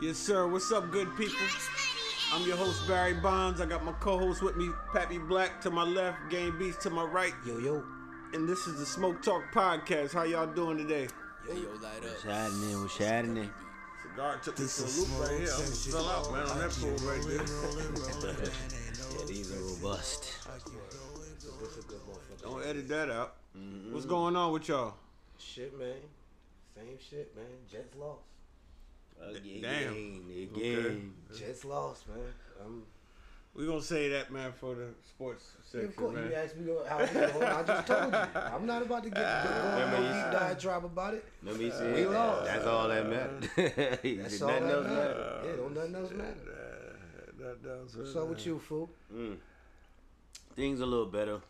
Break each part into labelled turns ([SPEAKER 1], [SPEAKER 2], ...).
[SPEAKER 1] Yes, sir. What's up, good people? I'm your host, Barry Bonds. I got my co host with me, Pappy Black to my left, Game Beast to my right.
[SPEAKER 2] Yo, yo.
[SPEAKER 1] And this is the Smoke Talk Podcast. How y'all doing today?
[SPEAKER 3] Yo, yo, light up.
[SPEAKER 2] What's happening? What's happening?
[SPEAKER 1] Cigar took this me to a loop right here. I'm gonna sell out, man, on that pool right there.
[SPEAKER 2] yeah, these are robust.
[SPEAKER 1] Don't edit that out. What's going on with y'all?
[SPEAKER 4] Shit, man. Same shit, man. Jets lost.
[SPEAKER 2] Again,
[SPEAKER 1] Damn.
[SPEAKER 2] again.
[SPEAKER 4] Jets lost, man. I'm,
[SPEAKER 1] We're gonna say that, man, for the sports section,
[SPEAKER 4] of course,
[SPEAKER 1] man.
[SPEAKER 4] you asked me how we going. I just told you. I'm not about to get going
[SPEAKER 2] Remember
[SPEAKER 4] on
[SPEAKER 2] you
[SPEAKER 4] a
[SPEAKER 2] said-
[SPEAKER 4] deep diatribe about it.
[SPEAKER 2] Remember you said
[SPEAKER 4] We
[SPEAKER 2] that?
[SPEAKER 4] lost.
[SPEAKER 2] That's all that mattered.
[SPEAKER 4] That's all that matter. Yeah, don't nothing else matter.
[SPEAKER 1] Uh, that, that was
[SPEAKER 4] What's up with you, fool?
[SPEAKER 2] Things a little better,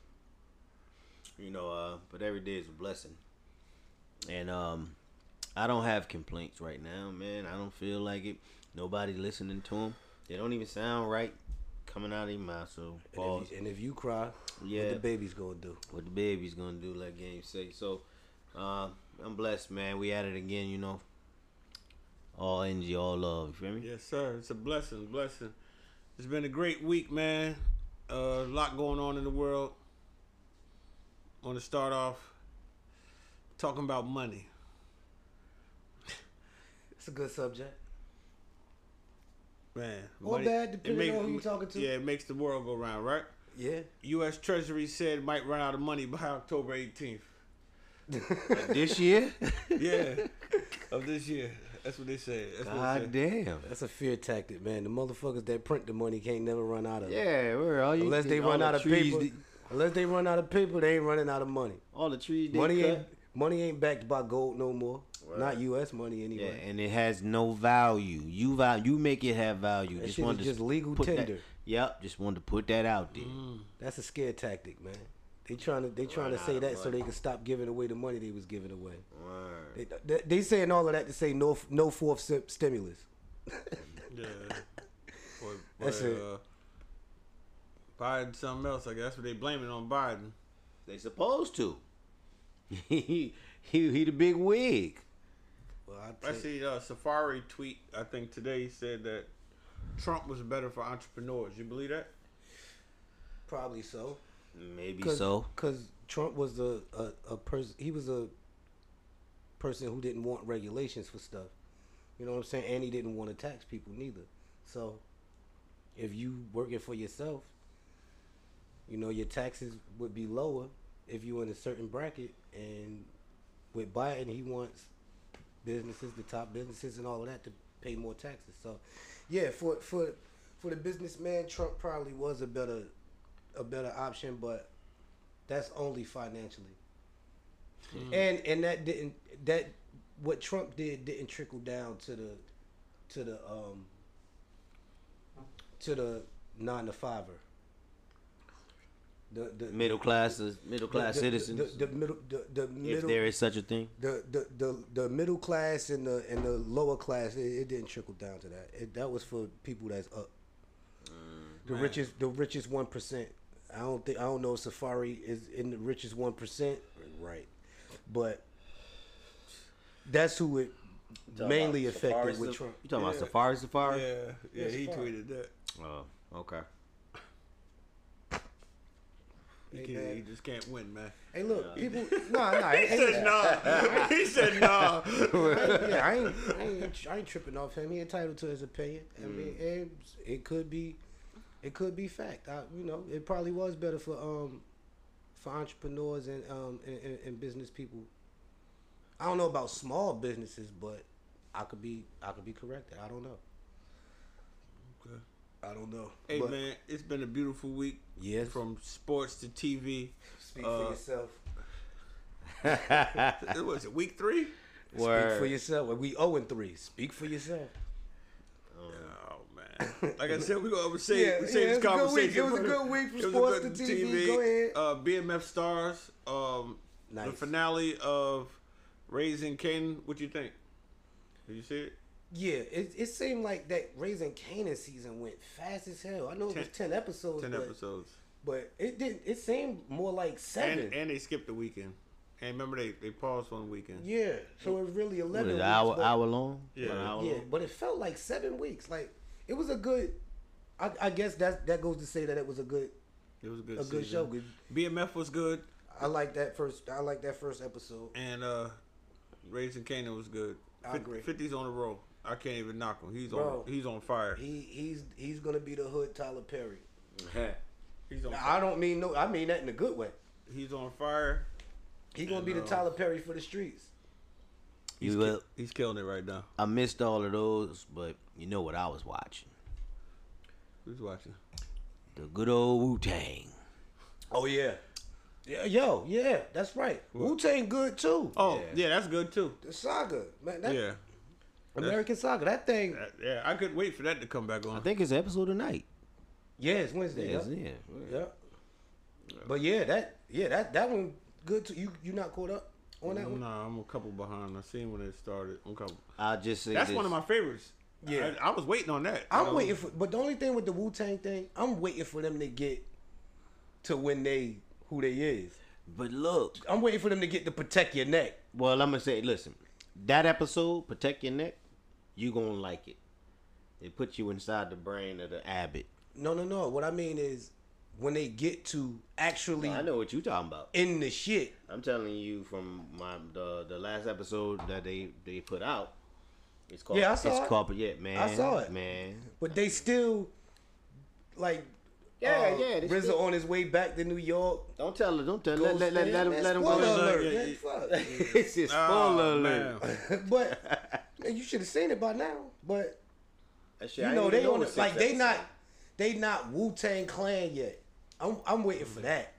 [SPEAKER 2] you know. Uh, but every day is a blessing, and um, I don't have complaints right now, man. I don't feel like it. Nobody listening to them. They don't even sound right coming out of their mouth. So
[SPEAKER 4] And
[SPEAKER 2] pause.
[SPEAKER 4] if, you, and if you cry,
[SPEAKER 2] Yeah.
[SPEAKER 4] what the baby's gonna do?
[SPEAKER 2] what the baby's gonna do like game six. So uh, I'm blessed, man. We at it again, you know. All energy, all love. You feel me?
[SPEAKER 1] Yes, sir. It's a blessing, blessing. It's been a great week, man. Uh, A lot going on in the world. Want to start off talking about money.
[SPEAKER 4] It's a good subject.
[SPEAKER 1] Man,
[SPEAKER 4] Or
[SPEAKER 1] money,
[SPEAKER 4] bad, depending
[SPEAKER 1] it
[SPEAKER 4] on who you talking to.
[SPEAKER 1] Yeah, it makes the world go round, right?
[SPEAKER 4] Yeah.
[SPEAKER 1] U.S. Treasury said it might run out of money by October 18th.
[SPEAKER 2] this year?
[SPEAKER 1] Yeah, of this year. That's what they said. That's what they
[SPEAKER 2] God
[SPEAKER 1] said.
[SPEAKER 2] damn.
[SPEAKER 4] That's a fear tactic, man. The motherfuckers that print the money can't never run out of it.
[SPEAKER 2] Yeah, where all you
[SPEAKER 4] Unless they
[SPEAKER 2] all
[SPEAKER 4] run
[SPEAKER 2] the
[SPEAKER 4] out of
[SPEAKER 2] trees
[SPEAKER 4] paper.
[SPEAKER 2] they-
[SPEAKER 4] Unless they run out of paper, they ain't running out of money.
[SPEAKER 2] all the trees they
[SPEAKER 4] Money
[SPEAKER 2] cut.
[SPEAKER 4] ain't money ain't backed by gold no more. Not U.S. money
[SPEAKER 2] Yeah,
[SPEAKER 4] anyway.
[SPEAKER 2] and it has no value. You val you make it have value.
[SPEAKER 4] That
[SPEAKER 2] just Mm.
[SPEAKER 4] shit
[SPEAKER 2] wanted
[SPEAKER 4] is
[SPEAKER 2] to
[SPEAKER 4] just legal
[SPEAKER 2] put that-
[SPEAKER 4] tender.
[SPEAKER 2] yep, just wanted to put that out there.
[SPEAKER 4] That's a scare tactic, man. They trying to they trying to say that so they can stop giving away the money they was giving away.
[SPEAKER 2] Word.
[SPEAKER 4] They, they, they saying all of that to say no no fourth sim- stimulus.
[SPEAKER 1] Yeah. Boy,
[SPEAKER 4] That's
[SPEAKER 1] boy,
[SPEAKER 4] it.
[SPEAKER 1] Uh, Biden, something else. I guess that's what they blaming on Biden.
[SPEAKER 2] They supposed to. he, he he the big wig.
[SPEAKER 4] Well, I
[SPEAKER 1] I
[SPEAKER 4] think
[SPEAKER 1] see uh, Safari tweet. I think today he said that Trump was better for entrepreneurs. You believe that?
[SPEAKER 4] probably so.
[SPEAKER 2] Maybe so.
[SPEAKER 4] because Trump was a a, a person. He was a person who didn't want regulations for stuff. You know what I'm saying? And he didn't want to tax people neither. So if you working for yourself, you know your taxes would be lower if you in a certain bracket. And with Biden, he wants businesses, the top businesses, and all of that to pay more taxes. So yeah, for for for the businessman, Trump probably was a better a better option, but that's only financially.
[SPEAKER 2] Hmm.
[SPEAKER 4] And and that didn't that what Trump did didn't trickle down to the to the um to the nine to fiver. The the
[SPEAKER 2] Middle classes, middle class
[SPEAKER 4] the- the-
[SPEAKER 2] citizens.
[SPEAKER 4] The, the middle the, the
[SPEAKER 2] if
[SPEAKER 4] middle
[SPEAKER 2] there is such a thing.
[SPEAKER 4] the, the the the middle class and the and the lower class it, it didn't trickle down to that. It, that was for people that's up. the richest the richest one percent. I don't think I don't know if Safari is in the richest one percent. Right, but that's who it mainly affected with Trump.
[SPEAKER 2] You talking about
[SPEAKER 1] Yeah.
[SPEAKER 2] Safari Safari?
[SPEAKER 1] Yeah, yeah. he
[SPEAKER 4] Safari.
[SPEAKER 1] tweeted that.
[SPEAKER 2] Oh, okay.
[SPEAKER 1] He,
[SPEAKER 4] Hey,
[SPEAKER 1] can't,
[SPEAKER 4] man.
[SPEAKER 1] he just can't win, man.
[SPEAKER 4] Hey, look, people. No, no, I
[SPEAKER 1] He said
[SPEAKER 4] ain't,
[SPEAKER 1] no. he said no.
[SPEAKER 4] yeah, I ain't, I ain't, I ain't tripping off him. He entitled to his opinion. I mean, and it could be, it could be fact. I, you know, it probably was better for um, for entrepreneurs and um and, and, and business people. I don't know about small businesses, but I could be, I could be corrected. I don't know.
[SPEAKER 1] Okay.
[SPEAKER 4] I don't know.
[SPEAKER 1] Hey
[SPEAKER 4] But-
[SPEAKER 1] man, it's been a beautiful week.
[SPEAKER 4] Yes.
[SPEAKER 1] From sports to TV.
[SPEAKER 4] Speak
[SPEAKER 1] uh,
[SPEAKER 4] for yourself.
[SPEAKER 1] It was it week three.
[SPEAKER 2] Word.
[SPEAKER 4] Speak for yourself. We zero and three. Speak for yourself.
[SPEAKER 1] Oh man! Like I said, we gonna save,
[SPEAKER 4] Yeah,
[SPEAKER 1] we save
[SPEAKER 4] yeah,
[SPEAKER 1] this
[SPEAKER 4] it's a good
[SPEAKER 1] conversation.
[SPEAKER 4] week. It was a
[SPEAKER 1] for-
[SPEAKER 4] good week
[SPEAKER 1] it
[SPEAKER 4] from
[SPEAKER 1] was a
[SPEAKER 4] sports
[SPEAKER 1] good
[SPEAKER 4] to TV. Go ahead.
[SPEAKER 1] Uh, BMF stars. Um, The
[SPEAKER 4] Nice.
[SPEAKER 1] finale of Raising Cain. What you think? Did you see it?
[SPEAKER 4] Yeah, it, it seemed like that Raising Canaan season went fast as hell. I know it was
[SPEAKER 1] Ten-
[SPEAKER 4] ten episodes,
[SPEAKER 1] Ten
[SPEAKER 4] but,
[SPEAKER 1] episodes.
[SPEAKER 4] but it didn't. It seemed more like seven.
[SPEAKER 1] And and they skipped the weekend. Hey, remember they, they paused one weekend.
[SPEAKER 4] Yeah, so it was really
[SPEAKER 2] What
[SPEAKER 4] eleven.
[SPEAKER 2] is it,
[SPEAKER 4] weeks,
[SPEAKER 2] hour
[SPEAKER 4] but-
[SPEAKER 2] hour long?
[SPEAKER 1] Yeah.
[SPEAKER 2] About an hour
[SPEAKER 4] Yeah,
[SPEAKER 2] long?
[SPEAKER 4] but it felt like seven weeks. Like it was a good. I, I guess that that goes to say that it was a good
[SPEAKER 1] It was a good
[SPEAKER 4] a good show.
[SPEAKER 1] season.
[SPEAKER 4] Good-
[SPEAKER 1] BMF was good,
[SPEAKER 4] I like that first. I like that first episode.
[SPEAKER 1] and uh, Raising Canaan was good.
[SPEAKER 4] I
[SPEAKER 1] Fif-
[SPEAKER 4] agree.
[SPEAKER 1] 50's on the roll. I can't even knock him. He's
[SPEAKER 4] Bro.
[SPEAKER 1] on. He's on fire.
[SPEAKER 4] He he's he's gonna be the hood Tyler Perry.
[SPEAKER 1] He's on.
[SPEAKER 4] Now,
[SPEAKER 1] Fire.
[SPEAKER 4] I don't mean no. I mean that in a good way.
[SPEAKER 1] He's on fire.
[SPEAKER 4] He gonna be the
[SPEAKER 1] No.
[SPEAKER 4] Tyler Perry for the streets.
[SPEAKER 1] He's, ki-
[SPEAKER 2] You will.
[SPEAKER 1] he's killing it right now.
[SPEAKER 2] I missed all of those, but you know what I was watching?
[SPEAKER 1] Who's watching?
[SPEAKER 2] The good old Wu Tang.
[SPEAKER 4] Oh yeah. Yeah, yo, yeah, that's right. Wu Tang good too.
[SPEAKER 1] Oh
[SPEAKER 2] Yeah.
[SPEAKER 1] yeah, that's good too.
[SPEAKER 4] The saga, man. That,
[SPEAKER 1] yeah,
[SPEAKER 4] American saga. That thing.
[SPEAKER 1] That- yeah. I could wait for that to come back on.
[SPEAKER 2] I think it's an episode tonight.
[SPEAKER 4] Yeah, it's Wednesday.
[SPEAKER 2] Yes,
[SPEAKER 4] yup.
[SPEAKER 2] yeah.
[SPEAKER 4] Yep. But yeah, that yeah that that one good too. You you not caught up on that one?
[SPEAKER 1] Mm, Nah, I'm a couple behind. I seen when it started. I'm a couple.
[SPEAKER 2] I'll just say
[SPEAKER 1] That's
[SPEAKER 2] this.
[SPEAKER 1] one of my favorites.
[SPEAKER 4] Yeah.
[SPEAKER 1] I, I was waiting on that.
[SPEAKER 4] I'm
[SPEAKER 1] Um,
[SPEAKER 4] waiting for. But the only thing with the Wu Tang thing, I'm waiting for them to get to when they who they is.
[SPEAKER 2] But look,
[SPEAKER 4] I'm waiting for them to get to protect your neck.
[SPEAKER 2] well, I'm gonna say, listen, that episode, protect your neck. You gonna like it. It puts you inside the brain of the abbot.
[SPEAKER 4] No, no, no. What I mean is when they get to actually
[SPEAKER 2] I know what you talking about.
[SPEAKER 4] in the shit.
[SPEAKER 2] I'm telling you from my the the last episode that they they put out. It's called
[SPEAKER 4] Yeah, I saw
[SPEAKER 2] it's
[SPEAKER 4] it.
[SPEAKER 2] called yeah, man.
[SPEAKER 4] saw it.
[SPEAKER 2] man.
[SPEAKER 4] But they still like
[SPEAKER 2] Yeah,
[SPEAKER 4] uh,
[SPEAKER 2] yeah. they
[SPEAKER 4] RZA
[SPEAKER 2] still-
[SPEAKER 4] on his way back to New York.
[SPEAKER 2] don't tell her. Don't tell.
[SPEAKER 4] goes
[SPEAKER 2] Let let let,
[SPEAKER 4] there.
[SPEAKER 2] let him
[SPEAKER 4] Man,
[SPEAKER 2] let him
[SPEAKER 4] spoiler
[SPEAKER 2] go.
[SPEAKER 4] alert,
[SPEAKER 1] Yeah,
[SPEAKER 4] man,
[SPEAKER 1] yeah.
[SPEAKER 4] fuck.
[SPEAKER 2] it's just
[SPEAKER 1] Oh,
[SPEAKER 2] spoiler
[SPEAKER 1] man.
[SPEAKER 2] alert.
[SPEAKER 4] but man, you should have seen it by now. But
[SPEAKER 2] That shit,
[SPEAKER 4] you
[SPEAKER 2] I
[SPEAKER 4] know
[SPEAKER 2] ain't
[SPEAKER 4] they
[SPEAKER 2] even
[SPEAKER 4] on
[SPEAKER 2] it
[SPEAKER 4] the,
[SPEAKER 2] was
[SPEAKER 4] like
[SPEAKER 2] six
[SPEAKER 4] they not
[SPEAKER 2] episodes.
[SPEAKER 4] they not Wu Tang Clan yet. I'm I'm waiting for that.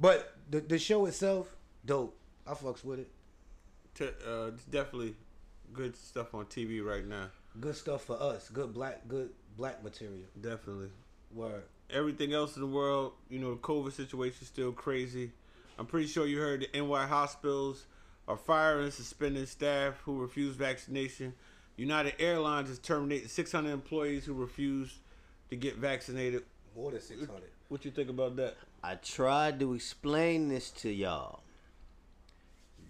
[SPEAKER 4] But the the show itself, dope. I fucks with it.
[SPEAKER 1] Te- uh, it's definitely good stuff on TV right now.
[SPEAKER 4] Good stuff for us. Good black good black material.
[SPEAKER 1] Definitely.
[SPEAKER 4] Word.
[SPEAKER 1] Everything else in the world, you know, the COVID situation is still crazy. I'm pretty sure you heard the NY hospitals are firing and suspending staff who refuse vaccination. United Airlines is terminating 600 employees who refuse to get vaccinated.
[SPEAKER 4] More than six hundred.
[SPEAKER 1] What you think about that?
[SPEAKER 2] I tried to explain this to y'all.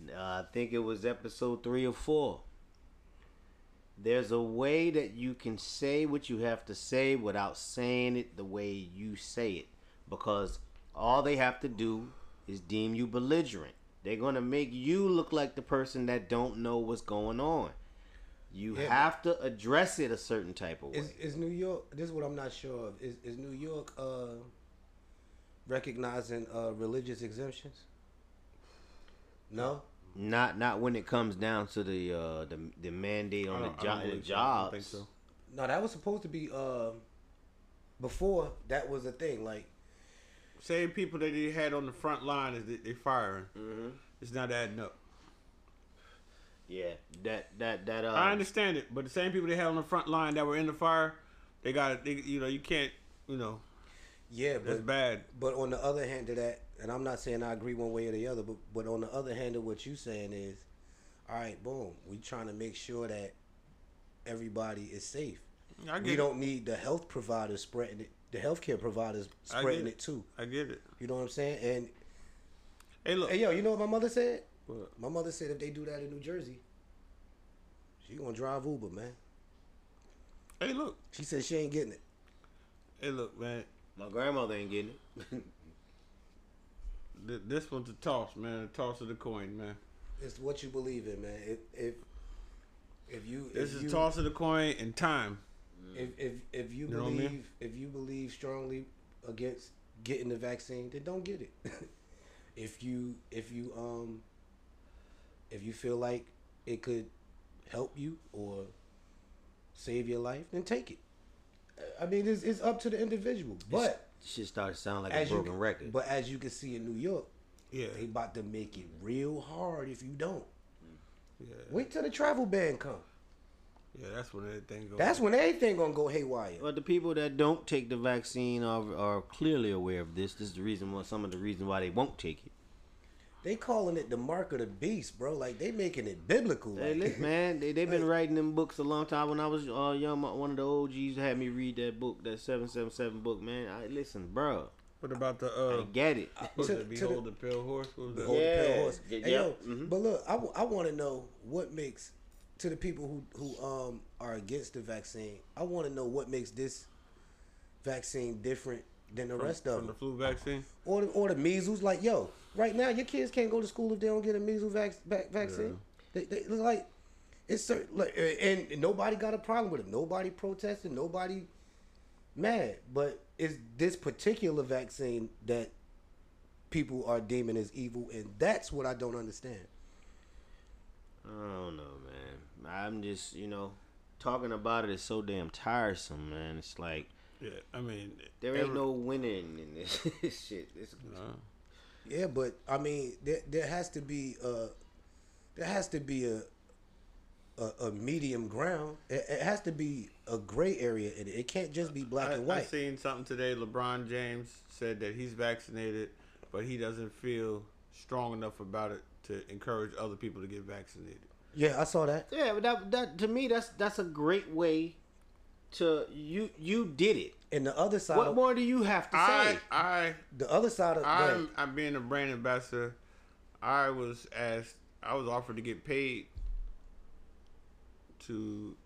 [SPEAKER 2] Uh, I think it was episode three or four. There's a way that you can say what you have to say without saying it the way you say it. Because all they have to do is deem you belligerent. They're gonna make you look like the person that don't know what's going on. You
[SPEAKER 4] Yeah.
[SPEAKER 2] have to address it a certain type of way.
[SPEAKER 4] Is is New York? This is what I'm not sure of. Is is New York uh, recognizing uh, religious exemptions? No.
[SPEAKER 2] Not not when it comes down to the uh the, the mandate on the,
[SPEAKER 1] I don't- I
[SPEAKER 2] jo-
[SPEAKER 1] don't
[SPEAKER 2] the
[SPEAKER 1] believe so. I don't
[SPEAKER 2] jobs.
[SPEAKER 1] think so.
[SPEAKER 4] No, that was supposed to be uh, before that was a thing. Like
[SPEAKER 1] Same people that they had on the front line is they, they firing.
[SPEAKER 2] Mm-hmm.
[SPEAKER 1] It's not adding up.
[SPEAKER 2] Yeah, that that that uh
[SPEAKER 1] I understand it, but the same people they had on the front line that were in the fire, they got to, you know, you can't, you know,
[SPEAKER 4] yeah,
[SPEAKER 1] that's
[SPEAKER 4] but
[SPEAKER 1] bad.
[SPEAKER 4] but on the other hand to that, and I'm not saying I agree one way or the other, but but on the other hand of what you saying is, all right, boom, we trying to make sure that everybody is safe.
[SPEAKER 1] I get
[SPEAKER 4] We
[SPEAKER 1] it.
[SPEAKER 4] don't need the health providers spreading it. The healthcare providers
[SPEAKER 1] I get
[SPEAKER 4] spreading
[SPEAKER 1] it.
[SPEAKER 4] it too.
[SPEAKER 1] I get it.
[SPEAKER 4] You know what I'm saying? And
[SPEAKER 1] Hey, look.
[SPEAKER 4] hey, yo, you know what my mother said?
[SPEAKER 1] What?
[SPEAKER 4] My mother said if they do that in New Jersey, she gonna drive Uber, man.
[SPEAKER 1] Hey, look.
[SPEAKER 4] She said she ain't getting it.
[SPEAKER 1] Hey, look, man.
[SPEAKER 2] my grandmother ain't getting it.
[SPEAKER 1] Th- this one's a toss, man. A toss of the coin, man.
[SPEAKER 4] It's what you believe in, man. If if if you
[SPEAKER 1] This
[SPEAKER 4] if
[SPEAKER 1] is
[SPEAKER 4] you,
[SPEAKER 1] toss of the coin and time.
[SPEAKER 4] if, if if you
[SPEAKER 1] You know what I mean?
[SPEAKER 4] believe if you believe strongly against getting the vaccine, then don't get it. if you if you um if you feel like it could help you or save your life, then take it. I mean, it's, it's up to the individual, but.
[SPEAKER 2] Shit started to sound like
[SPEAKER 4] as
[SPEAKER 2] a broken
[SPEAKER 4] you,
[SPEAKER 2] record.
[SPEAKER 4] But as you can see in New York,
[SPEAKER 1] Yeah.
[SPEAKER 4] they about to make it real hard if you don't.
[SPEAKER 1] Yeah.
[SPEAKER 4] Wait till the travel ban come.
[SPEAKER 1] Yeah, that's when everything goes.
[SPEAKER 4] That's when everything gonna go haywire.
[SPEAKER 2] but the people that don't take the vaccine are are clearly aware of this. This is the reason why some of the reason why they won't take it.
[SPEAKER 4] They calling it the mark of the beast, bro. Like they making it biblical.
[SPEAKER 2] Hey,
[SPEAKER 4] like-
[SPEAKER 2] look, man, they they've been writing them books a long time. When I was uh, young, my, one of the OGs had me read that book, that seven seven seven book. Man, I listen, bro.
[SPEAKER 1] What about the
[SPEAKER 2] I
[SPEAKER 1] uh?
[SPEAKER 2] get it.
[SPEAKER 1] What's
[SPEAKER 4] To-
[SPEAKER 1] it?
[SPEAKER 4] to the-
[SPEAKER 1] Behold the pale horse. What was that?
[SPEAKER 4] Behold the pale
[SPEAKER 2] Yeah.
[SPEAKER 4] horse.
[SPEAKER 2] Y-
[SPEAKER 4] Hey,
[SPEAKER 2] yep.
[SPEAKER 4] yo,
[SPEAKER 2] Mhm.
[SPEAKER 4] But look, I, want to know what makes to the people who who um are against the vaccine. I want to know what makes this vaccine different than the rest of
[SPEAKER 1] From the
[SPEAKER 4] them,
[SPEAKER 1] flu vaccine.
[SPEAKER 4] or the, or the measles. Like yo, right now your kids can't go to school if they don't get a measles vac- vac- vaccine. They, they look like it's certain, like, and and nobody got a problem with it. Nobody protested. Nobody mad. But it's this particular vaccine that people are deeming as evil, and that's what I don't understand.
[SPEAKER 2] I don't know, man. I'm just, you know, talking about it is so damn tiresome, man. It's like
[SPEAKER 1] Yeah, I mean,
[SPEAKER 2] there
[SPEAKER 1] every-
[SPEAKER 2] ain't no winning in this shit. It's,
[SPEAKER 1] Uh,
[SPEAKER 4] Yeah, but I mean, there there has to be a there has to be a a, a medium ground. It, it has to be a gray area in it. It can't just be black
[SPEAKER 1] I,
[SPEAKER 4] and
[SPEAKER 1] I
[SPEAKER 4] white.
[SPEAKER 1] seen something today. LeBron James said that he's vaccinated, but he doesn't feel strong enough about it to encourage other people to get vaccinated.
[SPEAKER 4] yeah, I saw that.
[SPEAKER 2] yeah, but that, that to me that's that's a great way to you you did it.
[SPEAKER 4] And the other side,
[SPEAKER 2] What
[SPEAKER 4] of,
[SPEAKER 2] more do you have to
[SPEAKER 1] Uh, I,
[SPEAKER 2] say?
[SPEAKER 1] I,
[SPEAKER 4] the other side of
[SPEAKER 1] I'm,
[SPEAKER 4] that-
[SPEAKER 1] I'm being a brand ambassador. I was asked, I was offered to get paid to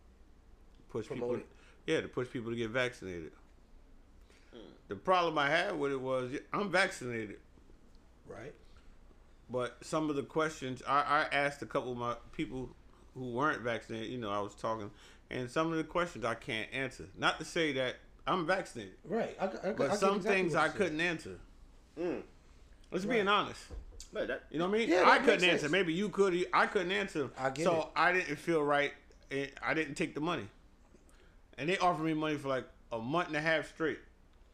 [SPEAKER 1] push
[SPEAKER 4] Promote
[SPEAKER 1] people, yeah, to push people to get vaccinated.
[SPEAKER 4] Hmm.
[SPEAKER 1] The problem I had with it was yeah, I'm vaccinated.
[SPEAKER 4] right.
[SPEAKER 1] But some of the questions I, I asked a couple of my people who weren't vaccinated, you know, I was talking, and some of the questions I can't answer. Not to say that I'm vaccinated,
[SPEAKER 4] Right, I, I, I
[SPEAKER 1] but
[SPEAKER 4] get
[SPEAKER 1] some
[SPEAKER 4] exactly
[SPEAKER 1] things
[SPEAKER 4] what
[SPEAKER 1] I
[SPEAKER 4] you're saying. Hmm.
[SPEAKER 1] couldn't answer.
[SPEAKER 2] Mm.
[SPEAKER 1] Let's being honest.
[SPEAKER 2] But that-
[SPEAKER 1] You know what I mean?
[SPEAKER 4] Yeah, that
[SPEAKER 1] I
[SPEAKER 4] makes
[SPEAKER 1] couldn't
[SPEAKER 4] sense.
[SPEAKER 1] answer. Maybe you could. you- I couldn't answer.
[SPEAKER 4] I get
[SPEAKER 1] so
[SPEAKER 4] it.
[SPEAKER 1] I didn't feel right. and I didn't take the money, and they offered me money for like a month and a half straight,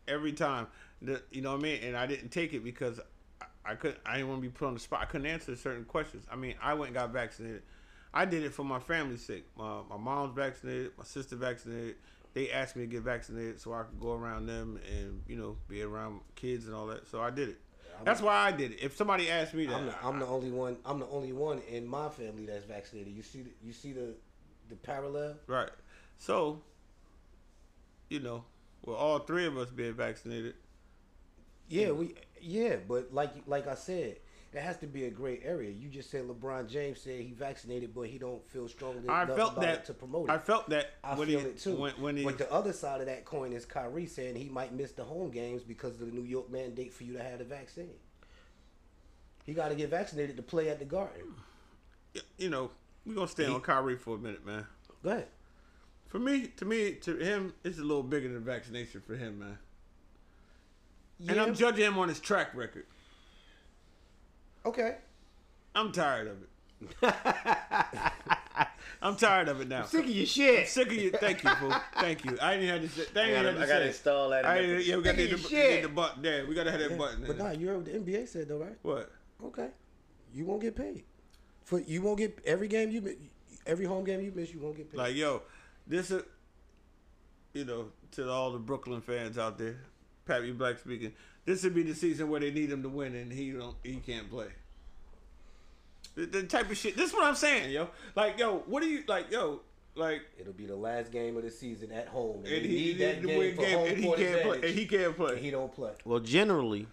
[SPEAKER 1] every time. The, you know what I mean? And I didn't take it because I, I couldn't. I didn't want to be put on the spot. I couldn't answer certain questions. I mean, I went and got vaccinated. I did it for my family's sake. My, my mom's vaccinated. My sister vaccinated. They asked me to get vaccinated so I could go around them and you know be around kids and all that. So I did it. That's why I did it. If somebody asked me that,
[SPEAKER 4] I'm the, I'm the only one. I'm the only one in my family that's vaccinated. You see, the, you see the the parallel.
[SPEAKER 1] Right. So, you know, with all three of us being vaccinated,
[SPEAKER 4] Yeah, we yeah, but like like I said, it has to be a gray area. You just said LeBron James said he vaccinated, but he don't feel strongly
[SPEAKER 1] I
[SPEAKER 4] enough
[SPEAKER 1] felt
[SPEAKER 4] about
[SPEAKER 1] that
[SPEAKER 4] it to promote it.
[SPEAKER 1] I felt that
[SPEAKER 4] I
[SPEAKER 1] when
[SPEAKER 4] feel
[SPEAKER 1] he,
[SPEAKER 4] it too.
[SPEAKER 1] When, when he,
[SPEAKER 4] but the other side of that coin is Kyrie saying he might miss the home games because of the New York mandate for you to have the vaccine. He got to get vaccinated to play at the Garden.
[SPEAKER 1] you know, we're gonna stay on Kyrie for a minute, man.
[SPEAKER 4] Go ahead.
[SPEAKER 1] For me, to me, to him, it's a little bigger than vaccination for him, man. And I'm judging him on his track record.
[SPEAKER 4] okay.
[SPEAKER 1] I'm tired of it. I'm tired of it now.
[SPEAKER 2] sick of your shit.
[SPEAKER 1] Sick of you. Thank you, fool. Thank you. I didn't have to say. Thank
[SPEAKER 2] I
[SPEAKER 1] you.
[SPEAKER 2] gotta, I gotta install that. in
[SPEAKER 1] I
[SPEAKER 2] the-
[SPEAKER 1] didn't, yeah, we gotta
[SPEAKER 2] Sick
[SPEAKER 1] hit the,
[SPEAKER 2] of your
[SPEAKER 1] hit
[SPEAKER 2] shit.
[SPEAKER 1] the button. There, we gotta hit that button.
[SPEAKER 4] But nah, you heard what the NBA said though, right?
[SPEAKER 1] What?
[SPEAKER 4] Okay. You won't get paid. For you won't get every game you mi- every home game you miss, you won't get paid.
[SPEAKER 1] Like, yo, this is, you know, to all the Brooklyn fans out there, Pappy Black speaking. This would be the season where they need him to win, and he don't, he can't play. The, the type of shit. This is what I'm saying, yo. Like, yo, what do you like, yo, like,
[SPEAKER 4] It'll be the last game of the season at home.
[SPEAKER 1] and
[SPEAKER 4] they
[SPEAKER 1] he,
[SPEAKER 4] need that
[SPEAKER 1] need to win
[SPEAKER 4] for
[SPEAKER 1] game,
[SPEAKER 4] home
[SPEAKER 1] and he
[SPEAKER 4] court
[SPEAKER 1] can't play,
[SPEAKER 4] advantage,
[SPEAKER 1] and he can't
[SPEAKER 4] and he
[SPEAKER 1] play.
[SPEAKER 4] don't play.
[SPEAKER 2] Well, generally,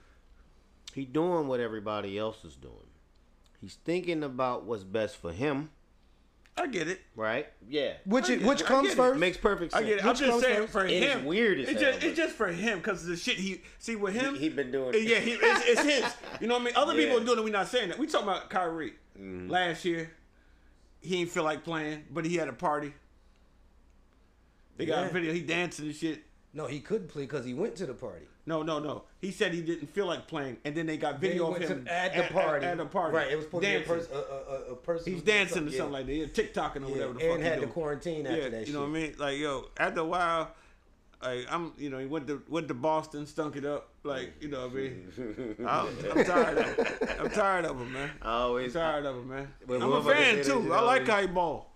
[SPEAKER 2] he doing what everybody else is doing. He's thinking about what's best for him,
[SPEAKER 1] I get it.
[SPEAKER 2] right? Yeah.
[SPEAKER 4] Which
[SPEAKER 1] I
[SPEAKER 4] it,
[SPEAKER 1] get
[SPEAKER 4] which
[SPEAKER 1] it, I
[SPEAKER 4] comes
[SPEAKER 1] get it.
[SPEAKER 4] first.
[SPEAKER 2] Makes perfect
[SPEAKER 1] I
[SPEAKER 2] sense.
[SPEAKER 1] get it. I'm
[SPEAKER 4] Which
[SPEAKER 1] just
[SPEAKER 4] comes
[SPEAKER 1] saying
[SPEAKER 4] first?
[SPEAKER 1] for
[SPEAKER 2] It is
[SPEAKER 1] him.
[SPEAKER 2] weird as
[SPEAKER 1] it's
[SPEAKER 2] hell,
[SPEAKER 1] just,
[SPEAKER 2] but-
[SPEAKER 1] it's just for him because the shit he see with him.
[SPEAKER 2] He, he been doing.
[SPEAKER 1] Yeah, he, it's, it's his. You know what I mean? Other
[SPEAKER 2] Yeah.
[SPEAKER 1] people doing it. We're not saying that. We talking about Kyrie
[SPEAKER 4] Mm-hmm.
[SPEAKER 1] last year. He didn't feel like playing, but he had a party. They got
[SPEAKER 4] Yeah.
[SPEAKER 1] a video. He dancing and shit.
[SPEAKER 4] No, he couldn't play because he went to the party.
[SPEAKER 1] No, no, no. He said he didn't feel like playing, and then they got
[SPEAKER 4] Then he
[SPEAKER 1] video of
[SPEAKER 4] went
[SPEAKER 1] him
[SPEAKER 4] to, at the party.
[SPEAKER 1] At, the party,
[SPEAKER 4] Right. It was supposed
[SPEAKER 1] dancing.
[SPEAKER 4] to be a, pers- a, a, a, a person.
[SPEAKER 1] He's dancing or something like that. Yeah, TikToking or
[SPEAKER 4] Yeah,
[SPEAKER 1] whatever the
[SPEAKER 4] and
[SPEAKER 1] fuck. he
[SPEAKER 4] had to
[SPEAKER 1] doing.
[SPEAKER 4] quarantine after that
[SPEAKER 1] You know what I mean?
[SPEAKER 4] shit.
[SPEAKER 1] Like yo, after a while, like I'm, you know, he went to went to Boston, stunk it up. Like you know what I mean? I'm, I'm tired. Of him. I'm tired of him, man.
[SPEAKER 2] I always-
[SPEAKER 1] I'm tired of him, man.
[SPEAKER 2] But
[SPEAKER 1] I'm a
[SPEAKER 2] whoever
[SPEAKER 1] fan
[SPEAKER 2] did it,
[SPEAKER 1] too.
[SPEAKER 2] you
[SPEAKER 1] I
[SPEAKER 2] know,
[SPEAKER 1] like
[SPEAKER 2] he-
[SPEAKER 1] how he ball,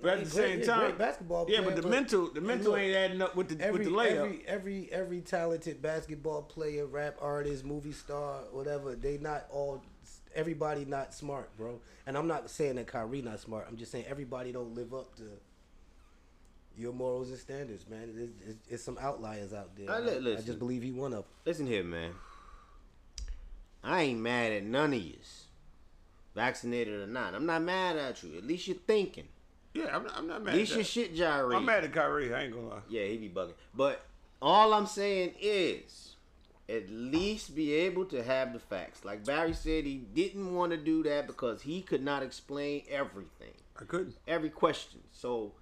[SPEAKER 1] but at
[SPEAKER 4] He
[SPEAKER 1] the
[SPEAKER 4] great-
[SPEAKER 1] same
[SPEAKER 4] he
[SPEAKER 1] time,
[SPEAKER 4] great basketball
[SPEAKER 1] Yeah,
[SPEAKER 4] player,
[SPEAKER 1] but the
[SPEAKER 4] but-
[SPEAKER 1] mental, the
[SPEAKER 4] and
[SPEAKER 1] mental
[SPEAKER 4] look,
[SPEAKER 1] ain't adding up with the
[SPEAKER 4] Every,
[SPEAKER 1] with the layup.
[SPEAKER 4] every every every talented basketball player, rap artist, movie star, whatever, they not all everybody not smart, bro. And I'm not saying that Kyrie not smart. I'm just saying everybody don't live up to your morals and standards, man. It's, it's, it's some outliers out there.
[SPEAKER 2] I li-
[SPEAKER 4] I, I
[SPEAKER 2] listen.
[SPEAKER 4] just believe he one of 'em.
[SPEAKER 2] Listen here, man. I ain't mad at none of yous, vaccinated or not. I'm not mad at you. At least you're thinking.
[SPEAKER 1] Yeah, I'm not, I'm not mad
[SPEAKER 2] At least
[SPEAKER 1] at
[SPEAKER 2] your
[SPEAKER 1] that.
[SPEAKER 2] shit gyrating.
[SPEAKER 1] I'm mad at Kyrie. I ain't gonna lie.
[SPEAKER 2] Yeah, he be bugging. But all I'm saying is, at least be able to have the facts. Like Barry said, he didn't want to do that because he could not explain everything,
[SPEAKER 1] I couldn't.
[SPEAKER 2] every question. So,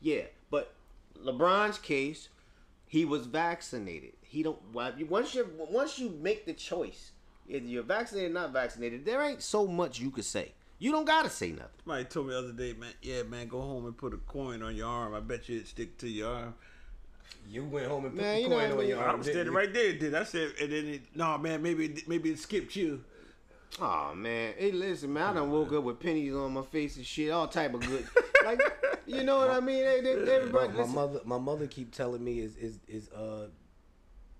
[SPEAKER 2] yeah. But LeBron's case, he was vaccinated. He don't. why- Once you once you make the choice, if you're vaccinated or not vaccinated, there ain't so much you could say. You don't gotta say nothing.
[SPEAKER 1] Somebody told me the other day, man. Yeah, man, go home and put a coin on your arm. I bet you it stick to your arm.
[SPEAKER 4] You went home and put
[SPEAKER 2] Man,
[SPEAKER 4] the
[SPEAKER 2] you know
[SPEAKER 4] coin
[SPEAKER 2] what I
[SPEAKER 4] on
[SPEAKER 2] mean?
[SPEAKER 4] your
[SPEAKER 1] I
[SPEAKER 4] arm.
[SPEAKER 1] was
[SPEAKER 4] didn't
[SPEAKER 1] standing
[SPEAKER 4] you?
[SPEAKER 1] right there, dude. I said, and then it, no, man, maybe it, maybe it skipped you.
[SPEAKER 2] Oh man, hey, listen, man, I done woke up with pennies on my face and shit, all type of good. like, you know what I mean? Hey, they-
[SPEAKER 4] My,
[SPEAKER 2] everybody,
[SPEAKER 4] my
[SPEAKER 2] listen.
[SPEAKER 4] mother, my mother keep telling me is is is uh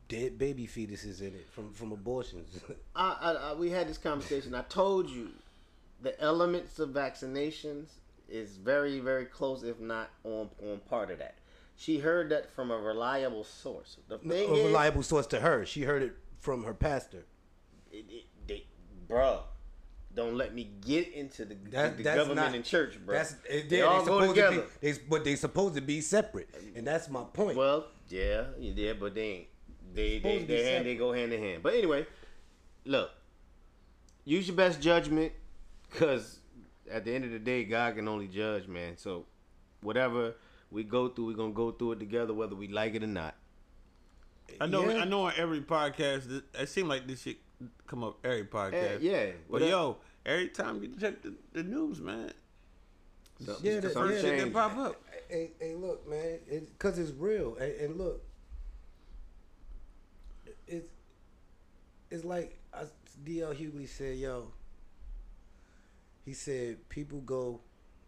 [SPEAKER 4] dead baby fetuses in it from from abortions.
[SPEAKER 2] I, I, I, we had this conversation. I told you, the elements of vaccinations is very, very close, if not on on part of that. She heard that from a reliable source. The
[SPEAKER 4] a
[SPEAKER 2] thing is,
[SPEAKER 4] reliable source to her. She heard it from her pastor.
[SPEAKER 2] it, it, they, bruh, don't let me get into the,
[SPEAKER 4] That,
[SPEAKER 2] the
[SPEAKER 4] that's
[SPEAKER 2] government
[SPEAKER 4] not,
[SPEAKER 2] and church, bruh.
[SPEAKER 4] That's they,
[SPEAKER 2] they,
[SPEAKER 4] they
[SPEAKER 2] all go
[SPEAKER 4] supposed
[SPEAKER 2] together.
[SPEAKER 4] To be, they, but they supposed to be separate, and that's my point.
[SPEAKER 2] Well, yeah, yeah, but they ain't. They
[SPEAKER 4] Supposed
[SPEAKER 2] they
[SPEAKER 4] to be
[SPEAKER 2] they, hand, they go hand in hand. But anyway, look, use your best judgment, cause at the end of the day, God can only judge, man. So whatever we go through, we're gonna go through it together, whether we like it or not.
[SPEAKER 1] I know.
[SPEAKER 4] Yeah.
[SPEAKER 1] I know. On every podcast, th- it seemed like this shit come up every podcast.
[SPEAKER 2] Eh, yeah,
[SPEAKER 1] But
[SPEAKER 2] whatever.
[SPEAKER 1] yo, every time you check the, the news, man,
[SPEAKER 2] So,
[SPEAKER 4] Yeah, that-
[SPEAKER 2] some
[SPEAKER 4] yeah.
[SPEAKER 1] shit that
[SPEAKER 2] change.
[SPEAKER 1] pop up.
[SPEAKER 4] Hey, hey, look, man, it, cause it's real, and, and look, it's it's like I, DL Hughley said, yo. He said people go,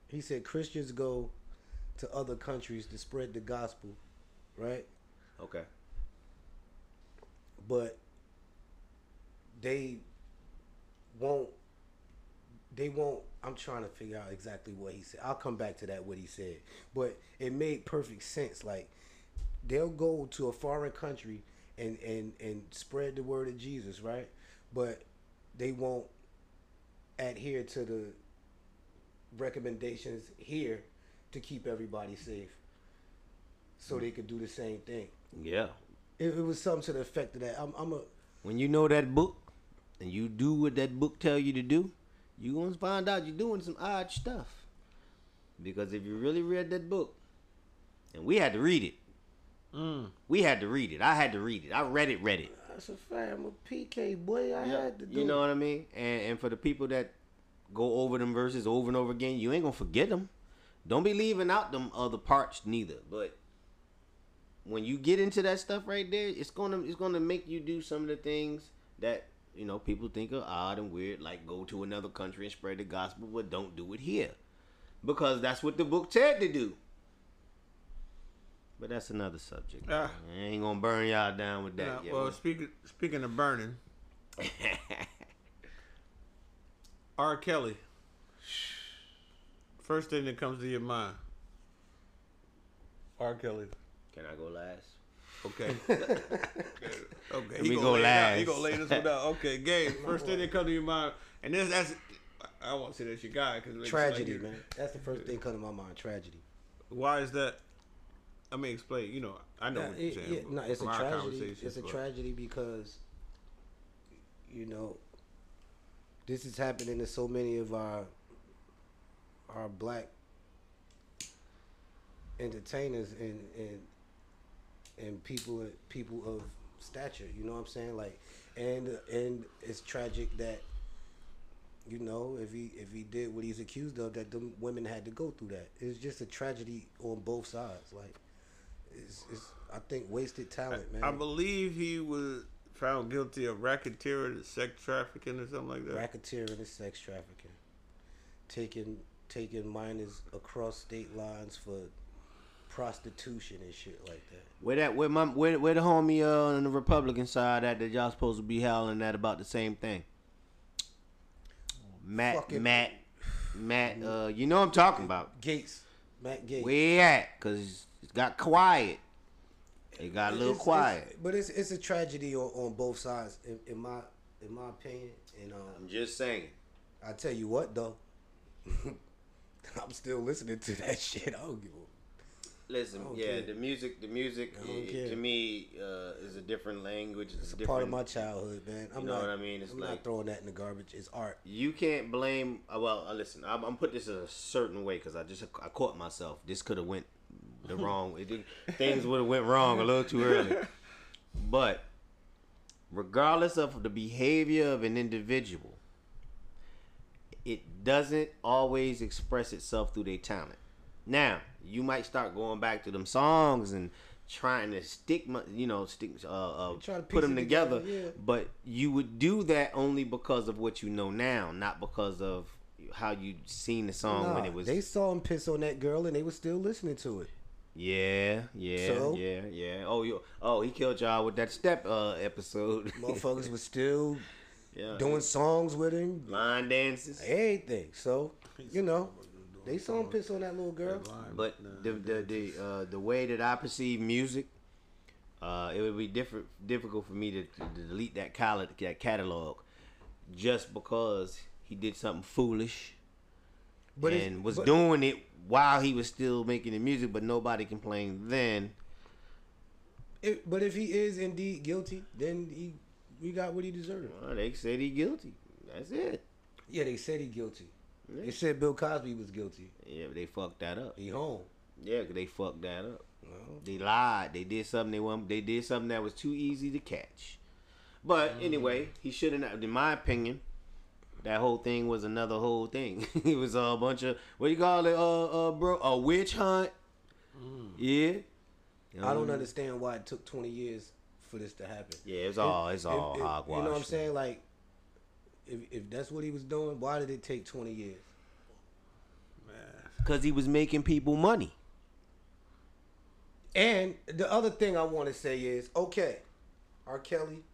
[SPEAKER 4] he said Christians go to other countries to spread the gospel, right?
[SPEAKER 2] Okay.
[SPEAKER 4] but they won't they won't i'm trying to figure out exactly what he said i'll come back to that what he said but it made perfect sense like they'll go to a foreign country and and and spread the word of jesus right but they won't adhere to the recommendations here to keep everybody safe so they could do the same thing
[SPEAKER 2] Yeah.
[SPEAKER 4] it, it was something to the effect of that i'm, I'm a
[SPEAKER 2] When you know that book, and you do what that book tell you to do, you gonna find out you're doing some odd stuff. Because if you really read that book, and we had to read it,
[SPEAKER 1] Mm.
[SPEAKER 2] We had to read it. I had to read it. I read it, read it.
[SPEAKER 4] That's a fact. I'm a PK boy. I had to do.
[SPEAKER 2] you know
[SPEAKER 4] it.
[SPEAKER 2] what I mean? And and for the people that go over them verses over and over again, you ain't gonna forget them. Don't be leaving out them other parts neither. But when you get into that stuff right there, it's gonna it's gonna make you do some of the things that you know people think are odd and weird, like go to another country and spread the gospel, but don't do it here because that's what the book said to do. But that's another subject.
[SPEAKER 1] Ah.
[SPEAKER 2] I ain't gonna burn y'all down with that.
[SPEAKER 1] Nah,
[SPEAKER 2] yet.
[SPEAKER 1] well, speaking speaking of burning, R. Kelly. First thing that comes to your mind. R. Kelly.
[SPEAKER 2] Can I go last?
[SPEAKER 1] Okay. okay.
[SPEAKER 2] We
[SPEAKER 1] gonna
[SPEAKER 2] go
[SPEAKER 1] lay it out. He
[SPEAKER 2] last.
[SPEAKER 1] gonna lay this one out. Okay, Gabe. First thing that comes to your mind, and this, that's I I won't say that's your guy because
[SPEAKER 4] Tragedy, man. That's the first thing come to my mind. Tragedy.
[SPEAKER 1] Why is that? I mean, explain. You know, I know
[SPEAKER 4] Nah,
[SPEAKER 1] what you're
[SPEAKER 4] it-
[SPEAKER 1] saying.
[SPEAKER 4] yeah,
[SPEAKER 1] but
[SPEAKER 4] no, it's a
[SPEAKER 1] from our
[SPEAKER 4] tragedy.
[SPEAKER 1] conversations,
[SPEAKER 4] It's a
[SPEAKER 1] but-
[SPEAKER 4] tragedy because, you know, this is happening to so many of our our black entertainers and and and people people of stature. You know what I'm saying? Like, and and it's tragic that. You know, if he if he did what he's accused of, that them women had to go through that. It's just a tragedy on both sides. Like, it's, it's I think wasted talent, man.
[SPEAKER 1] I believe he was found guilty of racketeering, and sex trafficking, or something like that.
[SPEAKER 4] racketeering and sex trafficking, taking taking minors across state lines for prostitution and shit like that.
[SPEAKER 2] Where that where my where, where the homie uh, on the Republican side at that y'all supposed to be howling at about the same thing? Matt
[SPEAKER 4] Fucking-
[SPEAKER 2] Matt Matt uh you know what I'm talking about.
[SPEAKER 4] Gates, Matt Gates.
[SPEAKER 2] Where he at? Cause It got quiet. It got a little
[SPEAKER 4] It's- it's-
[SPEAKER 2] quiet.
[SPEAKER 4] but it's it's a tragedy on, on both sides, in, in my in my opinion. And
[SPEAKER 2] I'm
[SPEAKER 4] um,
[SPEAKER 2] just saying.
[SPEAKER 4] I tell you what though, I'm still listening to that shit. I don't give a
[SPEAKER 2] Listen,
[SPEAKER 4] I don't
[SPEAKER 2] yeah,
[SPEAKER 4] care.
[SPEAKER 2] the music, the music
[SPEAKER 4] I don't
[SPEAKER 2] i-
[SPEAKER 4] care.
[SPEAKER 2] to me uh, is a different language. It's, a
[SPEAKER 4] it's a part of
[SPEAKER 2] different-
[SPEAKER 4] my childhood, man. I'm
[SPEAKER 2] You know
[SPEAKER 4] not,
[SPEAKER 2] what I mean? It's
[SPEAKER 4] I'm
[SPEAKER 2] like-
[SPEAKER 4] not throwing that in the garbage. It's art.
[SPEAKER 2] You can't blame. uh, Well, uh, listen, I'm, I'm put this in a certain way because I just I caught myself. This could have went the wrong. It, did- things would have went wrong a little too early. But regardless of the behavior of an individual, it doesn't always express itself through their talent. Now, you might start going back to them songs and trying to stick, mu- you know, stick, uh, uh,
[SPEAKER 4] Try to
[SPEAKER 2] put
[SPEAKER 4] piece
[SPEAKER 2] them
[SPEAKER 4] it
[SPEAKER 2] together.
[SPEAKER 4] together, yeah.
[SPEAKER 2] But you would do that only because of what you know now, not because of how you seen the song when
[SPEAKER 4] Nah,
[SPEAKER 2] it was.
[SPEAKER 4] they saw him piss on that girl, and they were still listening to it.
[SPEAKER 2] Yeah, yeah,
[SPEAKER 4] So?
[SPEAKER 2] yeah, yeah. Oh, you. Oh, he killed y'all with that step uh, episode.
[SPEAKER 4] Motherfuckers was still
[SPEAKER 2] yeah.
[SPEAKER 4] doing songs with him,
[SPEAKER 2] line dances.
[SPEAKER 4] everything. So you know, they saw him piss on that little girl.
[SPEAKER 2] But the the the, uh, the way that I perceive music, uh, it would be different difficult for me to, to delete that col- that catalog, just because he did something foolish
[SPEAKER 4] But it's-
[SPEAKER 2] and was
[SPEAKER 4] but-
[SPEAKER 2] doing it while he was still making the music, but nobody complained then.
[SPEAKER 4] If, but if he is indeed guilty, then he we got what he deserved.
[SPEAKER 2] Well, they said he guilty. That's it.
[SPEAKER 4] Yeah, they said he guilty.
[SPEAKER 2] Yeah.
[SPEAKER 4] They said Bill Cosby was guilty.
[SPEAKER 2] Yeah, they fucked that up.
[SPEAKER 4] He home.
[SPEAKER 2] Yeah, they fucked that up.
[SPEAKER 4] Well,
[SPEAKER 2] They lied. They did something they want. They did something that was too easy to catch. But anyway, he shouldn't. have- In my opinion, that whole thing was another whole thing. it was a bunch of what you call it, uh, uh, bro, a witch hunt. Mm. Yeah.
[SPEAKER 4] I don't understand why it took 20 years for this to happen.
[SPEAKER 2] Mm-hmm. Yeah, it's all it's
[SPEAKER 4] If-
[SPEAKER 2] all
[SPEAKER 4] if- if-
[SPEAKER 2] hogwash.
[SPEAKER 4] You know what I'm saying? Like, if, if that's what he was doing, why did it take 20 years?
[SPEAKER 2] Because he was making people money.
[SPEAKER 4] And the other thing I want to say is, okay, R. Kelly,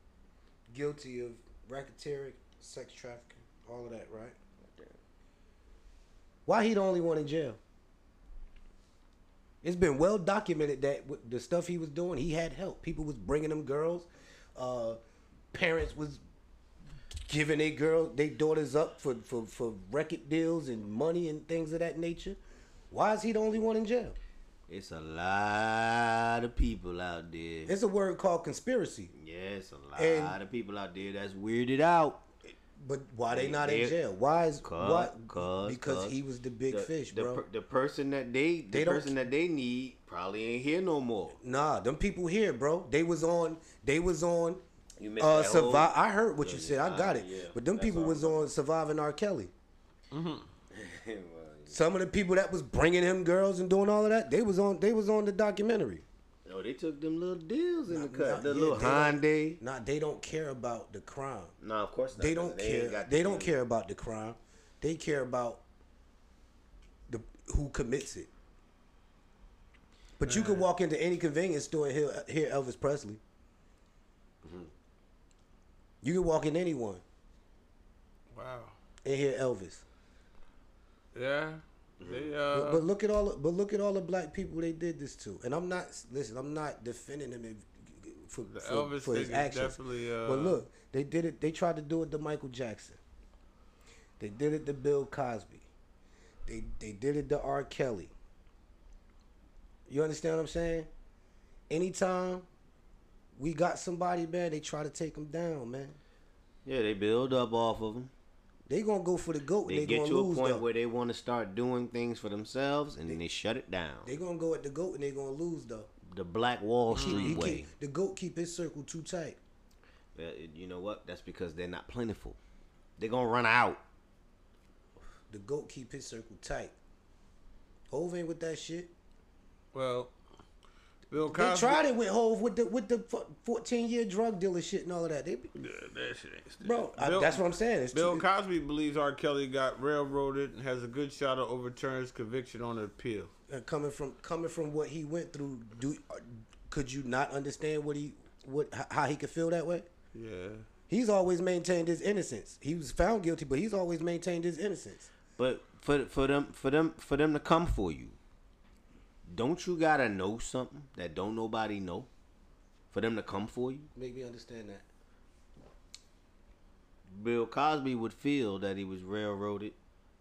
[SPEAKER 4] guilty of racketeering, sex trafficking, all of that, right? Why he the only one in jail? It's been well documented that with the stuff he was doing, he had help. People was bringing him girls. Uh, parents was giving their girl, their daughters up for, for, for record deals and money and things of that nature. Why is he the only one in jail?
[SPEAKER 2] It's a lot of people out there.
[SPEAKER 4] It's a word called conspiracy.
[SPEAKER 2] yeah, it's a lot
[SPEAKER 4] And-
[SPEAKER 2] of people out there that's weirded out.
[SPEAKER 4] But why they
[SPEAKER 2] They-
[SPEAKER 4] not
[SPEAKER 2] they-
[SPEAKER 4] in jail? Why is
[SPEAKER 2] Cause,
[SPEAKER 4] why?
[SPEAKER 2] cause,
[SPEAKER 4] because
[SPEAKER 2] cause
[SPEAKER 4] he was the big fish,
[SPEAKER 2] the
[SPEAKER 4] bro.
[SPEAKER 2] per- the person that they, the
[SPEAKER 4] They don't-
[SPEAKER 2] person that they need probably ain't here no more.
[SPEAKER 4] nah, them people here, bro. They was on. They was on.
[SPEAKER 2] You missed
[SPEAKER 4] Uh,
[SPEAKER 2] that whole-
[SPEAKER 4] survive. I heard what you
[SPEAKER 2] Yeah,
[SPEAKER 4] said. I got
[SPEAKER 2] yeah,
[SPEAKER 4] it.
[SPEAKER 2] yeah.
[SPEAKER 4] but them
[SPEAKER 2] That's
[SPEAKER 4] people
[SPEAKER 2] all.
[SPEAKER 4] was on surviving R. Kelly.
[SPEAKER 2] Well,
[SPEAKER 4] Some of the people that was bringing him girls and doing all of that, they was on. They was on the documentary.
[SPEAKER 2] no, Oh, they took them little deals in
[SPEAKER 4] Nah,
[SPEAKER 2] the cut,
[SPEAKER 4] nah,
[SPEAKER 2] the
[SPEAKER 4] yeah,
[SPEAKER 2] little
[SPEAKER 4] they don't-
[SPEAKER 2] Hyundai.
[SPEAKER 4] Nah, they don't care about the crime.
[SPEAKER 2] No, of course not.
[SPEAKER 4] they
[SPEAKER 2] 'cause
[SPEAKER 4] don't
[SPEAKER 2] ain't
[SPEAKER 4] care.
[SPEAKER 2] got
[SPEAKER 4] they
[SPEAKER 2] the
[SPEAKER 4] don't
[SPEAKER 2] deal.
[SPEAKER 4] care about the crime. They care about the who commits it. But you
[SPEAKER 2] Mm.
[SPEAKER 4] could walk into any convenience store and hear, hear Elvis Presley.
[SPEAKER 2] Mm-hmm.
[SPEAKER 4] You could walk in anyone
[SPEAKER 1] Wow.
[SPEAKER 4] and hear Elvis.
[SPEAKER 1] Yeah. They,
[SPEAKER 4] Mm-hmm. But,
[SPEAKER 1] uh,
[SPEAKER 4] but look at all. But look at all the black people they did this to. And I'm not listen. I'm not defending him if- for,
[SPEAKER 1] the
[SPEAKER 4] for,
[SPEAKER 1] Elvis
[SPEAKER 4] for
[SPEAKER 1] thing
[SPEAKER 4] his
[SPEAKER 1] is
[SPEAKER 4] actions.
[SPEAKER 1] definitely. Uh,
[SPEAKER 4] But look, they did it. They tried to do it to Michael Jackson. They did it to Bill Cosby. They they did it to R. Kelly. You understand what I'm saying? Anytime we got somebody, man, they try to take them down, man.
[SPEAKER 2] Yeah, they build up off of them.
[SPEAKER 4] They gonna go for the goat.
[SPEAKER 2] They,
[SPEAKER 4] and they
[SPEAKER 2] get
[SPEAKER 4] gonna
[SPEAKER 2] to a
[SPEAKER 4] lose.
[SPEAKER 2] point
[SPEAKER 4] though.
[SPEAKER 2] where they want to start doing things for themselves, and then they shut it down.
[SPEAKER 4] they gonna go at the goat and they gonna lose though.
[SPEAKER 2] the Black Wall
[SPEAKER 4] He-
[SPEAKER 2] Street
[SPEAKER 4] he keep-
[SPEAKER 2] way.
[SPEAKER 4] the goat keep his circle too tight.
[SPEAKER 2] Uh, You know what? That's because they're not plentiful. They're gonna run out.
[SPEAKER 4] The goat keep his circle tight. Hove ain't with that shit.
[SPEAKER 1] well, Bill Cosby.
[SPEAKER 4] They tried it with Hove with the with the fourteen year drug dealer shit and all of that. They,
[SPEAKER 1] Yeah, that shit ain't still-
[SPEAKER 4] bro, I,
[SPEAKER 1] Bill-
[SPEAKER 4] that's what I'm saying. It's
[SPEAKER 1] Bill
[SPEAKER 4] too,
[SPEAKER 1] Cosby believes R. Kelly got railroaded and has a good shot of overturning his conviction on appeal.
[SPEAKER 4] uh, coming from coming from what he went through. Do uh, could you not understand what he what h- how he could feel that way?
[SPEAKER 1] Yeah.
[SPEAKER 4] He's always maintained his innocence. He was found guilty, but he's always maintained his innocence.
[SPEAKER 2] But for for them for them for them to come for you, Don't you gotta know something that don't nobody know for them to come for you?
[SPEAKER 4] Make me understand that.
[SPEAKER 2] Bill Cosby would feel that he was railroaded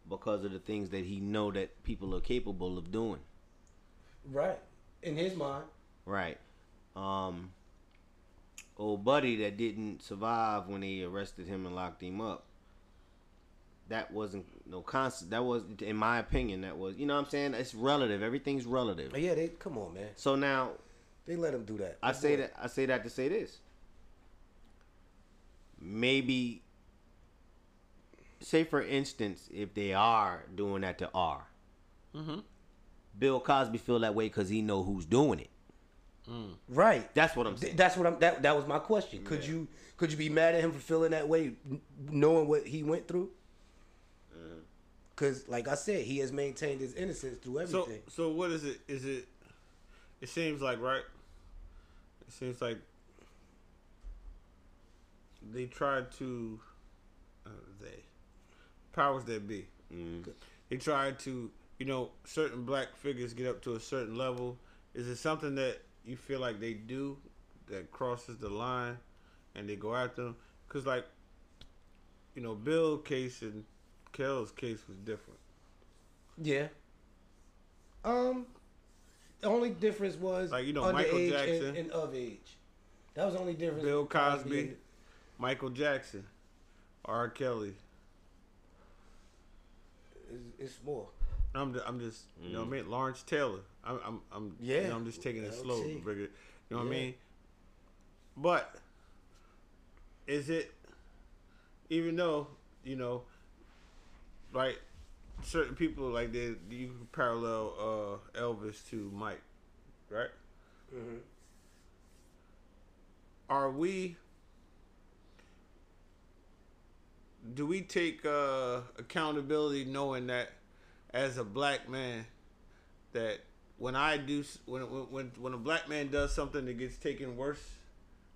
[SPEAKER 2] because of the things that he know that people are capable of doing.
[SPEAKER 4] Right. In his mind.
[SPEAKER 2] Right. Um old buddy that didn't survive when they arrested him and locked him up. That wasn't no constant that was in my opinion that was you know what I'm saying? It's relative. Everything's relative.
[SPEAKER 4] But yeah, they come on, man.
[SPEAKER 2] So now
[SPEAKER 4] They let him do that.
[SPEAKER 2] I say
[SPEAKER 4] Boy,
[SPEAKER 2] that I say that to say this. Maybe say for instance, if they are doing that to R,
[SPEAKER 1] Mm-hmm.
[SPEAKER 2] Bill Cosby feel that way because he know who's doing it.
[SPEAKER 4] Right.
[SPEAKER 2] That's what I'm
[SPEAKER 4] Th-
[SPEAKER 2] saying.
[SPEAKER 4] That's what I'm. That that was my question. Could
[SPEAKER 2] Yeah.
[SPEAKER 4] you could you be mad at him for feeling that way, n- knowing what he went through?
[SPEAKER 1] Mm-hmm.
[SPEAKER 4] Because, like I said, he has maintained his innocence through
[SPEAKER 1] So,
[SPEAKER 4] everything.
[SPEAKER 1] so what is it? Is it? It seems like right. It seems like they tried to. Uh, they powers that be.
[SPEAKER 2] Mm.
[SPEAKER 1] They tried to, you know, certain black figures get up to a certain level. Is it something that you feel like they do that crosses the line, and they go after them? Because like, you know, Bill case and Kel's case was different.
[SPEAKER 4] yeah. Um, the only difference was
[SPEAKER 1] Like, you know, Michael
[SPEAKER 4] underage and-
[SPEAKER 1] Jackson.
[SPEAKER 4] and, of age. That was the only difference.
[SPEAKER 1] Bill
[SPEAKER 4] with Cosby
[SPEAKER 1] Cosby.
[SPEAKER 4] and-
[SPEAKER 1] Michael Jackson, R. Kelly.
[SPEAKER 4] It's- It's more.
[SPEAKER 1] I'm just, I'm just, you know what I mean. Lawrence Taylor. I'm, I'm, I'm yeah.
[SPEAKER 4] Yeah.
[SPEAKER 1] I'm just taking it
[SPEAKER 4] LT.
[SPEAKER 1] slow, bigger. You know what I
[SPEAKER 4] Yeah.
[SPEAKER 1] mean. But is it, even though you know, like certain people like they you can parallel uh, Elvis to Mike, right?
[SPEAKER 4] Mhm.
[SPEAKER 1] Are we? Do we take uh, accountability knowing that as a black man that when I do s- when when when- when a black man does something that gets taken worse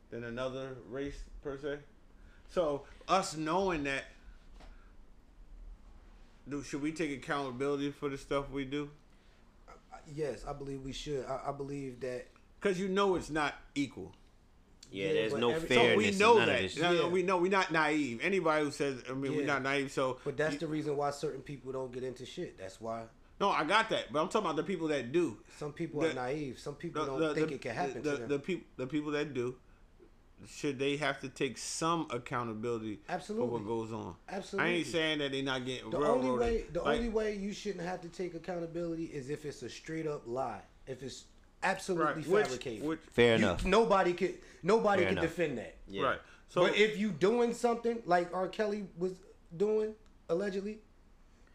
[SPEAKER 1] than another race per se. So us knowing that, do should we take accountability for the stuff we do?
[SPEAKER 4] I- Yes, I believe we should. I, I believe that
[SPEAKER 1] Because you know it's not equal.
[SPEAKER 2] Yeah,
[SPEAKER 4] Yeah,
[SPEAKER 2] there's
[SPEAKER 4] but
[SPEAKER 2] no
[SPEAKER 4] every- So we
[SPEAKER 1] So
[SPEAKER 2] fairness.
[SPEAKER 1] we
[SPEAKER 2] in
[SPEAKER 1] know
[SPEAKER 2] none Of
[SPEAKER 1] that.
[SPEAKER 2] this
[SPEAKER 1] No,
[SPEAKER 2] shit.
[SPEAKER 1] no,
[SPEAKER 4] Yeah.
[SPEAKER 1] We know we're not naive. Anybody who says I mean we're
[SPEAKER 4] Yeah.
[SPEAKER 1] not naive, so
[SPEAKER 4] But that's the reason why certain people don't get into shit. That's why
[SPEAKER 1] no, I got that. But I'm talking about the people that do.
[SPEAKER 4] some people
[SPEAKER 1] The-
[SPEAKER 4] are naive. Some people
[SPEAKER 1] the-
[SPEAKER 4] don't
[SPEAKER 1] the-
[SPEAKER 4] think
[SPEAKER 1] the-
[SPEAKER 4] it can happen
[SPEAKER 1] The,
[SPEAKER 4] to
[SPEAKER 1] the,
[SPEAKER 4] them.
[SPEAKER 1] the people, the people that do, should they have to take some accountability
[SPEAKER 4] Absolutely.
[SPEAKER 1] for what goes on? I
[SPEAKER 4] Absolutely.
[SPEAKER 1] ain't saying that they're not getting
[SPEAKER 4] the
[SPEAKER 1] railroaded.
[SPEAKER 4] only way the
[SPEAKER 1] Like,
[SPEAKER 4] only way you shouldn't have to take accountability is if it's a straight up lie. If it's absolutely
[SPEAKER 1] right, which-
[SPEAKER 4] fabricated.
[SPEAKER 1] which-
[SPEAKER 2] Fair
[SPEAKER 4] You-
[SPEAKER 2] enough.
[SPEAKER 4] Nobody could nobody
[SPEAKER 2] Fair
[SPEAKER 4] could
[SPEAKER 2] enough.
[SPEAKER 4] defend that.
[SPEAKER 2] Yeah.
[SPEAKER 1] right? So
[SPEAKER 4] but if you doing something like R. Kelly was doing allegedly,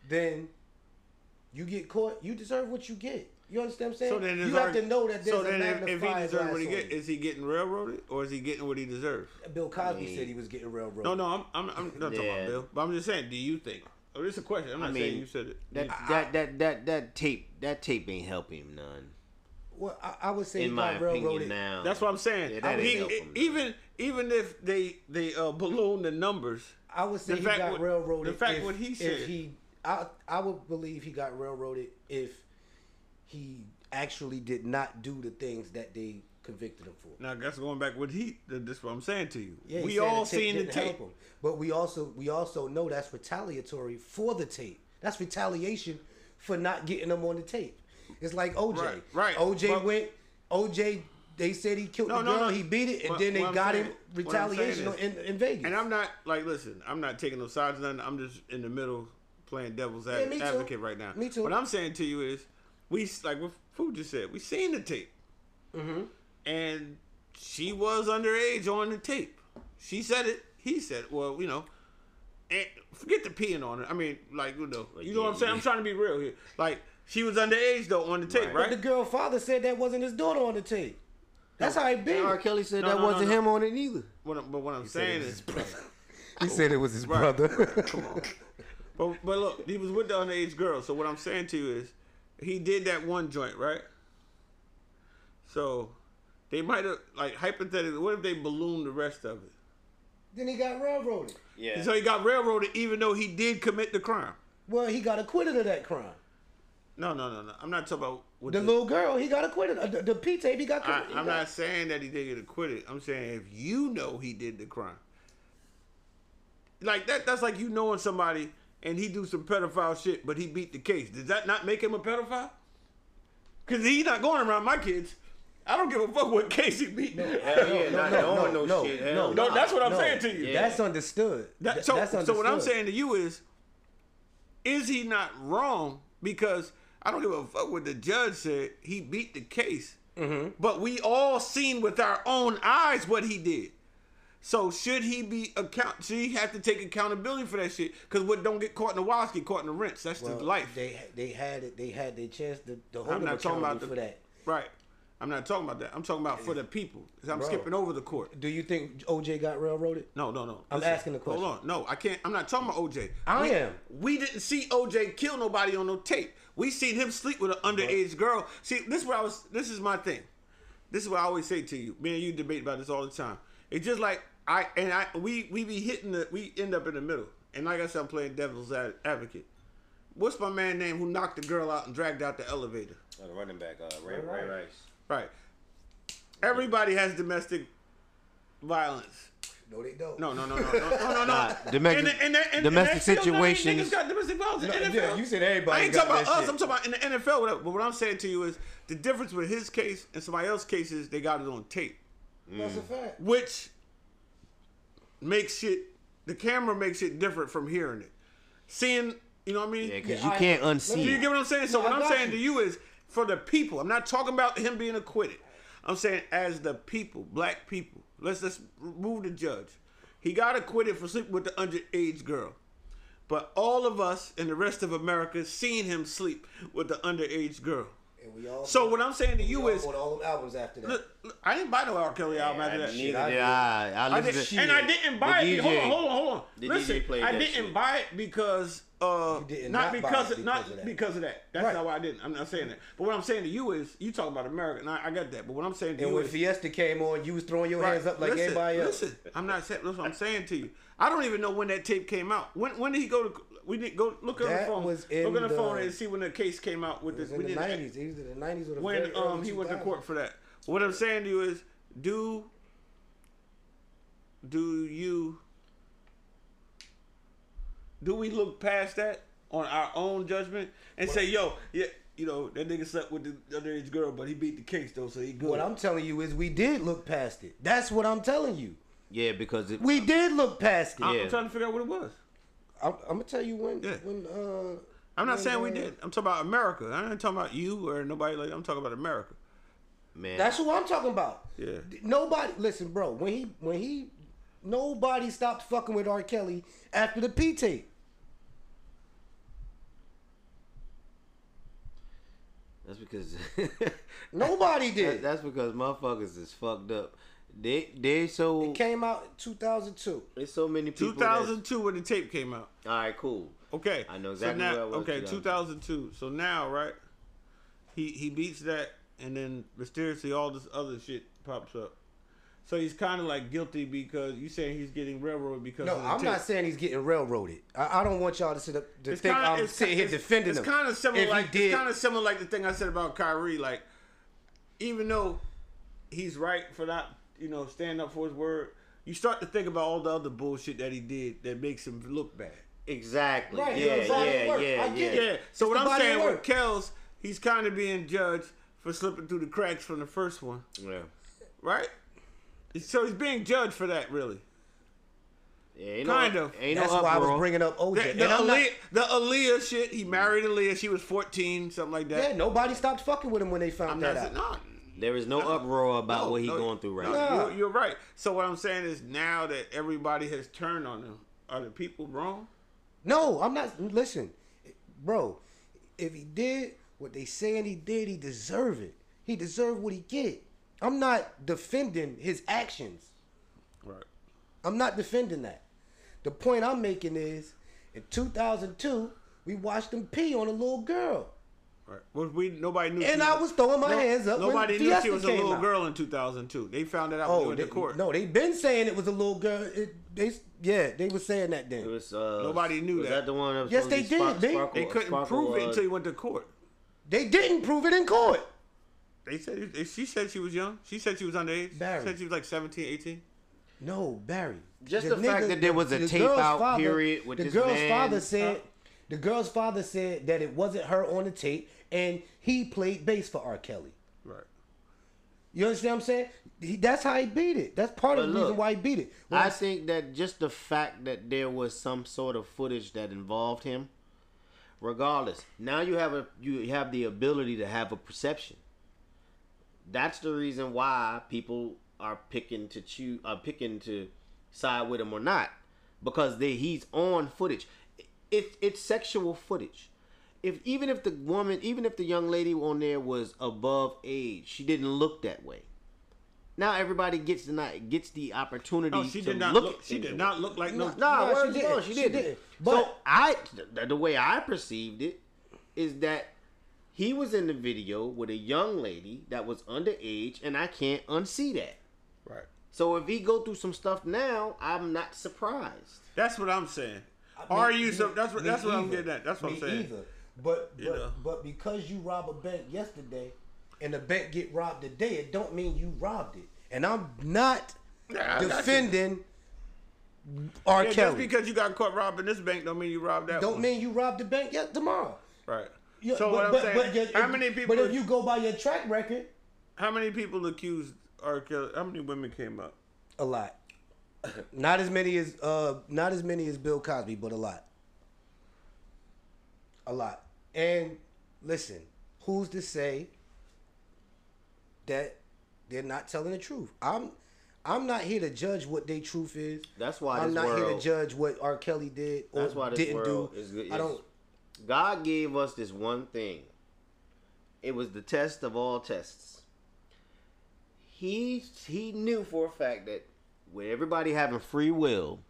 [SPEAKER 4] then you get caught. You deserve what you get. You understand what I'm saying?
[SPEAKER 1] so then
[SPEAKER 4] you
[SPEAKER 1] is
[SPEAKER 4] have
[SPEAKER 1] our-
[SPEAKER 4] to know that there's
[SPEAKER 1] so
[SPEAKER 4] a
[SPEAKER 1] then if, if he
[SPEAKER 4] magnifying
[SPEAKER 1] deserves what he
[SPEAKER 4] glass on
[SPEAKER 1] get,
[SPEAKER 4] you.
[SPEAKER 1] is he getting railroaded or is he getting what he deserves?
[SPEAKER 4] Bill Cosby
[SPEAKER 2] mean-
[SPEAKER 4] said he was getting railroaded.
[SPEAKER 1] No, no, I'm I'm, I'm not talking about
[SPEAKER 2] Yeah.
[SPEAKER 1] Bill, but I'm just saying. Do you think? Oh, this is a question. I'm
[SPEAKER 2] I
[SPEAKER 1] not saying
[SPEAKER 2] mean,
[SPEAKER 1] you said it.
[SPEAKER 2] That, that that that that tape that tape ain't helping him none.
[SPEAKER 4] Well, I, I would say
[SPEAKER 2] In
[SPEAKER 4] he
[SPEAKER 2] my
[SPEAKER 4] got railroaded.
[SPEAKER 2] opinion, now
[SPEAKER 1] That's what I'm saying.
[SPEAKER 2] Yeah, that
[SPEAKER 1] He-
[SPEAKER 2] ain't helping.
[SPEAKER 1] even even if they they uh, balloon the numbers,
[SPEAKER 4] I would say
[SPEAKER 1] The
[SPEAKER 4] he
[SPEAKER 1] fact
[SPEAKER 4] got
[SPEAKER 1] what-
[SPEAKER 4] railroaded.
[SPEAKER 1] the fact
[SPEAKER 4] if,
[SPEAKER 1] what he
[SPEAKER 4] If
[SPEAKER 1] said.
[SPEAKER 4] he, I, I would believe he got railroaded if he actually did not do the things that they convicted him for.
[SPEAKER 1] now that's going back with heat. th- That's what I'm saying to you.
[SPEAKER 4] Yeah, he
[SPEAKER 1] we
[SPEAKER 4] said
[SPEAKER 1] all
[SPEAKER 4] the tape
[SPEAKER 1] seen the
[SPEAKER 4] didn't help
[SPEAKER 1] tape.
[SPEAKER 4] him. but we also we also know that's retaliatory for the tape. That's retaliation for not getting them on the tape. It's like OJ.
[SPEAKER 1] Right, right.
[SPEAKER 4] OJ
[SPEAKER 1] But-
[SPEAKER 4] went. OJ. They said he killed
[SPEAKER 1] No,
[SPEAKER 4] the
[SPEAKER 1] no,
[SPEAKER 4] girl.
[SPEAKER 1] no.
[SPEAKER 4] He beat it, and
[SPEAKER 1] What-
[SPEAKER 4] then they
[SPEAKER 1] what I'm
[SPEAKER 4] got
[SPEAKER 1] saying-
[SPEAKER 4] him
[SPEAKER 1] what I'm saying
[SPEAKER 4] retaliation
[SPEAKER 1] is-
[SPEAKER 4] in, in Vegas.
[SPEAKER 1] And I'm not like listen. I'm not taking no sides. or Nothing. I'm just in the middle playing devil's ad-
[SPEAKER 4] me too.
[SPEAKER 1] advocate right now.
[SPEAKER 4] Me too.
[SPEAKER 1] What I'm saying to you is, we s- like what Food just said. We seen the tape, mm-hmm. and she was underage on the tape. She said it. He said, it. well, you know. And forget the peeing on her. I mean, like you know,
[SPEAKER 2] Well,
[SPEAKER 1] you know what I'm
[SPEAKER 2] yeah,
[SPEAKER 1] saying. I'm
[SPEAKER 2] yeah.
[SPEAKER 1] trying to be real here. Like she was underage though on the tape,
[SPEAKER 2] Right.
[SPEAKER 1] right?
[SPEAKER 4] But the girl father said that wasn't his daughter on the tape. That's how it been.
[SPEAKER 2] R. Kelly said
[SPEAKER 1] No,
[SPEAKER 2] that
[SPEAKER 1] no, no,
[SPEAKER 2] wasn't
[SPEAKER 1] no.
[SPEAKER 2] him on it either.
[SPEAKER 1] What I'm, but what I'm saying is,
[SPEAKER 4] He said it was his
[SPEAKER 1] Right.
[SPEAKER 4] brother.
[SPEAKER 1] but but look, he was with the underage girl. So what I'm saying to you is, he did that one joint, right? So they might have like hypothetically. What if they ballooned the rest of it?
[SPEAKER 4] then he got railroaded.
[SPEAKER 2] Yeah.
[SPEAKER 1] So he got railroaded, even though he did commit the crime.
[SPEAKER 4] Well, he got acquitted of that crime.
[SPEAKER 1] No, no, no, no. I'm not talking about with
[SPEAKER 4] The little girl, he got acquitted. Uh, The, the P tape, he got.
[SPEAKER 1] I,
[SPEAKER 4] he
[SPEAKER 1] I'm
[SPEAKER 4] got-
[SPEAKER 1] not saying that he did get acquitted. I'm saying if you know he did the crime, like that, that's like you knowing somebody and he do some pedophile shit, but he beat the case. Does that not make him a pedophile? Because he's not going around my kids. I don't give a fuck what case he beat.
[SPEAKER 2] Hell yeah, not knowing no, shit. Hell
[SPEAKER 1] no. No, that's what I'm saying to you.
[SPEAKER 4] That's understood.
[SPEAKER 1] That,
[SPEAKER 4] Th-
[SPEAKER 1] so,
[SPEAKER 4] that's
[SPEAKER 1] so what I'm
[SPEAKER 4] understood.
[SPEAKER 1] saying to you is, is he not wrong? Because I don't give a fuck what the judge said. He beat the case,
[SPEAKER 4] Mm-hmm.
[SPEAKER 1] but we all seen with our own eyes what he did. So should he be account? Should he have to take accountability for that shit? Because what don't get caught in the wild get caught in the rinse. That's
[SPEAKER 4] Well,
[SPEAKER 1] the life.
[SPEAKER 4] They they had it. They had their chance to, to hold
[SPEAKER 1] I'm
[SPEAKER 4] him
[SPEAKER 1] not talking
[SPEAKER 4] accountable
[SPEAKER 1] about the,
[SPEAKER 4] for that.
[SPEAKER 1] Right. I'm not talking about that. I'm talking about for the people. 'Cause I'm
[SPEAKER 4] Bro.
[SPEAKER 1] skipping over the court.
[SPEAKER 4] Do you think OJ got railroaded?
[SPEAKER 1] No, no, no.
[SPEAKER 4] I'm asking the question.
[SPEAKER 1] Hold on. No, I can't. I'm not talking about OJ.
[SPEAKER 4] I
[SPEAKER 1] we,
[SPEAKER 4] am.
[SPEAKER 1] We didn't see OJ kill nobody on no tape. We seen him sleep with an underage girl. See, this is what I was. This is my thing. This is what I always say to you. Me and you debate about this all the time. It's just like I and I. We we be hitting the. We end up in the middle. And like I said, I'm playing devil's ad- advocate. What's my man name who knocked the girl out and dragged out the elevator?
[SPEAKER 2] Uh, running back, uh, Ray, Ray
[SPEAKER 4] Rice.
[SPEAKER 2] Rice.
[SPEAKER 1] Right. Everybody has domestic violence.
[SPEAKER 4] No, they don't.
[SPEAKER 1] No, no, no, no, no, no, no. no.
[SPEAKER 2] domestic-
[SPEAKER 1] in the, in the, in,
[SPEAKER 2] domestic
[SPEAKER 1] in the NFL,
[SPEAKER 2] situations-
[SPEAKER 1] Niggas got domestic violence in
[SPEAKER 4] No,
[SPEAKER 1] NFL.
[SPEAKER 4] yeah, you said everybody
[SPEAKER 1] I ain't
[SPEAKER 4] got
[SPEAKER 1] talking about
[SPEAKER 4] that
[SPEAKER 1] us.
[SPEAKER 4] shit.
[SPEAKER 1] I'm talking about in the NFL. Whatever. But what I'm saying to you is the difference with his case and somebody else's case is they got it on tape,
[SPEAKER 4] That's a fact.
[SPEAKER 1] which makes shit. The camera makes it different from hearing it, seeing. You know what I mean?
[SPEAKER 2] Yeah, because
[SPEAKER 4] Yeah,
[SPEAKER 2] you
[SPEAKER 4] I-
[SPEAKER 2] can't unsee.
[SPEAKER 1] Do you
[SPEAKER 2] it.
[SPEAKER 1] get what I'm saying? So
[SPEAKER 4] No,
[SPEAKER 1] what
[SPEAKER 4] I
[SPEAKER 1] I'm
[SPEAKER 4] got
[SPEAKER 1] saying
[SPEAKER 4] you.
[SPEAKER 1] to you is for the people. I'm not talking about him being acquitted. I'm saying as the people, black people. Let's let's remove the judge. He got acquitted for sleeping with the underage girl. But all of us and the rest of America seen him sleep with the underage girl.
[SPEAKER 4] And we all.
[SPEAKER 1] So what I'm saying to
[SPEAKER 4] we
[SPEAKER 1] you
[SPEAKER 4] all
[SPEAKER 1] is,
[SPEAKER 4] bought all them albums after that.
[SPEAKER 1] look, look, I didn't buy no R. Kelly album
[SPEAKER 2] I
[SPEAKER 1] after that.
[SPEAKER 2] neither
[SPEAKER 1] shit.
[SPEAKER 2] did
[SPEAKER 4] I did.
[SPEAKER 2] I. I,
[SPEAKER 1] I
[SPEAKER 2] listened
[SPEAKER 1] didn't,
[SPEAKER 2] to
[SPEAKER 1] and I didn't buy
[SPEAKER 2] The
[SPEAKER 1] it. be- Hold
[SPEAKER 2] DJ.
[SPEAKER 1] on, hold on, hold on.
[SPEAKER 2] The
[SPEAKER 1] Listen,
[SPEAKER 2] DJ played
[SPEAKER 1] I
[SPEAKER 2] that
[SPEAKER 1] didn't
[SPEAKER 2] shit.
[SPEAKER 1] buy it because uh,
[SPEAKER 4] You
[SPEAKER 1] not,
[SPEAKER 4] did not buy
[SPEAKER 1] because,
[SPEAKER 4] it because
[SPEAKER 1] not
[SPEAKER 4] of that.
[SPEAKER 1] because of that. That's
[SPEAKER 4] Right.
[SPEAKER 1] not why I didn't. I'm not saying that. But what I'm saying to you is, you talking about America, and I, I got that. But what I'm saying to
[SPEAKER 4] and
[SPEAKER 1] you
[SPEAKER 4] when
[SPEAKER 1] is,
[SPEAKER 4] Fiesta came on, you was throwing your
[SPEAKER 1] Right,
[SPEAKER 4] hands up like
[SPEAKER 1] listen,
[SPEAKER 4] everybody else.
[SPEAKER 1] Listen, I'm not saying. That's what I'm saying to you. I don't even know when that tape came out. When when did he go to? We didn't go look on the
[SPEAKER 4] That
[SPEAKER 1] phone.
[SPEAKER 4] was
[SPEAKER 1] look
[SPEAKER 4] in
[SPEAKER 1] on the, phone
[SPEAKER 4] the-
[SPEAKER 1] and see when the case came out with
[SPEAKER 4] It was
[SPEAKER 1] this.
[SPEAKER 4] in
[SPEAKER 1] We
[SPEAKER 4] the
[SPEAKER 1] didn't.
[SPEAKER 4] nineties. It was in the nineties or the
[SPEAKER 1] when
[SPEAKER 4] very
[SPEAKER 1] um
[SPEAKER 4] early
[SPEAKER 1] he went to
[SPEAKER 4] 2000s.
[SPEAKER 1] court for that. What I'm saying to you is, do do you do we look past that on our own judgment and say, yo, yeah, you know that nigga slept with the underage girl, but he beat the case though, so he good.
[SPEAKER 4] What I'm telling you is, we did look past it. That's what I'm telling you.
[SPEAKER 2] Yeah, because it,
[SPEAKER 4] We did look past it.
[SPEAKER 1] I'm- I'm
[SPEAKER 2] yeah.
[SPEAKER 1] trying to figure out what it was.
[SPEAKER 4] I'm, I'm gonna tell you when.
[SPEAKER 1] Yeah.
[SPEAKER 4] When uh,
[SPEAKER 1] I'm not
[SPEAKER 4] when,
[SPEAKER 1] saying we
[SPEAKER 4] uh,
[SPEAKER 1] did. I'm talking about America. I'm not talking about you or nobody like. I'm talking about America.
[SPEAKER 2] man.
[SPEAKER 4] That's who I'm talking about.
[SPEAKER 1] Yeah.
[SPEAKER 4] D- Nobody listen, bro. When he when he nobody stopped fucking with R. Kelly after the P tape.
[SPEAKER 2] That's because
[SPEAKER 4] Nobody did.
[SPEAKER 2] that, that's because motherfuckers is fucked up. They they so
[SPEAKER 4] it came out in 2002.
[SPEAKER 2] there's so many people. that's-
[SPEAKER 1] 2002 when the tape came out.
[SPEAKER 2] All right, cool.
[SPEAKER 1] Okay.
[SPEAKER 2] I know exactly
[SPEAKER 1] now,
[SPEAKER 2] where I was
[SPEAKER 1] Okay,
[SPEAKER 2] 2002.
[SPEAKER 1] 2002. So now, right? He he beats that, and then mysteriously all this other shit pops up. So he's kind of like guilty because you saying he's getting railroaded because
[SPEAKER 4] No,
[SPEAKER 1] of the
[SPEAKER 4] I'm
[SPEAKER 1] tape.
[SPEAKER 4] not saying he's getting railroaded. I, I don't want y'all to sit up to think
[SPEAKER 1] kinda-
[SPEAKER 4] I'm sitting here
[SPEAKER 1] it's-
[SPEAKER 4] defending
[SPEAKER 1] it's
[SPEAKER 4] him.
[SPEAKER 1] kind of similar.
[SPEAKER 4] If
[SPEAKER 1] Like,
[SPEAKER 4] he did,
[SPEAKER 1] It's kind of similar like the thing I said about Kyrie. Like, even though he's right for not, you know, standing up for his word, you start to think about all the other bullshit that he did that makes him look bad.
[SPEAKER 2] Exactly.
[SPEAKER 4] Right,
[SPEAKER 2] yeah,
[SPEAKER 4] it's a body of
[SPEAKER 2] yeah,
[SPEAKER 4] work.
[SPEAKER 2] yeah,
[SPEAKER 4] I
[SPEAKER 2] yeah.
[SPEAKER 4] get
[SPEAKER 1] Yeah.
[SPEAKER 4] it.
[SPEAKER 1] So
[SPEAKER 4] It's
[SPEAKER 1] what
[SPEAKER 4] the
[SPEAKER 1] I'm
[SPEAKER 4] body
[SPEAKER 1] saying
[SPEAKER 4] of
[SPEAKER 1] with
[SPEAKER 4] work.
[SPEAKER 1] Kells, he's kind of being judged for slipping through the cracks from the first one,
[SPEAKER 2] Yeah.
[SPEAKER 1] right? So he's being judged for that, really.
[SPEAKER 2] Yeah, ain't
[SPEAKER 1] Kind
[SPEAKER 2] no,
[SPEAKER 1] of.
[SPEAKER 2] Ain't
[SPEAKER 4] that's
[SPEAKER 2] no
[SPEAKER 4] why I was
[SPEAKER 2] uproar.
[SPEAKER 4] bringing up OJ.
[SPEAKER 1] The,
[SPEAKER 4] And
[SPEAKER 1] the,
[SPEAKER 4] I'm not-
[SPEAKER 1] Aaliyah, the Aaliyah shit. He married Aaliyah. She was 14, something like that.
[SPEAKER 4] yeah, nobody stopped fucking with him when they found
[SPEAKER 1] I'm
[SPEAKER 4] that
[SPEAKER 1] not
[SPEAKER 4] out.
[SPEAKER 1] saying no.
[SPEAKER 2] There is no uproar about
[SPEAKER 1] no,
[SPEAKER 2] what he
[SPEAKER 1] no,
[SPEAKER 2] going through right
[SPEAKER 1] no,
[SPEAKER 2] now.
[SPEAKER 4] Yeah.
[SPEAKER 1] You're, you're right. So what I'm saying is now that everybody has turned on him, are the people wrong?
[SPEAKER 4] No, I'm not. Listen, bro. If he did what they saying he did, he deserve it. He deserved what he get. I'm not defending his actions.
[SPEAKER 1] Right.
[SPEAKER 4] I'm not defending that. The point I'm making is, in 2002, we watched him pee on a little girl.
[SPEAKER 1] Right. Well, we nobody knew.
[SPEAKER 4] And
[SPEAKER 1] she
[SPEAKER 4] I was throwing my hands up when
[SPEAKER 1] Nobody knew she
[SPEAKER 4] Fiesta
[SPEAKER 1] was a
[SPEAKER 4] came
[SPEAKER 1] little
[SPEAKER 4] out.
[SPEAKER 1] girl in 2002. They found it out when
[SPEAKER 4] Oh,
[SPEAKER 1] they were
[SPEAKER 4] they,
[SPEAKER 1] in the court.
[SPEAKER 4] no, they been saying it was a little girl. It, they, yeah, they was saying that
[SPEAKER 2] It
[SPEAKER 4] then.
[SPEAKER 2] was, uh,
[SPEAKER 1] Nobody knew
[SPEAKER 2] was
[SPEAKER 1] that.
[SPEAKER 2] that the one that was
[SPEAKER 4] Yes,
[SPEAKER 2] supposed
[SPEAKER 4] they
[SPEAKER 2] to be
[SPEAKER 4] did. They-
[SPEAKER 1] They couldn't prove it until he went to court.
[SPEAKER 4] They didn't prove it in court.
[SPEAKER 1] They said they- she said she was young. She said she was underage.
[SPEAKER 4] Barry.
[SPEAKER 1] She said she was like 17, 18.
[SPEAKER 4] No, Barry.
[SPEAKER 2] Just the fact that there was a
[SPEAKER 4] the
[SPEAKER 2] tape
[SPEAKER 4] girl's
[SPEAKER 2] out period with
[SPEAKER 4] the
[SPEAKER 2] this
[SPEAKER 4] girl's
[SPEAKER 2] man.
[SPEAKER 4] father said the girl's father said that it wasn't her on the tape, and he played bass for R. Kelly.
[SPEAKER 1] Right.
[SPEAKER 4] You understand what I'm saying? He, that's how he beat it. That's part
[SPEAKER 2] But
[SPEAKER 4] of the reason
[SPEAKER 2] look,
[SPEAKER 4] why he beat it. Well,
[SPEAKER 2] I think that just the fact that there was some sort of footage that involved him, regardless, now you have a you have the ability to have a perception. That's the reason why people are picking to choose, are picking to side with him or not, because they, he's on footage. It's it's sexual footage. If even if the woman, even if the young lady on there was above age, she didn't look that way. Now everybody gets the not gets the opportunity.
[SPEAKER 1] No, she
[SPEAKER 2] to
[SPEAKER 1] did not
[SPEAKER 2] look.
[SPEAKER 1] look.
[SPEAKER 2] at
[SPEAKER 1] she
[SPEAKER 2] things
[SPEAKER 1] did
[SPEAKER 2] the way-
[SPEAKER 1] not look like no.
[SPEAKER 2] Nah,
[SPEAKER 4] No,
[SPEAKER 2] well,
[SPEAKER 4] she
[SPEAKER 2] no, she,
[SPEAKER 4] didn't.
[SPEAKER 2] didn't.
[SPEAKER 4] She
[SPEAKER 2] she didn't.
[SPEAKER 4] didn't. But-
[SPEAKER 2] so I, the, the way I perceived it, is that he was in the video with a young lady that was underage, and I can't unsee that.
[SPEAKER 1] Right.
[SPEAKER 2] So if he go through some stuff now, I'm not surprised.
[SPEAKER 1] That's what I'm saying.
[SPEAKER 4] Me-
[SPEAKER 1] Are you?
[SPEAKER 4] Uh, me-
[SPEAKER 1] So that's what.
[SPEAKER 4] me
[SPEAKER 1] That's what I'm
[SPEAKER 4] either.
[SPEAKER 1] getting at. That's what I'm
[SPEAKER 4] Me
[SPEAKER 1] saying.
[SPEAKER 4] Either. But but,
[SPEAKER 1] You know.
[SPEAKER 4] but because you rob a bank yesterday, and the bank get robbed today, it don't mean you robbed it. And I'm not
[SPEAKER 1] Yeah, I got you.
[SPEAKER 4] defending R.
[SPEAKER 1] Yeah, just
[SPEAKER 4] Kelly.
[SPEAKER 1] because you got caught robbing this bank don't mean you robbed that
[SPEAKER 4] don't
[SPEAKER 1] one.
[SPEAKER 4] mean you robbed the bank yet tomorrow.
[SPEAKER 1] right.
[SPEAKER 4] Yeah,
[SPEAKER 1] so what I'm saying,
[SPEAKER 4] if-
[SPEAKER 1] how many people?
[SPEAKER 4] But if you go by your track record,
[SPEAKER 1] how many people accused R. Kelly? How many women came up?
[SPEAKER 4] a lot. Not as many as uh, not as many as Bill Cosby, but a lot. A lot. And listen, who's to say that they're not telling the truth? I'm I'm not here to judge what their truth is.
[SPEAKER 2] That's why
[SPEAKER 4] I'm
[SPEAKER 2] this
[SPEAKER 4] not here to
[SPEAKER 2] world-
[SPEAKER 4] judge what R. Kelly did or
[SPEAKER 2] That's why this
[SPEAKER 4] didn't
[SPEAKER 2] world
[SPEAKER 4] do.
[SPEAKER 2] is good.
[SPEAKER 4] I don't.
[SPEAKER 2] God gave us this one thing. It was the test of all tests. He he knew for a fact that with everybody having free will,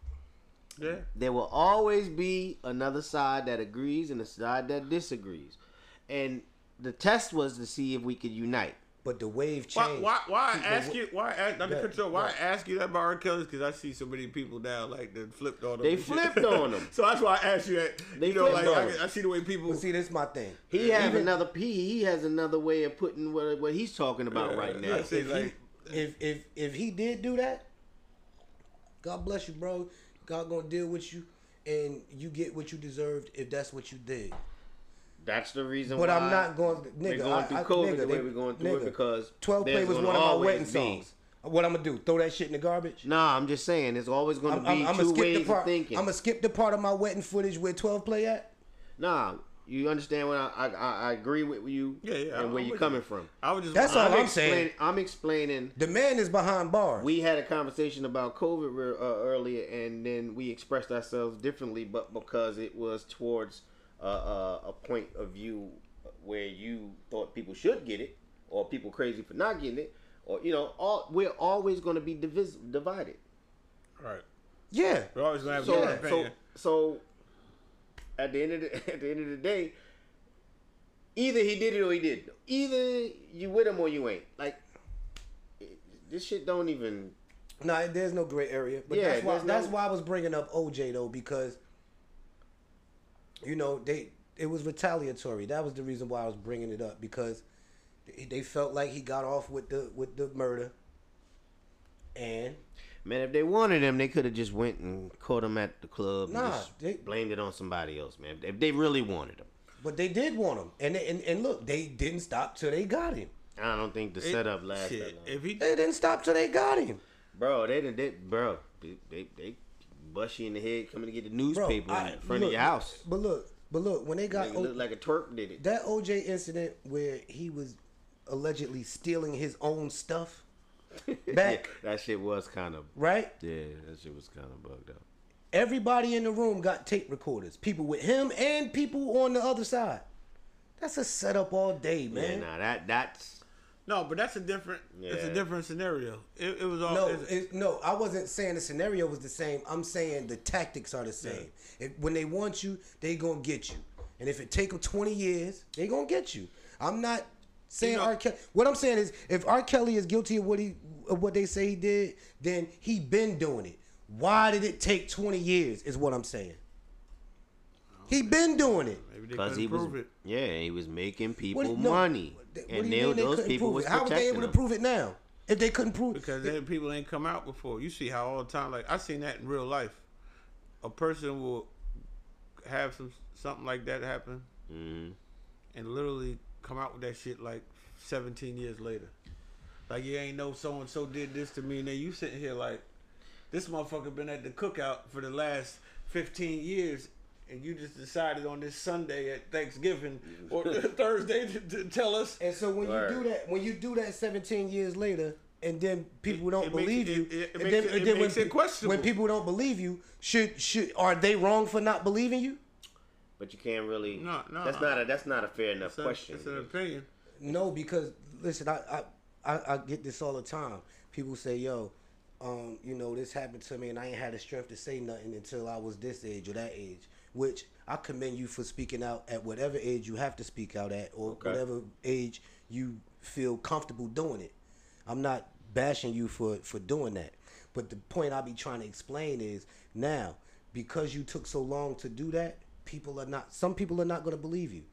[SPEAKER 1] Yeah.
[SPEAKER 2] there will always be another side that agrees and a side that disagrees. And the test was to see if we could unite.
[SPEAKER 4] But the wave
[SPEAKER 1] Why?
[SPEAKER 4] changed.
[SPEAKER 1] Why? Why
[SPEAKER 4] See,
[SPEAKER 1] I
[SPEAKER 4] the
[SPEAKER 1] ask
[SPEAKER 4] wa-
[SPEAKER 1] you? Why? I Ask, let me
[SPEAKER 4] Yeah,
[SPEAKER 1] cut you off. Why
[SPEAKER 4] right.
[SPEAKER 1] I ask you that about R. Kelly? Because I see so many people now like that flipped on them.
[SPEAKER 2] They
[SPEAKER 1] and shit.
[SPEAKER 2] flipped on him.
[SPEAKER 1] so that's why I asked you that.
[SPEAKER 2] They
[SPEAKER 1] you know, like
[SPEAKER 2] flipped on
[SPEAKER 1] I,
[SPEAKER 2] him.
[SPEAKER 1] I see the way people.
[SPEAKER 4] See, this is my thing.
[SPEAKER 2] He has
[SPEAKER 4] Even-
[SPEAKER 2] another he he has another way of putting what what he's talking about
[SPEAKER 1] Yeah,
[SPEAKER 2] right now.
[SPEAKER 1] I see,
[SPEAKER 4] if,
[SPEAKER 1] like,
[SPEAKER 4] he, if if if he did do that, God bless you, bro. God gonna deal with you, and you get what you deserved if that's what you did.
[SPEAKER 2] That's the reason
[SPEAKER 4] But
[SPEAKER 2] why
[SPEAKER 4] I'm not going, to, nigga.
[SPEAKER 2] we're going
[SPEAKER 4] I-
[SPEAKER 2] through
[SPEAKER 4] I-
[SPEAKER 2] COVID
[SPEAKER 4] nigga,
[SPEAKER 2] the way
[SPEAKER 4] they-
[SPEAKER 2] we're going through
[SPEAKER 4] nigga,
[SPEAKER 2] it because
[SPEAKER 4] Twelve Play
[SPEAKER 2] there's
[SPEAKER 4] was
[SPEAKER 2] gonna
[SPEAKER 4] one of my
[SPEAKER 2] always
[SPEAKER 4] wedding
[SPEAKER 2] be-
[SPEAKER 4] songs. What I'm gonna do? Throw that shit in the garbage?
[SPEAKER 2] Nah, I'm just saying it's always going
[SPEAKER 4] I'm,
[SPEAKER 2] to be
[SPEAKER 4] I'm, I'm
[SPEAKER 2] two
[SPEAKER 4] gonna skip
[SPEAKER 2] ways
[SPEAKER 4] the part.
[SPEAKER 2] of thinking.
[SPEAKER 4] I'm gonna skip the part of my wedding footage where Twelve Play at.
[SPEAKER 2] nah, you understand what I I, I I agree with you
[SPEAKER 1] Yeah, yeah,
[SPEAKER 2] and
[SPEAKER 1] I'm
[SPEAKER 2] where
[SPEAKER 1] with
[SPEAKER 2] you
[SPEAKER 1] you.
[SPEAKER 2] coming from.
[SPEAKER 1] I was just.
[SPEAKER 4] That's all I'm saying.
[SPEAKER 2] Explain- I'm explaining
[SPEAKER 4] The man is behind bars.
[SPEAKER 2] we had a conversation about COVID re- uh, earlier, and then we expressed ourselves differently, but because it was towards uh, uh, a point of view where you thought people should get it, or people crazy for not getting it, or you know, all we're always going to be divis- divided.
[SPEAKER 1] Right.
[SPEAKER 4] yeah,
[SPEAKER 1] We're always gonna have
[SPEAKER 2] So,
[SPEAKER 1] different
[SPEAKER 2] so,
[SPEAKER 1] opinion.
[SPEAKER 2] so, at the end of the at the end of the day, either he did it or he didn't. Either you with him or you ain't. Like it- this shit don't even
[SPEAKER 4] No, there's no gray area. But
[SPEAKER 2] Yeah,
[SPEAKER 4] that's why
[SPEAKER 2] there's no-
[SPEAKER 4] that's why I was bringing up OJ though because you know they it was retaliatory. That was the reason why I was bringing it up because they- they felt like he got off with the with the murder and
[SPEAKER 2] Man, if they wanted him, they could have just went and caught him at the club.
[SPEAKER 4] Nah,
[SPEAKER 2] and just
[SPEAKER 4] they-
[SPEAKER 2] blamed it on somebody else, man. If they really wanted him,
[SPEAKER 4] but they did want him and they, and and look they didn't stop till they got him.
[SPEAKER 2] I don't think the setup lasted that
[SPEAKER 1] Shit.
[SPEAKER 2] long.
[SPEAKER 1] If he
[SPEAKER 4] They didn't stop till they got him.
[SPEAKER 2] bro, they didn't. They, bro, they, they they bust you in the head coming to get the
[SPEAKER 4] Bro,
[SPEAKER 2] newspaper
[SPEAKER 4] I-
[SPEAKER 2] in front
[SPEAKER 4] look,
[SPEAKER 2] of your house.
[SPEAKER 4] But look, but look when they got
[SPEAKER 2] Nigga
[SPEAKER 4] O-
[SPEAKER 2] looked like a twerp did it.
[SPEAKER 4] that OJ incident where he was allegedly stealing his own stuff back.
[SPEAKER 2] Yeah, that shit was kind of.
[SPEAKER 4] Right?
[SPEAKER 2] Yeah, that shit was kind of bugged up.
[SPEAKER 4] Everybody in the room got tape recorders. People with him and people on the other side. That's a setup all day,
[SPEAKER 2] Yeah,
[SPEAKER 4] man.
[SPEAKER 2] nah, that that's
[SPEAKER 1] no, but that's a different. It's a
[SPEAKER 2] Yeah.
[SPEAKER 1] different scenario. It, it was all.
[SPEAKER 4] no,
[SPEAKER 1] it's-
[SPEAKER 4] it- no, I wasn't saying the scenario was the same. I'm saying the tactics are the same. If, when they want you, they gonna get you. And if it take them 20 years, they gonna get you. I'm not saying
[SPEAKER 1] know-
[SPEAKER 4] R. Kelly. What I'm saying is, if R. Kelly is guilty of what he of what they say he did, then he been doing it. Why did it take 20 years? Is what I'm saying. He been doing it.
[SPEAKER 1] Maybe they
[SPEAKER 2] Because
[SPEAKER 1] couldn't
[SPEAKER 2] he was,
[SPEAKER 1] prove it.
[SPEAKER 2] yeah, he was making people
[SPEAKER 4] What do you- no,
[SPEAKER 2] money,
[SPEAKER 4] what do you mean
[SPEAKER 2] and they,
[SPEAKER 4] they
[SPEAKER 2] those
[SPEAKER 4] couldn't
[SPEAKER 2] people
[SPEAKER 4] prove
[SPEAKER 2] was
[SPEAKER 4] it? How was they able to
[SPEAKER 2] protecting
[SPEAKER 4] prove it now if they couldn't prove?
[SPEAKER 1] Because then people ain't come out before. You see how all the time, like I seen that in real life. A person will have some something like that happen
[SPEAKER 2] them.
[SPEAKER 1] and literally come out with that shit like 17 years later. Like you ain't know so and so did this to me, and then you sitting here like, this motherfucker been at the cookout for the last 15 years, and you just decided on this Sunday at Thanksgiving or Thursday to, to tell us.
[SPEAKER 4] And so when
[SPEAKER 2] Word.
[SPEAKER 4] you do that, when you do that 17 years later, and then people don't
[SPEAKER 1] it makes-
[SPEAKER 4] believe
[SPEAKER 1] it-
[SPEAKER 4] you,
[SPEAKER 1] it- it
[SPEAKER 4] and
[SPEAKER 1] makes
[SPEAKER 4] then-
[SPEAKER 1] it-
[SPEAKER 4] and
[SPEAKER 1] it
[SPEAKER 4] then
[SPEAKER 1] makes
[SPEAKER 4] when,
[SPEAKER 1] it questionable.
[SPEAKER 4] when people don't believe you, should should are they wrong for not believing you?
[SPEAKER 2] But you can't really.
[SPEAKER 1] No, no.
[SPEAKER 2] That's not a. That's not a fair enough
[SPEAKER 1] It's, a-
[SPEAKER 2] question.
[SPEAKER 1] it's an opinion.
[SPEAKER 4] No, because listen, I I, I, I get this all the time. People say, "Yo, um, you know, this happened to me, and I ain't had the strength to say nothing until I was this age or that age." Which I commend you for speaking out at whatever age you have to speak out at, or
[SPEAKER 2] Okay.
[SPEAKER 4] whatever age you feel comfortable doing it. I'm not bashing you for for doing that, but the point I be trying to explain is now because you took so long to do that, people are not. Some people are not going to believe you.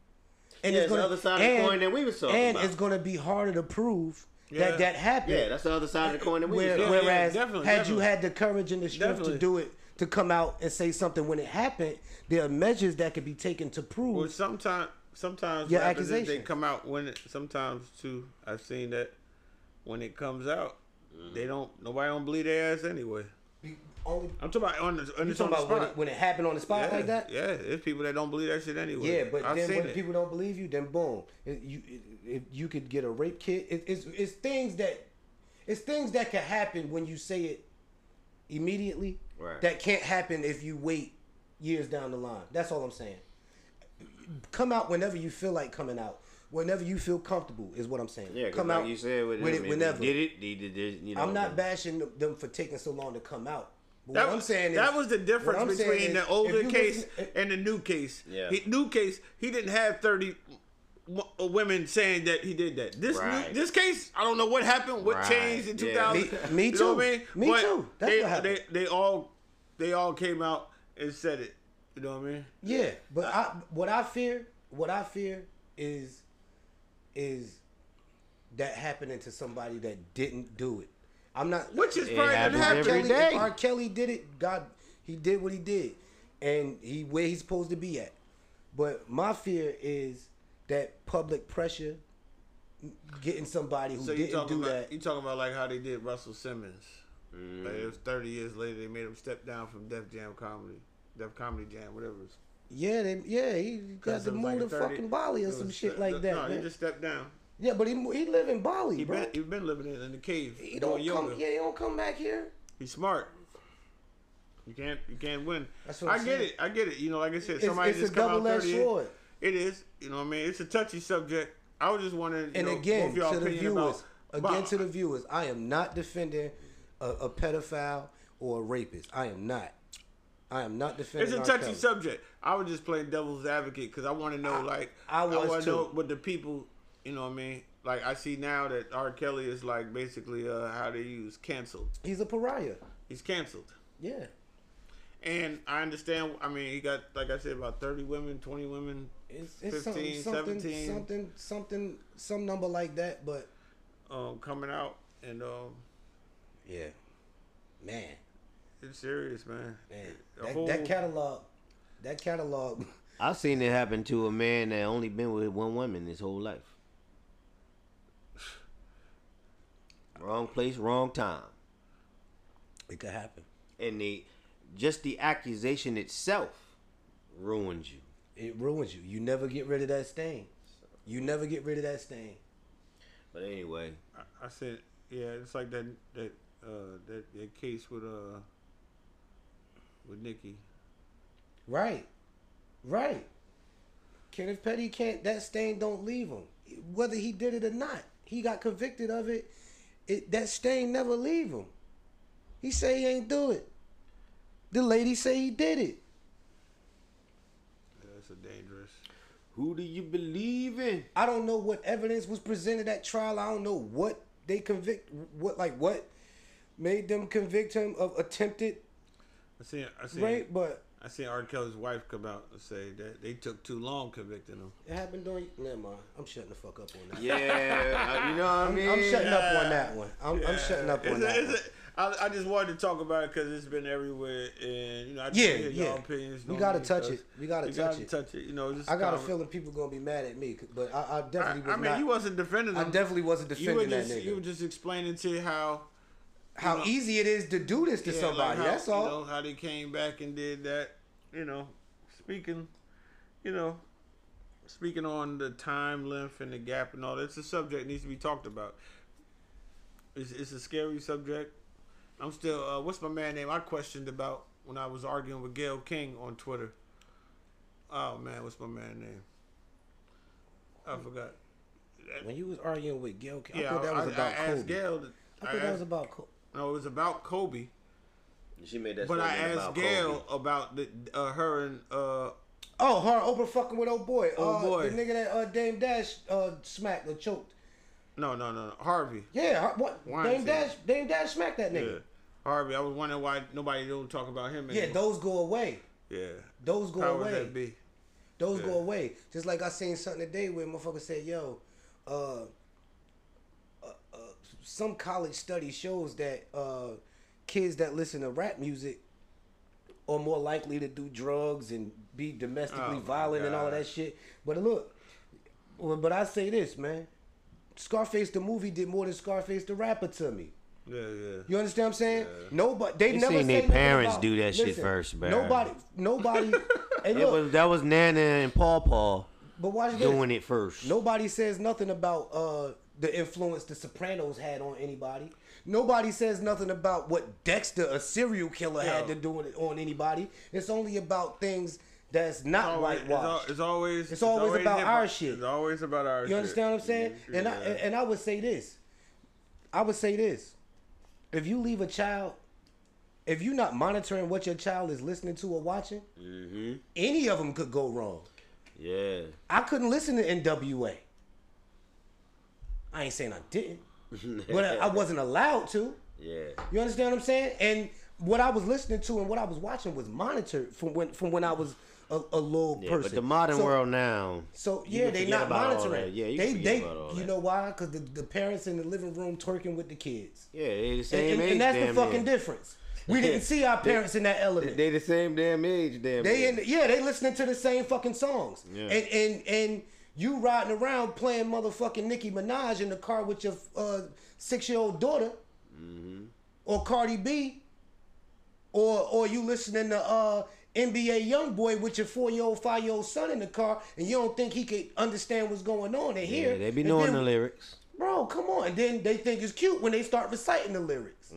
[SPEAKER 4] And
[SPEAKER 2] Yeah, it's the other side of the coin that we was talking
[SPEAKER 4] and
[SPEAKER 2] about.
[SPEAKER 4] it's going to be harder to prove
[SPEAKER 1] Yeah.
[SPEAKER 4] that that happened.
[SPEAKER 2] yeah, that's the other side of the coin that we
[SPEAKER 4] Where-
[SPEAKER 2] were.
[SPEAKER 1] yeah,
[SPEAKER 2] talking
[SPEAKER 4] whereas,
[SPEAKER 1] definitely,
[SPEAKER 4] had you
[SPEAKER 1] definitely.
[SPEAKER 4] had the courage and the strength
[SPEAKER 1] Definitely.
[SPEAKER 4] to do it, to come out and say something when it happened, there are measures that could be taken to prove.
[SPEAKER 1] Well, sometimes, sometimes
[SPEAKER 4] Your
[SPEAKER 1] what happens is they
[SPEAKER 4] accusation.
[SPEAKER 1] come out when it. Sometimes too, I've seen that when it comes out, they don't. Nobody don't believe their ass anyway.
[SPEAKER 4] Be- only,
[SPEAKER 1] I'm talking about on the. On
[SPEAKER 4] you
[SPEAKER 1] it's on the
[SPEAKER 4] talking about when
[SPEAKER 1] spot.
[SPEAKER 4] it, when it happened on the spot
[SPEAKER 1] yeah,
[SPEAKER 4] like that?
[SPEAKER 1] Yeah, there's people that don't believe that shit anyway.
[SPEAKER 4] Yeah, but
[SPEAKER 1] I've
[SPEAKER 4] then
[SPEAKER 1] seen
[SPEAKER 4] when
[SPEAKER 1] it.
[SPEAKER 4] people don't believe you, then boom, it, you it, it, you could get a rape kit. It, it's it's things that it's things that can happen when you say it immediately.
[SPEAKER 2] Right.
[SPEAKER 4] That can't happen if you wait years down the line. That's all I'm saying. Come out whenever you feel like coming out. Whenever you feel comfortable is what I'm saying.
[SPEAKER 2] Yeah, 'cause
[SPEAKER 4] come
[SPEAKER 2] like
[SPEAKER 4] out
[SPEAKER 2] you said with, him, if he
[SPEAKER 4] whenever.
[SPEAKER 2] Did it? He did it. You know,
[SPEAKER 4] I'm not
[SPEAKER 2] the-
[SPEAKER 4] bashing them- them for taking so long to come out. But
[SPEAKER 1] That
[SPEAKER 4] what
[SPEAKER 1] was
[SPEAKER 4] I'm saying is,
[SPEAKER 1] that was the
[SPEAKER 4] what I'm
[SPEAKER 1] difference
[SPEAKER 4] saying
[SPEAKER 1] between
[SPEAKER 4] is,
[SPEAKER 1] the
[SPEAKER 4] if
[SPEAKER 1] older
[SPEAKER 4] you
[SPEAKER 1] case
[SPEAKER 4] listen-
[SPEAKER 1] and the new case.
[SPEAKER 2] Yeah.
[SPEAKER 1] He, new case, he didn't have thirty w- women saying that he did that. This
[SPEAKER 2] Right.
[SPEAKER 1] new, this case, I don't know what happened, what
[SPEAKER 2] Right,
[SPEAKER 1] changed in
[SPEAKER 2] yeah.
[SPEAKER 1] two thousand.
[SPEAKER 4] Me- me
[SPEAKER 1] you know
[SPEAKER 4] too.
[SPEAKER 1] what I mean?
[SPEAKER 4] Me
[SPEAKER 1] But
[SPEAKER 4] too. That's
[SPEAKER 1] they,
[SPEAKER 4] what happened.
[SPEAKER 1] They, they all they all came out and said it. You know what I mean?
[SPEAKER 4] Yeah, but I what I fear, what I fear is is that happening to somebody that didn't do it. I'm not
[SPEAKER 1] Which is
[SPEAKER 2] It
[SPEAKER 1] probably gonna
[SPEAKER 2] happens
[SPEAKER 1] happen.
[SPEAKER 2] every
[SPEAKER 4] Kelly,
[SPEAKER 2] day.
[SPEAKER 4] If R. Kelly did it, God, he did what he did, and he where he's supposed to be at. But my fear is that public pressure getting somebody who
[SPEAKER 1] So you
[SPEAKER 4] didn't
[SPEAKER 1] talking
[SPEAKER 4] do
[SPEAKER 1] about
[SPEAKER 4] that.
[SPEAKER 1] you talking about like how they did Russell Simmons? Like it
[SPEAKER 2] Mm.
[SPEAKER 1] was thirty years later they made him step down from Def Jam Comedy, Def Comedy Jam, whatever. It's
[SPEAKER 4] Yeah, they, yeah, he got to
[SPEAKER 1] it was
[SPEAKER 4] move
[SPEAKER 1] like
[SPEAKER 4] to
[SPEAKER 1] 30
[SPEAKER 4] fucking Bali or
[SPEAKER 1] it
[SPEAKER 4] some
[SPEAKER 1] was-
[SPEAKER 4] shit like that.
[SPEAKER 1] No, he
[SPEAKER 4] man.
[SPEAKER 1] just stepped down.
[SPEAKER 4] yeah, but he mo- he live in Bali,
[SPEAKER 1] He
[SPEAKER 4] bro.
[SPEAKER 1] been he been living in, in the cave.
[SPEAKER 4] He
[SPEAKER 1] doing
[SPEAKER 4] don't
[SPEAKER 1] yoga.
[SPEAKER 4] come. Yeah, he don't come back here.
[SPEAKER 1] He's smart. You can't you can't win.
[SPEAKER 4] That's what
[SPEAKER 1] I
[SPEAKER 4] I'm
[SPEAKER 1] get
[SPEAKER 4] saying.
[SPEAKER 1] it. I get it. You know, like I said,
[SPEAKER 4] It's,
[SPEAKER 1] somebody
[SPEAKER 4] it's a
[SPEAKER 1] just come out
[SPEAKER 4] double-edged
[SPEAKER 1] 30
[SPEAKER 4] sword.
[SPEAKER 1] It is. You know what I mean? It's a touchy subject. I was just wondering. You
[SPEAKER 4] And
[SPEAKER 1] know,
[SPEAKER 4] again,
[SPEAKER 1] both y'all
[SPEAKER 4] to the
[SPEAKER 1] opinion
[SPEAKER 4] viewers,
[SPEAKER 1] about,
[SPEAKER 4] again
[SPEAKER 1] about-
[SPEAKER 4] to the viewers, I am not defending a, a pedophile or a rapist. I am not. I am not defending.
[SPEAKER 1] It's a
[SPEAKER 4] R.
[SPEAKER 1] touchy
[SPEAKER 4] Kelly.
[SPEAKER 1] subject. I was just playing devil's advocate because I want to know, like,
[SPEAKER 4] I was
[SPEAKER 1] wanna know
[SPEAKER 4] too.
[SPEAKER 1] what the people, you know what I mean? Like, I see now that R. Kelly is, like, basically uh, how they use canceled.
[SPEAKER 4] He's a pariah.
[SPEAKER 1] He's canceled.
[SPEAKER 4] Yeah.
[SPEAKER 1] And I understand, I mean, he got, like I said, about 30 women, 20 women.
[SPEAKER 4] It's,
[SPEAKER 1] 15,
[SPEAKER 4] it's something, something,
[SPEAKER 1] 17.
[SPEAKER 4] something, something, some number like that. But
[SPEAKER 1] um, coming out, and um,
[SPEAKER 4] yeah, man,
[SPEAKER 1] it's serious, man.
[SPEAKER 4] man,
[SPEAKER 1] The
[SPEAKER 4] that,
[SPEAKER 1] whole-
[SPEAKER 4] that catalog, that catalog.
[SPEAKER 2] I seen it happen to a man that only been with one woman his whole life. Wrong place, wrong time,
[SPEAKER 4] It could happen.
[SPEAKER 2] and the just the accusation itself ruins you.
[SPEAKER 4] It ruins you. You never get rid of that stain. You never get rid of that stain.
[SPEAKER 2] But anyway,
[SPEAKER 1] I, I said, yeah, it's like that that uh, that, that case with uh with Nikki.
[SPEAKER 4] Right. Right. Kenneth Petty can't that stain don't leave him. Whether he did it or not. He got convicted of it. It that stain never leave him. He say he ain't do it. The lady say he did it.
[SPEAKER 1] Yeah, That's a dangerous.
[SPEAKER 2] who do you believe in?
[SPEAKER 4] I don't know what evidence was presented at trial. I don't know what they convict what like what made them convict him of attempted
[SPEAKER 1] I seen I seen
[SPEAKER 4] rape,
[SPEAKER 1] I
[SPEAKER 4] but
[SPEAKER 1] I seen R. Kelly's wife come out and say that they took too long convicting him.
[SPEAKER 4] It happened during. Never mind. I'm shutting the fuck up on that.
[SPEAKER 2] Yeah, uh, you know what I
[SPEAKER 4] I'm,
[SPEAKER 2] mean.
[SPEAKER 4] I'm shutting up on that one. I'm, I'm shutting up on
[SPEAKER 1] It's
[SPEAKER 4] that.
[SPEAKER 1] a- it's
[SPEAKER 4] one.
[SPEAKER 1] a- I I just wanted to talk about it because it's been everywhere, and you know, I just
[SPEAKER 4] Yeah,
[SPEAKER 1] hear
[SPEAKER 4] yeah.
[SPEAKER 1] y'all opinions.
[SPEAKER 4] We
[SPEAKER 1] on
[SPEAKER 4] gotta
[SPEAKER 1] it,
[SPEAKER 4] touch
[SPEAKER 1] because
[SPEAKER 4] it. We gotta
[SPEAKER 1] you
[SPEAKER 4] touch
[SPEAKER 1] gotta
[SPEAKER 4] it.
[SPEAKER 1] touch it. You know, just
[SPEAKER 4] I got a
[SPEAKER 1] comment.
[SPEAKER 4] feeling people gonna be mad at me, but I, I definitely
[SPEAKER 1] I, I
[SPEAKER 4] was
[SPEAKER 1] mean,
[SPEAKER 4] not.
[SPEAKER 1] you wasn't defending
[SPEAKER 4] I
[SPEAKER 1] them.
[SPEAKER 4] definitely wasn't
[SPEAKER 1] you were
[SPEAKER 4] defending
[SPEAKER 1] just
[SPEAKER 4] that nigga.
[SPEAKER 1] you were just explaining to how
[SPEAKER 4] how
[SPEAKER 1] know-
[SPEAKER 4] easy it is to do this to
[SPEAKER 1] yeah, like
[SPEAKER 4] somebody.
[SPEAKER 1] how,
[SPEAKER 4] That's all.
[SPEAKER 1] You know, how they came back and did that. You know, speaking, you know, speaking on the time length and the gap and all that. It's a subject that needs to be talked about. It's, it's a scary subject. I'm still. Uh, what's my man name? I questioned about when I was arguing with Gail King on Twitter. Oh man, what's my man name? I forgot.
[SPEAKER 4] when you was arguing with Gail, I
[SPEAKER 1] Yeah,
[SPEAKER 4] thought that was
[SPEAKER 1] I,
[SPEAKER 4] about
[SPEAKER 1] I asked
[SPEAKER 4] Kobe.
[SPEAKER 1] Gail. to-
[SPEAKER 4] I thought that
[SPEAKER 1] asked-
[SPEAKER 4] was about Kobe.
[SPEAKER 1] No, it was about Kobe.
[SPEAKER 2] She made that.
[SPEAKER 1] But I
[SPEAKER 2] statement
[SPEAKER 1] asked
[SPEAKER 2] about Kobe.
[SPEAKER 1] Gail about the uh, her and uh,
[SPEAKER 4] Oh, her Oprah fucking with old boy.
[SPEAKER 1] Old
[SPEAKER 4] uh,
[SPEAKER 1] boy.
[SPEAKER 4] the nigga that uh, Dame Dash uh, smacked or choked.
[SPEAKER 1] no no no no, Harvey.
[SPEAKER 4] Yeah, her- what
[SPEAKER 1] Weinstein.
[SPEAKER 4] Dame Dash? Dame Dash smacked that
[SPEAKER 1] Yeah,
[SPEAKER 4] nigga.
[SPEAKER 1] Harvey. I was wondering why nobody don't talk about him.
[SPEAKER 4] Yeah,
[SPEAKER 1] Anymore.
[SPEAKER 4] those go away.
[SPEAKER 1] yeah.
[SPEAKER 4] Those go
[SPEAKER 1] How would
[SPEAKER 4] away.
[SPEAKER 1] that be?
[SPEAKER 4] Those
[SPEAKER 1] Yeah.
[SPEAKER 4] go away. Just like I seen something today where motherfucker said, "Yo, uh, uh, uh, some college study shows that uh, kids that listen to rap music are more likely to do drugs and be
[SPEAKER 1] Oh,
[SPEAKER 4] domestically
[SPEAKER 1] my
[SPEAKER 4] violent and all
[SPEAKER 1] God.
[SPEAKER 4] that shit." But look, well, but I say this, man. Scarface the movie did more than Scarface the rapper to me.
[SPEAKER 1] Yeah yeah.
[SPEAKER 4] You understand what I'm saying? Nobody they
[SPEAKER 2] You
[SPEAKER 4] never
[SPEAKER 2] seen
[SPEAKER 4] say
[SPEAKER 2] they
[SPEAKER 4] nothing
[SPEAKER 2] parents
[SPEAKER 4] about-
[SPEAKER 2] do that shit first, bruh.
[SPEAKER 4] Nobody, nobody. hey,
[SPEAKER 2] It
[SPEAKER 4] look,
[SPEAKER 2] was that was Nana and Paw Paw
[SPEAKER 4] but watch this.
[SPEAKER 2] doing it first.
[SPEAKER 4] Nobody says nothing about uh, the influence the Sopranos had on anybody. Nobody says nothing about what Dexter, a serial killer, had
[SPEAKER 1] Yo.
[SPEAKER 4] to do with it on anybody. It's only about things that's not
[SPEAKER 1] Always- it's, al-
[SPEAKER 4] whitewashed.
[SPEAKER 1] it's always
[SPEAKER 4] It's always about
[SPEAKER 1] hip-hop.
[SPEAKER 4] our shit.
[SPEAKER 1] It's always about our.
[SPEAKER 4] you understand what I'm saying? And I and and I would say this. I would say this. If you leave a child, if you're not monitoring what your child is listening to or watching,
[SPEAKER 2] Mm-hmm.
[SPEAKER 4] any of them could go wrong.
[SPEAKER 2] Yeah.
[SPEAKER 4] I couldn't listen to NWA. I ain't saying I didn't, but I, I wasn't allowed to.
[SPEAKER 2] Yeah.
[SPEAKER 4] You understand what I'm saying? And what I was listening to and what I was watching was monitored from when from when I was a, a little
[SPEAKER 2] Yeah,
[SPEAKER 4] person.
[SPEAKER 2] but the modern
[SPEAKER 4] So-
[SPEAKER 2] world now.
[SPEAKER 4] So
[SPEAKER 2] you
[SPEAKER 4] yeah,
[SPEAKER 2] can
[SPEAKER 4] they
[SPEAKER 2] forget
[SPEAKER 4] not
[SPEAKER 2] about all
[SPEAKER 4] monitoring.
[SPEAKER 2] that. Yeah, you can
[SPEAKER 4] they
[SPEAKER 2] forget
[SPEAKER 4] they
[SPEAKER 2] about all
[SPEAKER 4] you
[SPEAKER 2] that.
[SPEAKER 4] know why? Because the, the parents in the living room twerking with the kids.
[SPEAKER 2] Yeah, they the
[SPEAKER 4] And,
[SPEAKER 2] same
[SPEAKER 4] and-
[SPEAKER 2] age.
[SPEAKER 4] and that's the
[SPEAKER 2] damn
[SPEAKER 4] fucking
[SPEAKER 2] near.
[SPEAKER 4] difference. We didn't see our parents in that element.
[SPEAKER 2] They the same damn age, damn.
[SPEAKER 4] They
[SPEAKER 2] near.
[SPEAKER 4] in yeah, they listening to the same fucking songs.
[SPEAKER 2] Yeah.
[SPEAKER 4] And and and you riding around playing motherfucking Nicki Minaj in the car with your uh, six year old daughter,
[SPEAKER 2] Mm-hmm.
[SPEAKER 4] or Cardi B, or or you listening to uh, NBA YoungBoy with your four year old, five year old son in the car, and you don't think he could understand what's going on in here.
[SPEAKER 2] Yeah, they be
[SPEAKER 4] And
[SPEAKER 2] knowing
[SPEAKER 4] then-
[SPEAKER 2] the lyrics.
[SPEAKER 4] Bro, come on. And then they think it's cute when they start reciting the lyrics.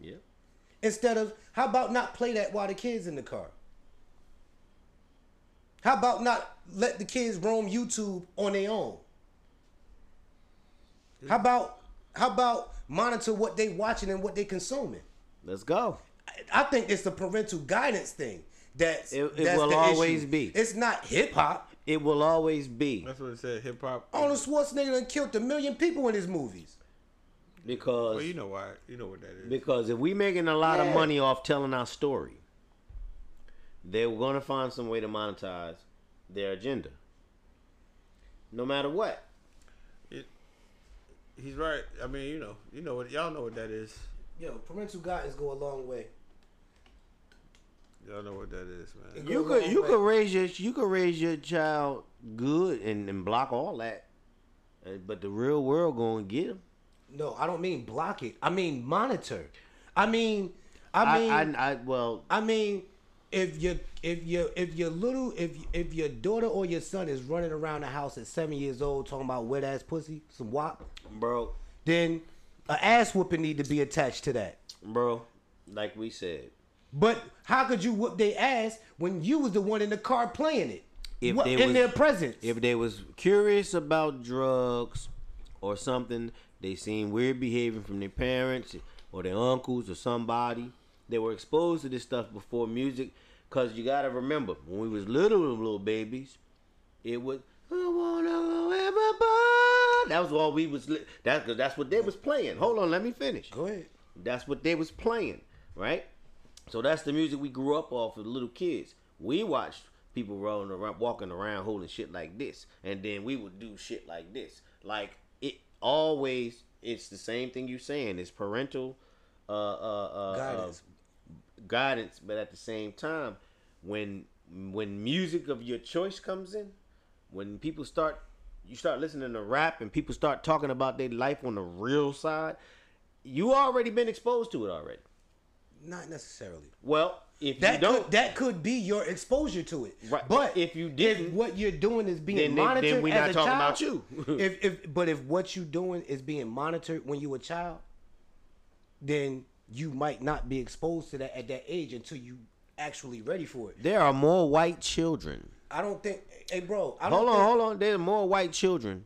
[SPEAKER 2] Yep.
[SPEAKER 4] Instead of how about not play that while the kids in the car? How about not let the kids roam YouTube on their own? How about how about monitor what they watching and what they consuming?
[SPEAKER 2] Let's go.
[SPEAKER 4] I, I think it's the parental guidance thing. That's
[SPEAKER 2] It- it
[SPEAKER 4] that's
[SPEAKER 2] will
[SPEAKER 4] the
[SPEAKER 2] always
[SPEAKER 4] issue.
[SPEAKER 2] be.
[SPEAKER 4] It's not hip hop.
[SPEAKER 2] It will always be
[SPEAKER 1] That's what it said. Hip hop.
[SPEAKER 4] Arnold Schwarzenegger done killed a million people in his movies.
[SPEAKER 2] because
[SPEAKER 1] Well, you know why. You know what that is.
[SPEAKER 2] because if we making a lot
[SPEAKER 4] Yeah.
[SPEAKER 2] of money off telling our story, they're gonna find some way to monetize their agenda. No matter what.
[SPEAKER 1] He's right. I mean, you know, you know what y'all know what that is.
[SPEAKER 4] Yo, parental guidance go a long way.
[SPEAKER 1] Y'all know what that is, man.
[SPEAKER 4] Go
[SPEAKER 2] You
[SPEAKER 4] a
[SPEAKER 2] could
[SPEAKER 4] long
[SPEAKER 2] you
[SPEAKER 4] way.
[SPEAKER 2] could raise your you could raise your child good and, and block all that, Uh, but the real world gonna get them.
[SPEAKER 4] No, I don't mean block it. I mean monitor. I mean, I mean,
[SPEAKER 2] I,
[SPEAKER 4] I,
[SPEAKER 2] I, I well
[SPEAKER 4] mean, if your if your if your little if if your daughter or your son is running around the house at seven years old talking about wet ass pussy, some wop,
[SPEAKER 2] bro
[SPEAKER 4] then a ass whooping need to be attached to that.
[SPEAKER 2] bro like we said
[SPEAKER 4] But how could you whoop their ass when you was the one in the car playing it?
[SPEAKER 2] If
[SPEAKER 4] What-
[SPEAKER 2] they
[SPEAKER 4] in
[SPEAKER 2] was-
[SPEAKER 4] their presence.
[SPEAKER 2] if they was curious about drugs or something they seen weird behavior from their parents or their uncles or somebody they were exposed to this stuff before music because you gotta remember when we was little little babies it was I wanna go everybody. that was all we was li- that, cause that's what they was playing hold on let me finish
[SPEAKER 4] Go ahead.
[SPEAKER 2] that's what they was playing, right? So that's the music we grew up off as little kids. We watched people rolling around, walking around holding shit like this, and then we would do shit like this. Like it always, it's the same thing you saying. It's parental uh, uh, uh,
[SPEAKER 4] Guidance.
[SPEAKER 2] uh, guidance, but at the same time, when when music of your choice comes in, when people start you start listening to rap and people start talking about their life on the real side, you already been exposed to it already.
[SPEAKER 4] Not necessarily.
[SPEAKER 2] Well, if you
[SPEAKER 4] That
[SPEAKER 2] don't,
[SPEAKER 4] could, that could be your exposure to it.
[SPEAKER 2] Right,
[SPEAKER 4] But
[SPEAKER 2] if you didn't,
[SPEAKER 4] what you're doing is being
[SPEAKER 2] then they-
[SPEAKER 4] monitored.
[SPEAKER 2] then we
[SPEAKER 4] as
[SPEAKER 2] not
[SPEAKER 4] a
[SPEAKER 2] talking about
[SPEAKER 4] child-
[SPEAKER 2] you.
[SPEAKER 4] if, if but if what you doing is being monitored when you a child, then you might not be exposed to that at that age until you actually ready for it.
[SPEAKER 2] there are more white children.
[SPEAKER 4] I don't think. Hey, bro. I don't
[SPEAKER 2] Hold on,
[SPEAKER 4] think-
[SPEAKER 2] hold on. There's more white children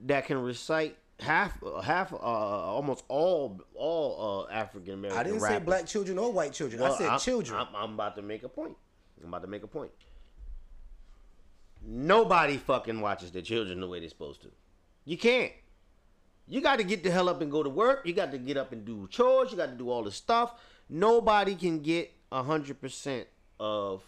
[SPEAKER 2] that can recite half, half, uh, almost all, all uh, African American.
[SPEAKER 4] I didn't say black children or white children. I said children.
[SPEAKER 2] I'm, I'm about to make a point. I'm about to make a point. Nobody fucking watches their children the way they're supposed to. You can't. You got to get the hell up and go to work. You got to get up and do chores. You got to do all this stuff. Nobody can get hundred percent of.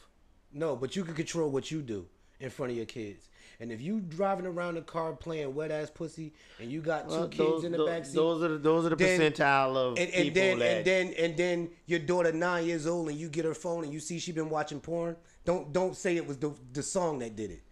[SPEAKER 4] No, but you can control what you do in front of your kids. And if you driving around the car playing wet ass pussy, and you got two
[SPEAKER 2] Well,
[SPEAKER 4] kids
[SPEAKER 2] those-
[SPEAKER 4] in the
[SPEAKER 2] tho-
[SPEAKER 4] back seat,
[SPEAKER 2] Those are the, those are the
[SPEAKER 4] then-
[SPEAKER 2] percentile of
[SPEAKER 4] and, and
[SPEAKER 2] people
[SPEAKER 4] then
[SPEAKER 2] that.
[SPEAKER 4] and then and then your daughter nine years old, and you get her phone, and you see she been watching porn. Don't don't say it was the the song that did it.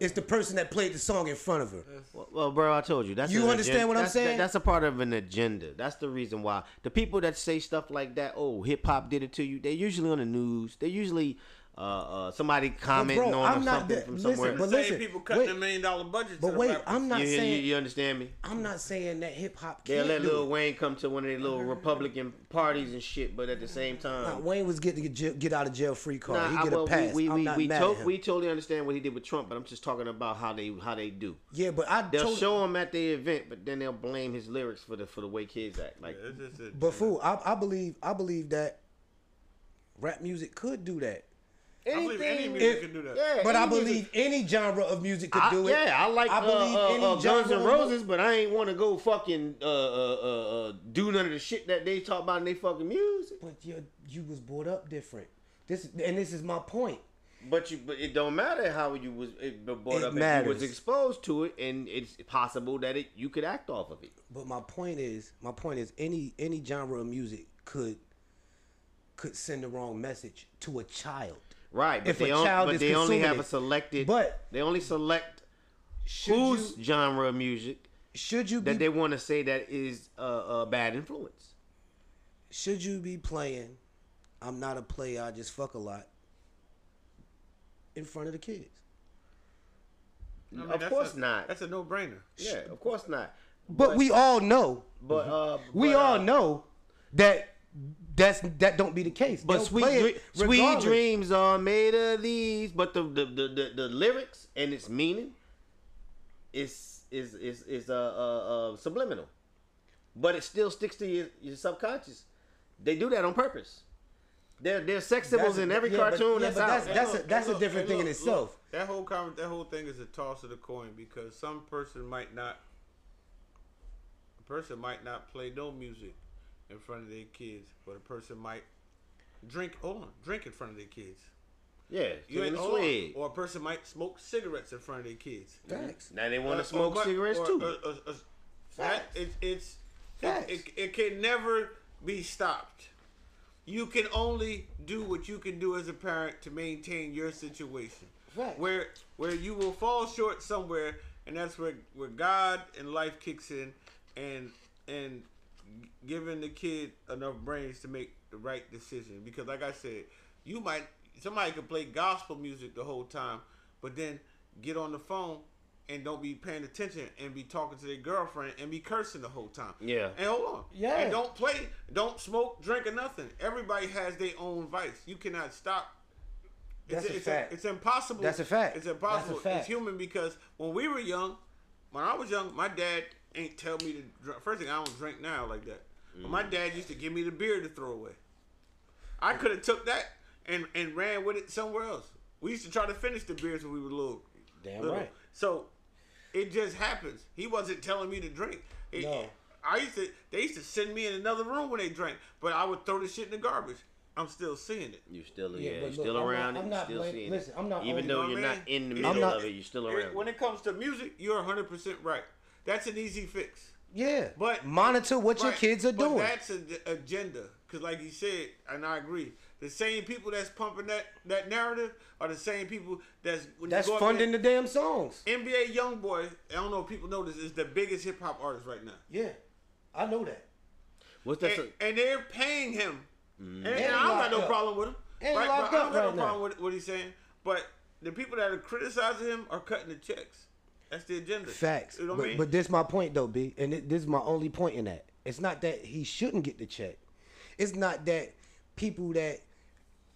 [SPEAKER 4] It's the person that played the song in front of her.
[SPEAKER 2] Well, well, bro, I told you. That's
[SPEAKER 4] You
[SPEAKER 2] an
[SPEAKER 4] understand
[SPEAKER 2] agenda-
[SPEAKER 4] what I'm
[SPEAKER 2] that's- that-
[SPEAKER 4] saying?
[SPEAKER 2] that's a part of an agenda. That's the reason why the people that say stuff like that, oh, hip hop did it to you. They're usually on the news. They're usually uh, uh, somebody commenting
[SPEAKER 4] bro,
[SPEAKER 2] on
[SPEAKER 4] I'm not
[SPEAKER 2] something
[SPEAKER 4] that-
[SPEAKER 2] from
[SPEAKER 4] listen,
[SPEAKER 2] somewhere.
[SPEAKER 4] but
[SPEAKER 1] Same
[SPEAKER 4] listen,
[SPEAKER 1] people cutting
[SPEAKER 4] wait.
[SPEAKER 1] a million dollar budget. to
[SPEAKER 4] But
[SPEAKER 1] the
[SPEAKER 4] wait,
[SPEAKER 1] rappers.
[SPEAKER 4] I'm not
[SPEAKER 2] you, you-
[SPEAKER 4] saying
[SPEAKER 2] you understand me?
[SPEAKER 4] I'm not saying that hip hop
[SPEAKER 2] They
[SPEAKER 4] can't
[SPEAKER 2] let
[SPEAKER 4] do
[SPEAKER 2] Lil
[SPEAKER 4] it.
[SPEAKER 2] Wayne come to one of their little Republican parties and shit, but at the same
[SPEAKER 4] Nah,
[SPEAKER 2] time,
[SPEAKER 4] Wayne was getting to get, get out of jail free card.
[SPEAKER 2] Nah,
[SPEAKER 4] he
[SPEAKER 2] I-
[SPEAKER 4] get
[SPEAKER 2] well,
[SPEAKER 4] a
[SPEAKER 2] we-
[SPEAKER 4] pass.
[SPEAKER 2] we
[SPEAKER 4] I'm
[SPEAKER 2] we
[SPEAKER 4] not
[SPEAKER 2] we
[SPEAKER 4] mad
[SPEAKER 2] to-
[SPEAKER 4] at him.
[SPEAKER 2] we totally understand what he did with Trump, but I'm just talking about how they how they do.
[SPEAKER 4] yeah, but I
[SPEAKER 2] They'll
[SPEAKER 4] told-
[SPEAKER 2] show him at the event, but then they'll blame his lyrics for the for the way kids act. Like
[SPEAKER 1] It's just a-
[SPEAKER 4] But fool, I, I believe I believe that rap music could do that.
[SPEAKER 1] I believe any
[SPEAKER 2] anything-
[SPEAKER 1] music
[SPEAKER 4] if-
[SPEAKER 1] can do that.
[SPEAKER 2] Yeah,
[SPEAKER 4] But I
[SPEAKER 2] any music-
[SPEAKER 4] believe any genre of music could
[SPEAKER 2] I-
[SPEAKER 4] do it.
[SPEAKER 2] Yeah, I like uh, uh, uh, Guns N'
[SPEAKER 4] of-
[SPEAKER 2] Roses, but I ain't want to go fucking uh, uh, uh, uh, do none of the shit that they talk about in their fucking music.
[SPEAKER 4] But you you was brought up different. This and this is my point.
[SPEAKER 2] But you, but it don't matter how you was it, b- brought
[SPEAKER 4] It
[SPEAKER 2] up. If you
[SPEAKER 4] matters.
[SPEAKER 2] was exposed to it, and it's possible that it you could act off of it.
[SPEAKER 4] But my point is, my point is, any any genre of music could could send the wrong message to a child.
[SPEAKER 2] Right, but
[SPEAKER 4] If
[SPEAKER 2] they,
[SPEAKER 4] a
[SPEAKER 2] on-
[SPEAKER 4] child
[SPEAKER 2] but
[SPEAKER 4] is
[SPEAKER 2] they only
[SPEAKER 4] consuming
[SPEAKER 2] have
[SPEAKER 4] it.
[SPEAKER 2] a selected.
[SPEAKER 4] But-
[SPEAKER 2] they only select
[SPEAKER 4] Should
[SPEAKER 2] whose
[SPEAKER 4] you,
[SPEAKER 2] genre of music
[SPEAKER 4] should you be
[SPEAKER 2] that they want to say that is a uh, uh, bad influence.
[SPEAKER 4] should you be playing? I'm not a player. I just fuck a lot. In front of the kids.
[SPEAKER 1] I mean,
[SPEAKER 2] of
[SPEAKER 1] that's
[SPEAKER 2] course
[SPEAKER 1] a-
[SPEAKER 2] not.
[SPEAKER 1] That's a no brainer.
[SPEAKER 2] Yeah, of course not.
[SPEAKER 4] But, we all know.
[SPEAKER 2] But uh,
[SPEAKER 4] We
[SPEAKER 2] but, uh,
[SPEAKER 4] all know that that's that don't be the case.
[SPEAKER 2] But
[SPEAKER 4] They'll
[SPEAKER 2] sweet,
[SPEAKER 4] play
[SPEAKER 2] dre-
[SPEAKER 4] it
[SPEAKER 2] sweet
[SPEAKER 4] regardless.
[SPEAKER 2] dreams are made of these. But the the, the, the, the lyrics and its meaning is is is is uh, uh, uh subliminal, but it still sticks to your, your subconscious. They do that on purpose. There there's sex symbols
[SPEAKER 4] a-
[SPEAKER 2] in every
[SPEAKER 4] yeah, but-
[SPEAKER 2] cartoon.
[SPEAKER 4] yeah,
[SPEAKER 2] that's
[SPEAKER 4] but
[SPEAKER 2] out.
[SPEAKER 4] that's- that's- a- a different thing in itself.
[SPEAKER 1] that whole con- that whole thing is a toss of the coin because some person might not a person might not play no music in front of their kids, but a person might drink hold on, drink in front of their kids.
[SPEAKER 2] yeah,
[SPEAKER 1] You
[SPEAKER 2] in
[SPEAKER 1] ain't
[SPEAKER 2] the
[SPEAKER 1] hold on.
[SPEAKER 2] swig.
[SPEAKER 1] Or a person might smoke cigarettes in front of their kids.
[SPEAKER 4] Facts.
[SPEAKER 2] Now they want
[SPEAKER 1] Or-
[SPEAKER 2] to smoke
[SPEAKER 1] or-
[SPEAKER 2] cigarettes
[SPEAKER 1] or-
[SPEAKER 2] too.
[SPEAKER 4] uh,
[SPEAKER 1] or- or- or- that
[SPEAKER 2] Facts.
[SPEAKER 1] it, it's it,
[SPEAKER 4] Facts.
[SPEAKER 1] it, it can never be stopped. You can only do what you can do as a parent to maintain your situation.
[SPEAKER 4] Facts.
[SPEAKER 1] Where where you will fall short somewhere, and that's where where God and life kicks in, and and giving the kid enough brains to make the right decision. Because like I said, you might somebody could play gospel music the whole time, but then get on the phone and don't be paying attention and be talking to their girlfriend and be cursing the whole time.
[SPEAKER 2] Yeah.
[SPEAKER 1] And hold on.
[SPEAKER 4] Yeah.
[SPEAKER 1] And don't play, don't smoke, drink, or nothing. Everybody has their own vice. You cannot stop.
[SPEAKER 4] That's
[SPEAKER 1] it's,
[SPEAKER 4] a
[SPEAKER 1] it's
[SPEAKER 4] fact.
[SPEAKER 1] it's impossible.
[SPEAKER 4] That's a fact.
[SPEAKER 1] It's
[SPEAKER 4] That's a
[SPEAKER 1] impossible. It's
[SPEAKER 4] fact.
[SPEAKER 1] human because when we were young, when I was young, my dad ain't tell me to drink. First thing, I don't drink now like that. But my dad used to give me the beer to throw away. I could have took that and and ran with it somewhere else. We used to try to finish the beers when we were little.
[SPEAKER 4] Damn
[SPEAKER 1] little.
[SPEAKER 4] right.
[SPEAKER 1] So it just happens. He wasn't telling me to drink. It-
[SPEAKER 4] No.
[SPEAKER 1] I used to. They used to send me in another room when they drank, but I would throw the shit in the garbage. I'm still seeing it.
[SPEAKER 2] You're still
[SPEAKER 4] Yeah,
[SPEAKER 2] yeah,
[SPEAKER 4] but
[SPEAKER 2] you're
[SPEAKER 4] look,
[SPEAKER 2] still
[SPEAKER 4] I'm not-
[SPEAKER 2] around it.
[SPEAKER 4] I'm
[SPEAKER 2] You're
[SPEAKER 4] not
[SPEAKER 2] still
[SPEAKER 4] blaming-
[SPEAKER 2] seeing
[SPEAKER 4] listen,
[SPEAKER 2] it.
[SPEAKER 4] I'm not
[SPEAKER 2] even
[SPEAKER 4] only-
[SPEAKER 2] though
[SPEAKER 1] My
[SPEAKER 2] you're
[SPEAKER 1] man,
[SPEAKER 2] not in the
[SPEAKER 1] it-
[SPEAKER 2] middle
[SPEAKER 4] not-
[SPEAKER 2] of it, you're still
[SPEAKER 1] Eric,
[SPEAKER 2] around.
[SPEAKER 1] When
[SPEAKER 2] it.
[SPEAKER 1] it comes to music, you're 100 percent right. That's an easy fix.
[SPEAKER 4] Yeah,
[SPEAKER 1] But-
[SPEAKER 4] monitor what your
[SPEAKER 1] Right,
[SPEAKER 4] kids are
[SPEAKER 1] but
[SPEAKER 4] doing.
[SPEAKER 1] That's an agenda. Because, like you said, and I agree, the same people that's pumping that, that narrative are the same people that's when
[SPEAKER 4] That's
[SPEAKER 1] you go up
[SPEAKER 4] funding
[SPEAKER 1] there-
[SPEAKER 4] the damn songs.
[SPEAKER 1] NBA YoungBoy. I don't know if people know this is the biggest hip hop artist right now,
[SPEAKER 4] Yeah, I know that.
[SPEAKER 2] What's that?
[SPEAKER 1] and, and they're paying him.
[SPEAKER 2] Mm.
[SPEAKER 1] And,
[SPEAKER 4] And
[SPEAKER 1] and I don't got
[SPEAKER 4] locked
[SPEAKER 1] no
[SPEAKER 4] up.
[SPEAKER 1] problem with him.
[SPEAKER 4] And
[SPEAKER 1] right?
[SPEAKER 4] locked
[SPEAKER 1] But I don't
[SPEAKER 4] up
[SPEAKER 1] got
[SPEAKER 4] right
[SPEAKER 1] no
[SPEAKER 4] now.
[SPEAKER 1] problem with what he's saying. But the people that are criticizing him are cutting the checks. That's the agenda.
[SPEAKER 4] Facts.
[SPEAKER 1] You know what I
[SPEAKER 4] but,
[SPEAKER 1] mean?
[SPEAKER 4] but this my point though, B, and it, this is my only point in that. It's not that he shouldn't get the check. It's not that people that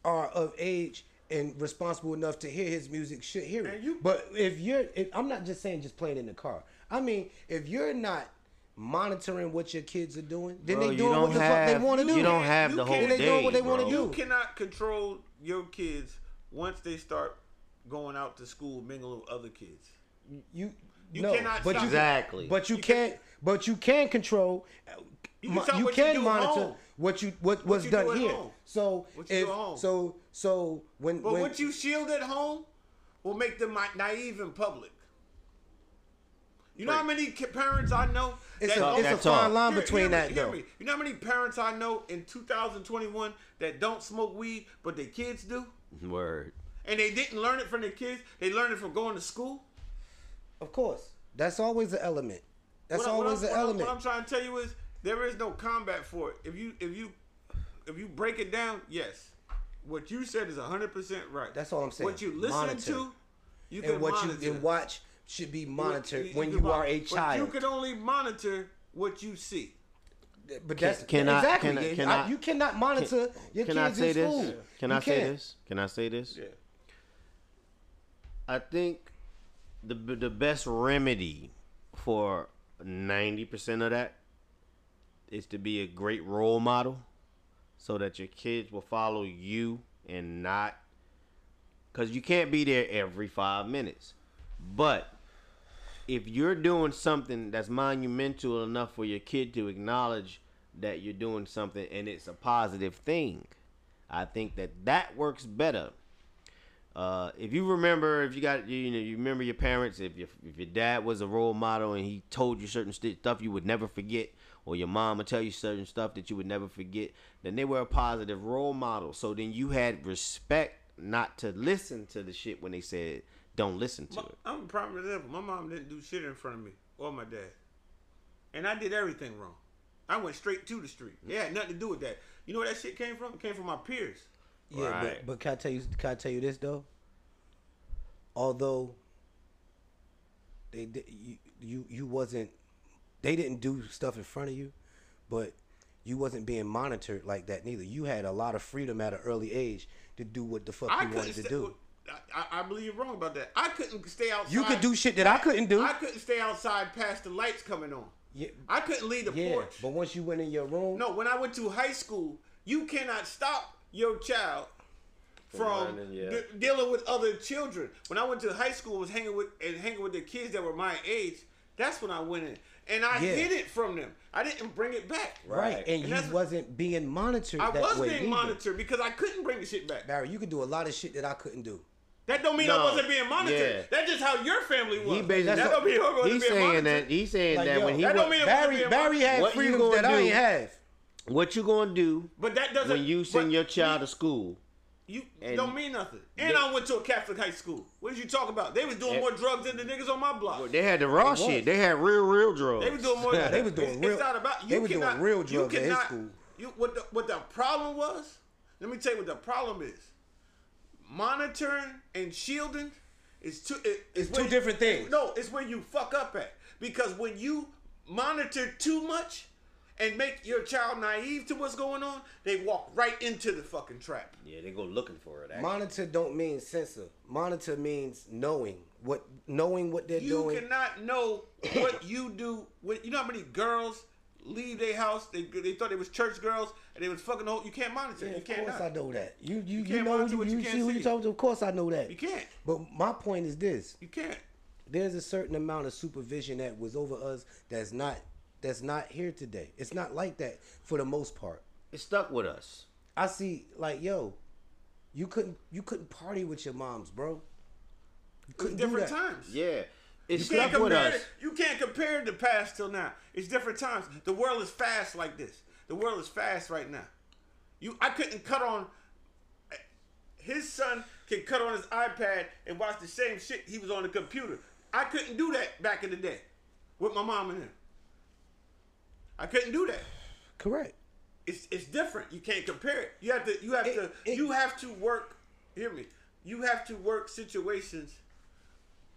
[SPEAKER 4] are of age and responsible enough to hear his music should hear it.
[SPEAKER 1] And you-
[SPEAKER 4] but if you're, if, I'm not just saying just playing in the car. I mean, if you're not monitoring what your kids are doing, then
[SPEAKER 2] Bro,
[SPEAKER 4] they
[SPEAKER 2] you
[SPEAKER 4] doing what
[SPEAKER 2] don't
[SPEAKER 4] the fuck
[SPEAKER 2] have-
[SPEAKER 4] they want to do.
[SPEAKER 2] You don't have
[SPEAKER 1] you
[SPEAKER 2] the
[SPEAKER 1] can't-
[SPEAKER 2] whole
[SPEAKER 1] they
[SPEAKER 4] doing what
[SPEAKER 2] day,
[SPEAKER 4] they wanna
[SPEAKER 2] bro.
[SPEAKER 4] do.
[SPEAKER 1] you cannot control your kids once they start going out to school mingling with other kids.
[SPEAKER 4] You,
[SPEAKER 1] You
[SPEAKER 4] no,
[SPEAKER 1] cannot
[SPEAKER 4] but
[SPEAKER 1] stop
[SPEAKER 4] you,
[SPEAKER 2] Exactly.
[SPEAKER 4] But you,
[SPEAKER 1] You can-
[SPEAKER 4] can't. but you can control. uh,
[SPEAKER 1] You can
[SPEAKER 4] mo-
[SPEAKER 1] stop what you do at home.
[SPEAKER 4] what you what what's
[SPEAKER 1] you do
[SPEAKER 4] done
[SPEAKER 1] at
[SPEAKER 4] here.
[SPEAKER 1] home.
[SPEAKER 4] So
[SPEAKER 1] What you do
[SPEAKER 4] if
[SPEAKER 1] at home.
[SPEAKER 4] so so when
[SPEAKER 1] But
[SPEAKER 4] when
[SPEAKER 1] what you shield at home will make them mi- naive in public. You know how many ki- parents I know?
[SPEAKER 4] it's
[SPEAKER 1] that
[SPEAKER 4] a,
[SPEAKER 1] don't-
[SPEAKER 4] it's a
[SPEAKER 2] That's
[SPEAKER 4] fine
[SPEAKER 2] all.
[SPEAKER 4] line
[SPEAKER 1] Hear-
[SPEAKER 4] between
[SPEAKER 1] hear me-
[SPEAKER 4] that
[SPEAKER 1] hear
[SPEAKER 4] though.
[SPEAKER 1] me. You know how many parents I know in 2021 that don't smoke weed, but their kids do,
[SPEAKER 2] Word.
[SPEAKER 1] and they didn't learn it from their kids. They learned it from going to school.
[SPEAKER 4] Of course, that's always an element. That's
[SPEAKER 1] What I- what
[SPEAKER 4] always
[SPEAKER 1] I'm-
[SPEAKER 4] an
[SPEAKER 1] what I'm-
[SPEAKER 4] element.
[SPEAKER 1] What I'm trying to tell you is there is no combat for it. If you if you if you break it down, yes, what you said is 100 percent right.
[SPEAKER 4] That's all I'm saying.
[SPEAKER 1] What you listen
[SPEAKER 4] Monitor.
[SPEAKER 1] to, you can
[SPEAKER 4] and what
[SPEAKER 1] monitor.
[SPEAKER 4] you and watch should be monitored when
[SPEAKER 1] can
[SPEAKER 4] you are
[SPEAKER 1] mon-
[SPEAKER 4] a child.
[SPEAKER 1] But you can only monitor what you see.
[SPEAKER 4] But that's
[SPEAKER 2] can I-
[SPEAKER 4] exactly.
[SPEAKER 2] can I-
[SPEAKER 4] it.
[SPEAKER 2] can
[SPEAKER 4] I-
[SPEAKER 2] I-
[SPEAKER 4] you cannot monitor your
[SPEAKER 2] Can I
[SPEAKER 4] kids
[SPEAKER 2] say
[SPEAKER 4] in school.
[SPEAKER 2] this? Can
[SPEAKER 4] You
[SPEAKER 2] I say
[SPEAKER 4] can't.
[SPEAKER 2] this? Can I say this? I think the the best remedy for ninety percent of that is to be a great role model, so that your kids will follow you and not, because you can't be there every five minutes. But if you're doing something that's monumental enough for your kid to acknowledge that you're doing something and it's a positive thing, I think that that works better. Uh, if you remember, if you got you, know you remember your parents, if your if your dad was a role model and he told you certain st- stuff you would never forget, or your mom would tell you certain stuff that you would never forget, then they were a positive role model. So then you had respect not to listen to the shit when they said don't listen to
[SPEAKER 1] My-
[SPEAKER 2] it.
[SPEAKER 1] I'm a prime example. My mom didn't do shit in front of me or my dad, and I did everything wrong. I went straight to the street. It had nothing to do with that. You know where that shit came from? It came from my peers.
[SPEAKER 4] Yeah,
[SPEAKER 2] Right.
[SPEAKER 4] but, but can I tell you? Can I tell you this though? Although they di- you, you you wasn't they didn't do stuff in front of you, but you wasn't being monitored like that neither. You had a lot of freedom at an early age to do what the fuck
[SPEAKER 1] I
[SPEAKER 4] you
[SPEAKER 1] couldn't
[SPEAKER 4] wanted to
[SPEAKER 1] sta-
[SPEAKER 4] do.
[SPEAKER 1] I, I, I believe you're wrong about that. I couldn't stay outside.
[SPEAKER 4] You could do shit that I couldn't do.
[SPEAKER 1] I couldn't stay outside past the lights coming on.
[SPEAKER 4] Yeah.
[SPEAKER 1] I couldn't leave the
[SPEAKER 4] yeah,
[SPEAKER 1] porch.
[SPEAKER 4] but once you went in your room,
[SPEAKER 1] no, when I went to high school, you cannot stop your child from
[SPEAKER 2] running, yeah.
[SPEAKER 1] de- dealing with other children. When I went to high school, was hanging with and hanging with the kids that were my age. That's when I went in, and I
[SPEAKER 4] Yeah.
[SPEAKER 1] hid it from them. I didn't bring it back.
[SPEAKER 4] right,
[SPEAKER 2] Right.
[SPEAKER 4] and,
[SPEAKER 1] And that's-
[SPEAKER 4] you wasn't being monitored.
[SPEAKER 1] I
[SPEAKER 4] that
[SPEAKER 1] was
[SPEAKER 4] way
[SPEAKER 1] being
[SPEAKER 4] either.
[SPEAKER 1] monitored because I couldn't bring the shit back.
[SPEAKER 4] Barry, you could do a lot of shit that I couldn't do.
[SPEAKER 1] That don't mean I
[SPEAKER 2] No.
[SPEAKER 1] wasn't being monitored.
[SPEAKER 2] Yeah.
[SPEAKER 1] That's just how your family was.
[SPEAKER 2] He basically
[SPEAKER 1] that don't mean I wasn't
[SPEAKER 2] he's
[SPEAKER 1] being
[SPEAKER 2] saying
[SPEAKER 1] monitored.
[SPEAKER 2] that he's saying
[SPEAKER 4] Like,
[SPEAKER 2] that
[SPEAKER 4] yo,
[SPEAKER 2] when he
[SPEAKER 1] that don't
[SPEAKER 2] wa-
[SPEAKER 1] mean it
[SPEAKER 4] Barry,
[SPEAKER 1] being
[SPEAKER 4] Barry had
[SPEAKER 2] What you
[SPEAKER 4] freedoms
[SPEAKER 2] gonna
[SPEAKER 4] that I
[SPEAKER 2] do-
[SPEAKER 4] ain't have.
[SPEAKER 2] what you gonna do
[SPEAKER 1] But that doesn't.
[SPEAKER 2] when you send
[SPEAKER 1] but
[SPEAKER 2] your child to school?
[SPEAKER 1] you
[SPEAKER 2] and-
[SPEAKER 1] don't mean nothing. And I went to a Catholic high school. What did you talk about? They was doing
[SPEAKER 2] Yeah.
[SPEAKER 1] more drugs than the niggas on my block.
[SPEAKER 2] They had the raw
[SPEAKER 4] was.
[SPEAKER 2] shit. They had real, real drugs.
[SPEAKER 1] They was doing more.
[SPEAKER 4] They was doing
[SPEAKER 1] it's,
[SPEAKER 4] real-
[SPEAKER 1] It's not about. You
[SPEAKER 4] they was doing
[SPEAKER 1] cannot,
[SPEAKER 4] real
[SPEAKER 1] you
[SPEAKER 4] drugs at his
[SPEAKER 1] cannot,
[SPEAKER 4] school.
[SPEAKER 1] You what the what the problem was? Let me tell you what the problem is. Monitoring and shielding is two. It,
[SPEAKER 4] It's
[SPEAKER 1] where
[SPEAKER 4] two
[SPEAKER 1] you-
[SPEAKER 4] different things.
[SPEAKER 1] No, it's where you fuck up at because when you monitor too much. And make your child naive to what's going on. They walk right into the fucking trap.
[SPEAKER 2] yeah, they go looking for it. actually.
[SPEAKER 4] Monitor don't mean censor. Monitor means knowing what knowing what they're
[SPEAKER 1] You
[SPEAKER 4] doing.
[SPEAKER 1] cannot know what you do. With, you know how many girls leave their house? They, they thought they was church girls, and they was fucking the whole. You can't monitor.
[SPEAKER 4] Yeah,
[SPEAKER 1] you
[SPEAKER 4] of
[SPEAKER 1] can't.
[SPEAKER 4] course I
[SPEAKER 1] not.
[SPEAKER 4] know that. You you, you,
[SPEAKER 1] can't
[SPEAKER 4] know
[SPEAKER 1] monitor
[SPEAKER 4] you,
[SPEAKER 1] what you
[SPEAKER 4] you
[SPEAKER 1] can't
[SPEAKER 4] see who you
[SPEAKER 1] see.
[SPEAKER 4] talking to. Of course I know that.
[SPEAKER 1] You can't.
[SPEAKER 4] But my point is this:
[SPEAKER 1] You can't.
[SPEAKER 4] there's a certain amount of supervision that was over us that's not that's not here today. It's not like that for the most part.
[SPEAKER 2] It stuck with us.
[SPEAKER 4] I see like yo, you couldn't you couldn't party with your moms, bro. You
[SPEAKER 1] It's
[SPEAKER 4] couldn't do
[SPEAKER 1] different
[SPEAKER 4] that.
[SPEAKER 1] times.
[SPEAKER 2] Yeah, it
[SPEAKER 1] You can't,
[SPEAKER 2] stuck with
[SPEAKER 1] compare
[SPEAKER 2] us.
[SPEAKER 1] it, you can't compare the past till now. It's different times. The world is fast like this. The world is fast right now. You, I couldn't cut on. His son can cut on his iPad and watch the same shit he was on the computer. I couldn't do that back in the day with my mom and him. I couldn't do that.
[SPEAKER 4] Correct.
[SPEAKER 1] It's it's different. You can't compare it. You have to you have
[SPEAKER 4] It-
[SPEAKER 1] to
[SPEAKER 4] it-
[SPEAKER 1] you have to work. Hear me. You have to work situations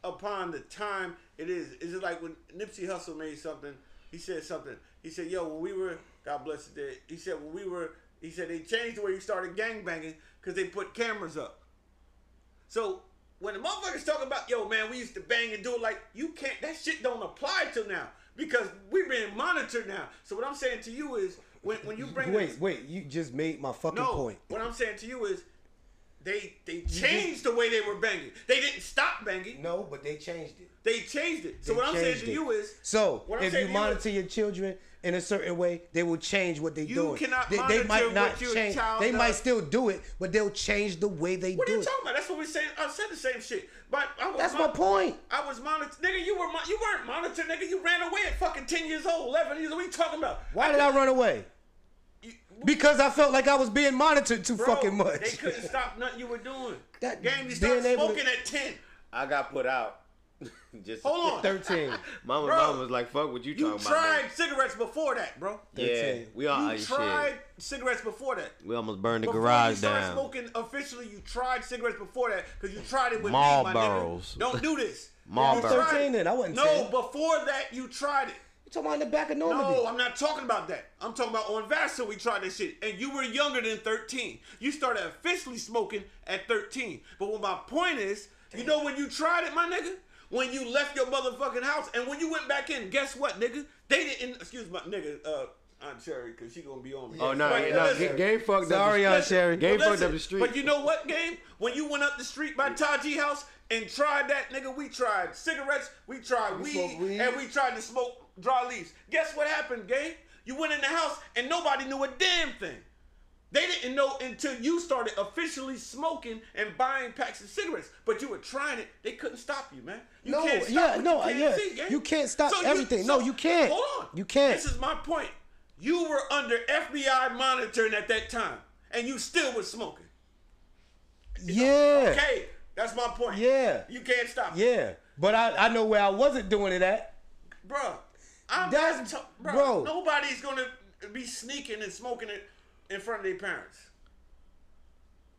[SPEAKER 1] upon the time it is. Is it like when Nipsey Hussle made something? He said something. He said, "Yo, when we were God bless it." dead," He said, "When we were," he said they changed the way you started gangbanging because they put cameras up. So when the motherfuckers talk about, yo, man, we used to bang and do it like you can't. That shit don't apply till now because we're being monitored now. So what I'm saying to you is, when when you bring
[SPEAKER 4] Wait,
[SPEAKER 1] this,
[SPEAKER 4] wait, you just made my fucking
[SPEAKER 1] no,
[SPEAKER 4] point.
[SPEAKER 1] what I'm saying to you is, they they changed the way they were banging. They didn't stop banging.
[SPEAKER 4] No, but they changed it.
[SPEAKER 1] They changed it. So
[SPEAKER 4] They
[SPEAKER 1] what I'm saying
[SPEAKER 4] changed
[SPEAKER 1] to
[SPEAKER 4] it.
[SPEAKER 1] you is,
[SPEAKER 4] So
[SPEAKER 1] What I'm
[SPEAKER 4] if
[SPEAKER 1] saying
[SPEAKER 4] you
[SPEAKER 1] to you
[SPEAKER 4] monitor your children in a certain way, they will change what they do.
[SPEAKER 1] You
[SPEAKER 4] doing.
[SPEAKER 1] cannot
[SPEAKER 4] they, they
[SPEAKER 1] monitor
[SPEAKER 4] might not
[SPEAKER 1] what your
[SPEAKER 4] change.
[SPEAKER 1] child
[SPEAKER 4] they might
[SPEAKER 1] does.
[SPEAKER 4] still do it, but they'll change the way they
[SPEAKER 1] what are
[SPEAKER 4] do
[SPEAKER 1] you
[SPEAKER 4] it.
[SPEAKER 1] talking about? That's what we saying. I said the same shit. But I was
[SPEAKER 4] That's
[SPEAKER 1] mon-
[SPEAKER 4] my point.
[SPEAKER 1] I was monitored, nigga. You were mon- you weren't monitored, nigga. You ran away at fucking ten years old, eleven years. old. What are you talking about?
[SPEAKER 4] Why did I run away? Because I felt like I was being monitored too
[SPEAKER 1] Bro,
[SPEAKER 4] fucking much.
[SPEAKER 1] They couldn't stop nothing you were doing.
[SPEAKER 4] That-
[SPEAKER 1] Game, you
[SPEAKER 4] being
[SPEAKER 1] started
[SPEAKER 4] able to-
[SPEAKER 1] smoking at 10.
[SPEAKER 2] I got put out. Just
[SPEAKER 1] Hold on.
[SPEAKER 4] Thirteen.
[SPEAKER 2] Mama,
[SPEAKER 1] Bro,
[SPEAKER 2] mama was like, "Fuck what you,
[SPEAKER 1] You
[SPEAKER 2] talking
[SPEAKER 1] tried cigarettes before that, bro.
[SPEAKER 2] about?" Yeah,
[SPEAKER 4] Thirteen.
[SPEAKER 2] we all
[SPEAKER 1] you
[SPEAKER 2] shit.
[SPEAKER 1] tried cigarettes before that.
[SPEAKER 2] We almost burned the
[SPEAKER 1] Before you
[SPEAKER 2] garage
[SPEAKER 1] started
[SPEAKER 2] down.
[SPEAKER 1] smoking officially, you tried cigarettes before that because you tried it with me, my
[SPEAKER 2] Marlboros.
[SPEAKER 1] nigga. Don't do this.
[SPEAKER 2] Marlboro.
[SPEAKER 1] You tried it.
[SPEAKER 4] Thirteen then, I wasn't
[SPEAKER 1] No,
[SPEAKER 4] 10.
[SPEAKER 1] before that you tried it.
[SPEAKER 4] You talking about in the back of
[SPEAKER 1] No,
[SPEAKER 4] Normandy?
[SPEAKER 1] I'm not talking about that. I'm talking about on Vassal we tried that shit. And you were younger than 13. You started officially smoking at 13. But what my point is, you know when you tried it, my nigga? When you left your motherfucking house and when you went back in, guess what, nigga? They didn't, excuse my nigga, uh, Aunt Cherry, because she gonna be on me.
[SPEAKER 2] Oh no,
[SPEAKER 1] Right,
[SPEAKER 2] no,
[SPEAKER 1] listen.
[SPEAKER 2] game fucked
[SPEAKER 4] Sorry,
[SPEAKER 2] up.
[SPEAKER 4] Aunt
[SPEAKER 2] the-
[SPEAKER 1] Listen,
[SPEAKER 4] Sherry.
[SPEAKER 2] Game
[SPEAKER 1] but
[SPEAKER 2] fucked up
[SPEAKER 1] listen,
[SPEAKER 2] the street.
[SPEAKER 1] But you know what, Game? When you went up the street by Taji House and tried that, nigga, we tried cigarettes, we tried weed,
[SPEAKER 4] smoked weed.
[SPEAKER 1] and we tried to smoke dry leaves. Guess what happened, Game? You went in the house and nobody knew a damn thing. They didn't know until you started officially smoking and buying packs of cigarettes, but you were trying it. They couldn't stop you, man. You
[SPEAKER 4] No,
[SPEAKER 1] can't stop
[SPEAKER 4] yeah,
[SPEAKER 1] what you
[SPEAKER 4] no,
[SPEAKER 1] can't
[SPEAKER 4] yeah.
[SPEAKER 1] see, gang.
[SPEAKER 4] You can't stop everything. No, you can't.
[SPEAKER 1] Hold on.
[SPEAKER 4] You can't.
[SPEAKER 1] This is my point. You were under FBI monitoring at that time, and you still was smoking.
[SPEAKER 4] yeah.
[SPEAKER 1] Okay, that's my point.
[SPEAKER 4] Yeah.
[SPEAKER 1] You can't stop. Yeah.
[SPEAKER 4] Yeah. But I, I know where I wasn't doing it at.
[SPEAKER 1] Bro, I'm
[SPEAKER 4] That's-
[SPEAKER 1] that's, bro,
[SPEAKER 4] bro.
[SPEAKER 1] Nobody's going to be sneaking and smoking it in front of their parents.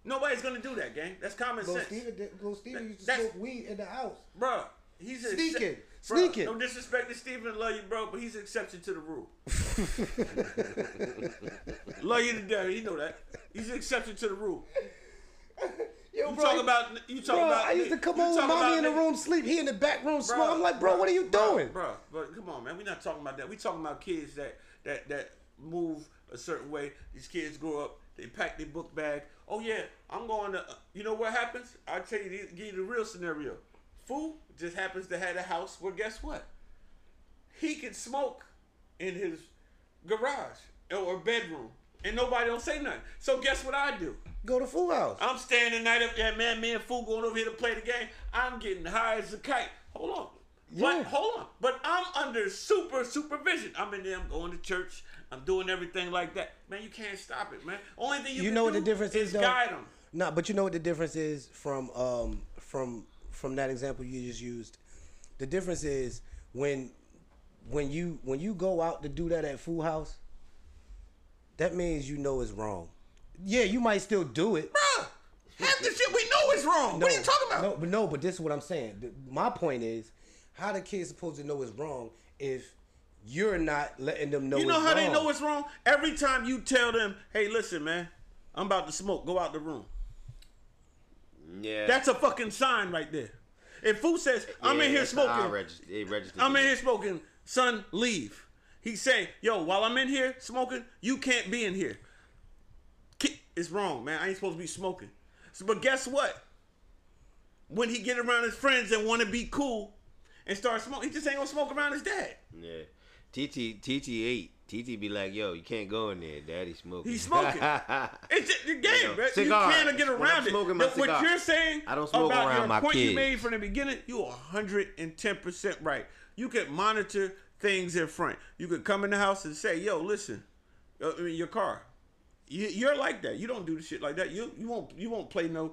[SPEAKER 1] Nobody's going to do that, gang. That's common sense.
[SPEAKER 4] Little Steven used
[SPEAKER 1] to That's- smoke
[SPEAKER 4] weed in the house.
[SPEAKER 1] Bro, he's an
[SPEAKER 4] Sneaking.
[SPEAKER 1] excep- Bro,
[SPEAKER 4] Sneaking.
[SPEAKER 1] No disrespect to Steven, love you, bro, but he's an exception to the rule. love you to death, you know that. He's an exception to the rule.
[SPEAKER 4] Yo,
[SPEAKER 1] You
[SPEAKER 4] bro,
[SPEAKER 1] talk about you talk
[SPEAKER 4] bro,
[SPEAKER 1] about.
[SPEAKER 4] I used to come
[SPEAKER 1] you
[SPEAKER 4] home with
[SPEAKER 1] talk about
[SPEAKER 4] mommy in the
[SPEAKER 1] niggas-
[SPEAKER 4] room sleep. He in the back room smoke.
[SPEAKER 1] Bruh,
[SPEAKER 4] I'm like, bro, what are you
[SPEAKER 1] bruh,
[SPEAKER 4] doing?
[SPEAKER 1] Bruh, but come on, man. We're not talking about that. we talking about kids that that that move a certain way. These kids grow up. They pack their book bag. Oh yeah, I'm going to. uh, You know what happens? I will tell you, the- give you the real scenario. Fool just happens to have a house where guess what? He can smoke in his garage or bedroom, and nobody don't say nothing. So guess what I do?
[SPEAKER 4] Go to Fool House.
[SPEAKER 1] I'm staying the night up there, man. Me and Fool going over here to play the game. I'm getting high as a kite. Hold on.
[SPEAKER 4] Yeah.
[SPEAKER 1] But hold on. But I'm under super supervision. I'm in there. I'm going to church. I'm doing everything like that. Man, you can't stop it, man. Only thing you,
[SPEAKER 4] You
[SPEAKER 1] can
[SPEAKER 4] know what
[SPEAKER 1] do
[SPEAKER 4] the difference is, though?
[SPEAKER 1] guide them.
[SPEAKER 4] Nah, but you know what the difference is from um from from that example you just used. The difference is when when you when you go out to do that at Fool House, that means you know it's wrong. Yeah, you might still do it.
[SPEAKER 1] Bruh, half the shit we know is wrong. what are you talking about?
[SPEAKER 4] No, but no, but this is what I'm saying. Th- My point is, how the kids supposed to know it's wrong if you're not letting them know?
[SPEAKER 1] You know
[SPEAKER 4] it's
[SPEAKER 1] how they
[SPEAKER 4] wrong?
[SPEAKER 1] know it's wrong? Every time you tell them, "Hey, listen, man, I'm about to smoke. Go out the room."
[SPEAKER 2] yeah,
[SPEAKER 1] That's a fucking sign right there. If Fool says, "I'm
[SPEAKER 2] yeah,
[SPEAKER 1] in here
[SPEAKER 2] that's how I
[SPEAKER 1] smoking,"
[SPEAKER 2] regis- it registered
[SPEAKER 1] I'm
[SPEAKER 2] to
[SPEAKER 1] in
[SPEAKER 2] me.
[SPEAKER 1] here smoking. Son, leave. He's saying, yo, while I'm in here smoking, you can't be in here. Ki- It's wrong, man. I ain't supposed to be smoking. So, but guess what? When he get around his friends and want to be cool and start smoking, he just ain't gonna smoke around his dad.
[SPEAKER 2] Yeah, TT TT eight TT be like, yo, you can't go in there. Daddy smoking.
[SPEAKER 1] He's smoking. It's just the game,
[SPEAKER 2] You know,
[SPEAKER 1] bro.
[SPEAKER 2] cigar.
[SPEAKER 1] You can't get
[SPEAKER 2] When I'm
[SPEAKER 1] around it.
[SPEAKER 2] smoking my
[SPEAKER 1] But what
[SPEAKER 2] cigar,
[SPEAKER 1] you're saying
[SPEAKER 2] I don't smoke
[SPEAKER 1] about
[SPEAKER 2] around
[SPEAKER 1] your
[SPEAKER 2] my
[SPEAKER 1] point you
[SPEAKER 2] kids.
[SPEAKER 1] made from the beginning, you are 110% right. You could monitor things in front. You could come in the house and say, yo, listen, uh, I mean, your car. You, you're like that. You don't do the shit like that. You you won't you won't play no.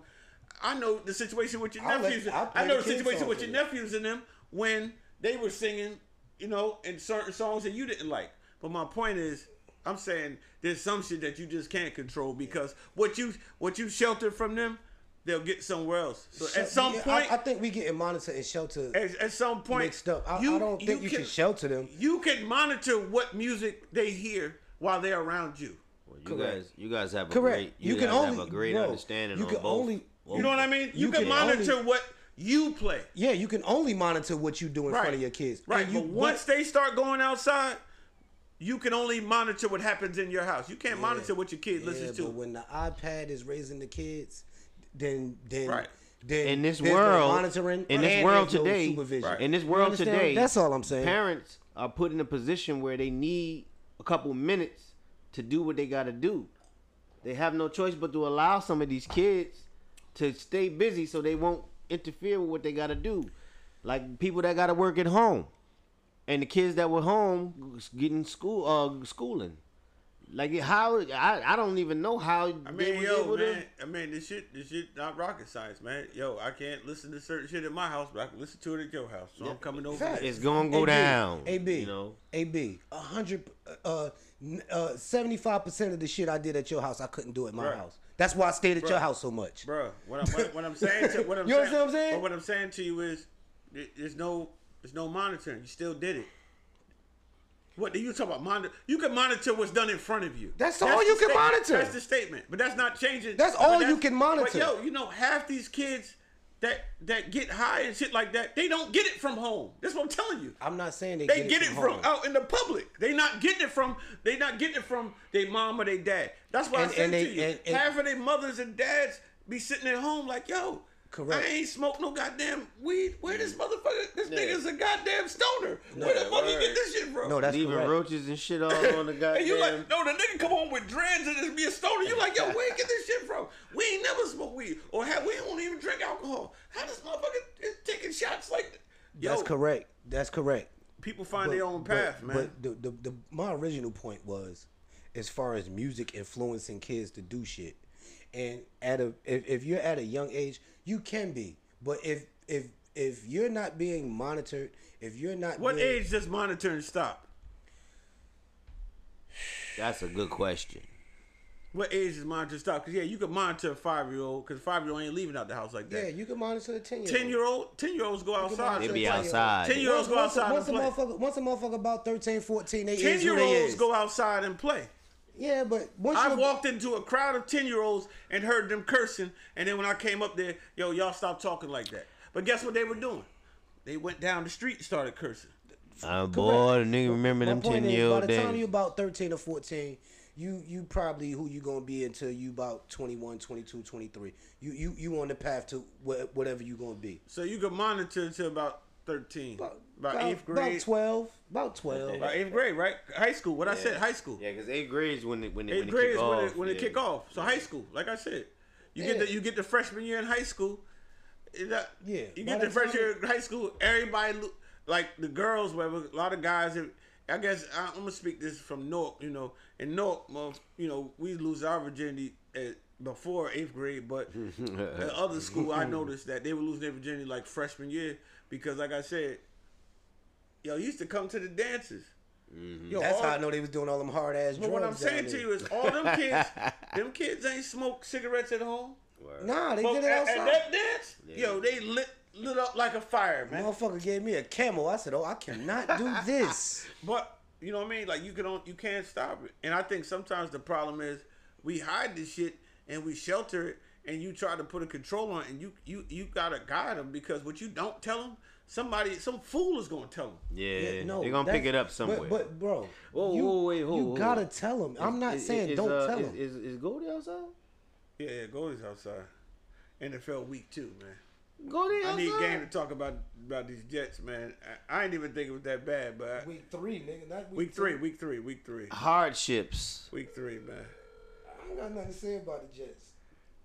[SPEAKER 1] I know the situation with your
[SPEAKER 4] I'll let-
[SPEAKER 1] nephews.
[SPEAKER 4] I'll play
[SPEAKER 1] I know
[SPEAKER 4] the
[SPEAKER 1] the
[SPEAKER 4] kids'
[SPEAKER 1] situation
[SPEAKER 4] songs
[SPEAKER 1] with
[SPEAKER 4] for
[SPEAKER 1] your
[SPEAKER 4] you.
[SPEAKER 1] nephews and them when they were singing, you know, and certain songs that you didn't like. But my point is, I'm saying there's some shit that you just can't control because what you what you shelter from them, they'll get somewhere else. So at some
[SPEAKER 4] Yeah,
[SPEAKER 1] point,
[SPEAKER 4] I, I think we getting monitored and sheltered
[SPEAKER 1] at, at some point,
[SPEAKER 4] mixed up. I, I don't think you,
[SPEAKER 1] can-
[SPEAKER 4] should shelter them.
[SPEAKER 1] You can monitor what music they hear while they're around you.
[SPEAKER 2] Well, you
[SPEAKER 4] Correct.
[SPEAKER 2] guys, you guys have a
[SPEAKER 4] Correct.
[SPEAKER 2] great.
[SPEAKER 4] You can
[SPEAKER 2] guys have
[SPEAKER 4] only-
[SPEAKER 2] a great
[SPEAKER 4] bro,
[SPEAKER 2] understanding.
[SPEAKER 4] you
[SPEAKER 2] on
[SPEAKER 4] can
[SPEAKER 2] both.
[SPEAKER 4] only-
[SPEAKER 2] both-
[SPEAKER 1] You know what I mean? You,
[SPEAKER 4] You
[SPEAKER 1] can,
[SPEAKER 4] can
[SPEAKER 1] monitor
[SPEAKER 4] only-
[SPEAKER 1] what you play.
[SPEAKER 4] Yeah, you can only monitor what you do in front of your kids.
[SPEAKER 1] Right.
[SPEAKER 4] And you,
[SPEAKER 1] but once they start going outside, you can only monitor what happens in your house. You can't monitor what your kid
[SPEAKER 4] yeah,
[SPEAKER 1] listens
[SPEAKER 4] but
[SPEAKER 1] to.
[SPEAKER 4] when the iPad is raising the kids, then then
[SPEAKER 1] Right.
[SPEAKER 4] then
[SPEAKER 2] in this
[SPEAKER 4] there's no
[SPEAKER 2] world,
[SPEAKER 4] monitoring
[SPEAKER 2] in this
[SPEAKER 4] and
[SPEAKER 2] world
[SPEAKER 4] there's no
[SPEAKER 2] today,
[SPEAKER 4] supervision.
[SPEAKER 2] in this
[SPEAKER 4] You
[SPEAKER 2] world
[SPEAKER 4] understand?
[SPEAKER 2] today,
[SPEAKER 4] That's all I'm saying.
[SPEAKER 2] Parents are put in a position where they need a couple minutes to do what they got to do. They have no choice but to allow some of these kids to stay busy so they won't interfere with what they got to do. Like people that got to work at home, and the kids that were home getting school uh, schooling. Like how I, I don't even know how
[SPEAKER 1] I
[SPEAKER 2] they
[SPEAKER 1] mean,
[SPEAKER 2] were
[SPEAKER 1] yo,
[SPEAKER 2] able to-
[SPEAKER 1] man. I mean, this shit, this shit, not rocket science, man. Yo, I can't listen to certain shit at my house, but I can listen to it at your house. So I'm coming over.
[SPEAKER 4] Facts.
[SPEAKER 1] there.
[SPEAKER 2] It's gonna go
[SPEAKER 4] AB,
[SPEAKER 2] down.
[SPEAKER 4] AB,
[SPEAKER 2] you know.
[SPEAKER 4] AB, a hundred, uh, seventy-five percent of the shit I did at your house, I couldn't do at my
[SPEAKER 1] Bruh.
[SPEAKER 4] house. That's why I stayed at
[SPEAKER 1] Bruh.
[SPEAKER 4] your house so much.
[SPEAKER 1] Bruh, what I'm what, what I'm saying to what I'm
[SPEAKER 4] You
[SPEAKER 1] saying,
[SPEAKER 4] understand what I'm saying?
[SPEAKER 1] But what I'm saying to you is, th- there's no there's no monitoring. You still did it. What do you talk about? Monitor. You can monitor what's done in front of you.
[SPEAKER 4] That's all you
[SPEAKER 1] the
[SPEAKER 4] can
[SPEAKER 1] statement.
[SPEAKER 4] monitor.
[SPEAKER 1] That's the statement. But that's not changing.
[SPEAKER 4] That's
[SPEAKER 1] but
[SPEAKER 4] all you can monitor.
[SPEAKER 1] But yo, you know, half these kids that that get high and shit like that, they don't get it from home. That's what I'm telling you.
[SPEAKER 4] I'm not saying they,
[SPEAKER 1] They get, it from,
[SPEAKER 4] home.
[SPEAKER 1] out in the public. They not getting it from they not getting it from their mom or their dad. That's why
[SPEAKER 4] And-
[SPEAKER 1] I said
[SPEAKER 4] and they-
[SPEAKER 1] to you,
[SPEAKER 4] and- and-
[SPEAKER 1] half of their mothers and dads be sitting at home like, yo,
[SPEAKER 4] Correct. Mm.
[SPEAKER 1] I ain't smoked no goddamn weed. Where this motherfucker? This
[SPEAKER 2] Yeah.
[SPEAKER 1] nigga's a goddamn stoner. Where the
[SPEAKER 2] Yeah,
[SPEAKER 1] fuck you
[SPEAKER 2] word.
[SPEAKER 1] get this shit from?
[SPEAKER 4] No, that's
[SPEAKER 2] leaving
[SPEAKER 4] correct.
[SPEAKER 2] roaches and shit all on the goddamn.
[SPEAKER 1] And you like, no, the nigga come home with dreads and just be a stoner. You like, yo, where you get this shit from? We ain't never smoked weed, or have, we don't even drink alcohol. How this motherfucker is taking shots like? th- Yo,
[SPEAKER 4] That's correct. That's correct.
[SPEAKER 1] People find their own path, man.
[SPEAKER 4] But the, the, the my original point was, as far as music influencing kids to do shit, and at a if, if you're at a young age, you can be. But if if if you're not being monitored, if you're not
[SPEAKER 1] what
[SPEAKER 4] being,
[SPEAKER 1] age does monitoring stop?
[SPEAKER 2] That's a good question.
[SPEAKER 1] What age is monitoring stop? Because yeah, you can monitor a five year old because five year old ain't leaving out the house like
[SPEAKER 4] yeah,
[SPEAKER 1] that.
[SPEAKER 4] you can monitor the ten year
[SPEAKER 1] Ten year old, ten year olds go outside.
[SPEAKER 2] They
[SPEAKER 4] monitor
[SPEAKER 2] be
[SPEAKER 4] Ten-year-old.
[SPEAKER 2] outside.
[SPEAKER 1] Ten-year-old- Girls go
[SPEAKER 4] once,
[SPEAKER 1] outside
[SPEAKER 4] once,
[SPEAKER 1] and
[SPEAKER 4] a
[SPEAKER 1] play.
[SPEAKER 4] motherfucker, once a motherfucker about 13, 14, they
[SPEAKER 1] Ten
[SPEAKER 4] is who
[SPEAKER 1] year
[SPEAKER 4] they
[SPEAKER 1] olds
[SPEAKER 4] is.
[SPEAKER 1] go outside and play.
[SPEAKER 4] Yeah, but once
[SPEAKER 1] I
[SPEAKER 4] you
[SPEAKER 1] walked into a crowd of ten year olds and heard them cursing, and then when I came up there, yo, y'all stop talking like that. But guess what they were doing? They went down the street and started cursing.
[SPEAKER 2] I'm bored. Ah, The nigga remember
[SPEAKER 4] My
[SPEAKER 2] them
[SPEAKER 4] point
[SPEAKER 2] ten
[SPEAKER 4] is,
[SPEAKER 2] year
[SPEAKER 4] By
[SPEAKER 2] old
[SPEAKER 4] the time you
[SPEAKER 2] days.
[SPEAKER 4] about 13 or 14, you you probably who you going to be until you about 21, 22, 23. You you you on the path to wh- whatever you going to be.
[SPEAKER 1] So you could monitor until about thirteen, about, eighth grade,
[SPEAKER 4] About 12, about 12.
[SPEAKER 1] about eighth grade, right? High school. What I said, high school.
[SPEAKER 2] Yeah, because eighth grade is when it, when it,
[SPEAKER 1] Eighth
[SPEAKER 2] when it
[SPEAKER 1] grade
[SPEAKER 2] kick
[SPEAKER 1] is
[SPEAKER 2] off.
[SPEAKER 1] when it, when
[SPEAKER 2] yeah.
[SPEAKER 1] it kick off. So high school, like I said, you get
[SPEAKER 4] Yeah.
[SPEAKER 1] the you get the freshman year in high school. it- that-
[SPEAKER 4] Yeah,
[SPEAKER 1] You
[SPEAKER 4] by
[SPEAKER 1] get the
[SPEAKER 4] the
[SPEAKER 1] freshman
[SPEAKER 4] time-
[SPEAKER 1] year in high school. Everybody lo- like the girls, whatever. A lot of guys. if- I guess I, I'm gonna speak this from North. You know, in North, well, you know, we lose our virginity at, before eighth grade, but at other school, I noticed that they were losing their virginity like freshman year because, like I said, yo, you used to come to the dances. Yo,
[SPEAKER 4] That's
[SPEAKER 1] all-
[SPEAKER 4] how I know they was doing all them hard ass drugs.
[SPEAKER 1] but what I'm saying
[SPEAKER 4] down
[SPEAKER 1] to
[SPEAKER 4] there.
[SPEAKER 1] you is, all them kids, them kids ain't smoke cigarettes at home.
[SPEAKER 2] Word.
[SPEAKER 4] Nah, they
[SPEAKER 1] But at,
[SPEAKER 4] did it
[SPEAKER 1] at
[SPEAKER 4] outside.
[SPEAKER 1] that dance, yo, they lit lit up like a fire, man.
[SPEAKER 4] Motherfucker gave me a camel. I said, "Oh, I cannot do this."
[SPEAKER 1] But you know what I mean? Like you can on, you can't stop it. And I think sometimes the problem is we hide this shit and we shelter it, and you try to put a control on, it and you you you gotta guide them because what you don't tell them, somebody some fool is gonna tell them.
[SPEAKER 2] Yeah,
[SPEAKER 4] Yeah, no,
[SPEAKER 2] they're gonna
[SPEAKER 4] that's-
[SPEAKER 2] pick it up somewhere.
[SPEAKER 4] But, but bro,
[SPEAKER 2] Whoa,
[SPEAKER 4] you,
[SPEAKER 2] whoa, wait, whoa,
[SPEAKER 4] you
[SPEAKER 2] whoa.
[SPEAKER 4] gotta tell him. I'm not
[SPEAKER 2] Is-
[SPEAKER 4] saying
[SPEAKER 2] is,
[SPEAKER 4] don't
[SPEAKER 2] uh,
[SPEAKER 4] tell
[SPEAKER 2] is,
[SPEAKER 4] him.
[SPEAKER 2] Is, is Goldie outside?
[SPEAKER 1] Yeah, yeah, Goldie's outside. NFL week two, man.
[SPEAKER 2] Go to the
[SPEAKER 1] I need
[SPEAKER 2] outside.
[SPEAKER 1] game to talk about about these Jets, man. I, I didn't even think it was that bad, but I,
[SPEAKER 4] Week three, nigga. Not week,
[SPEAKER 1] week
[SPEAKER 4] two.
[SPEAKER 1] three, week three, week three,
[SPEAKER 2] Hardships.
[SPEAKER 1] week three, man.
[SPEAKER 4] I don't got nothing to say about the Jets.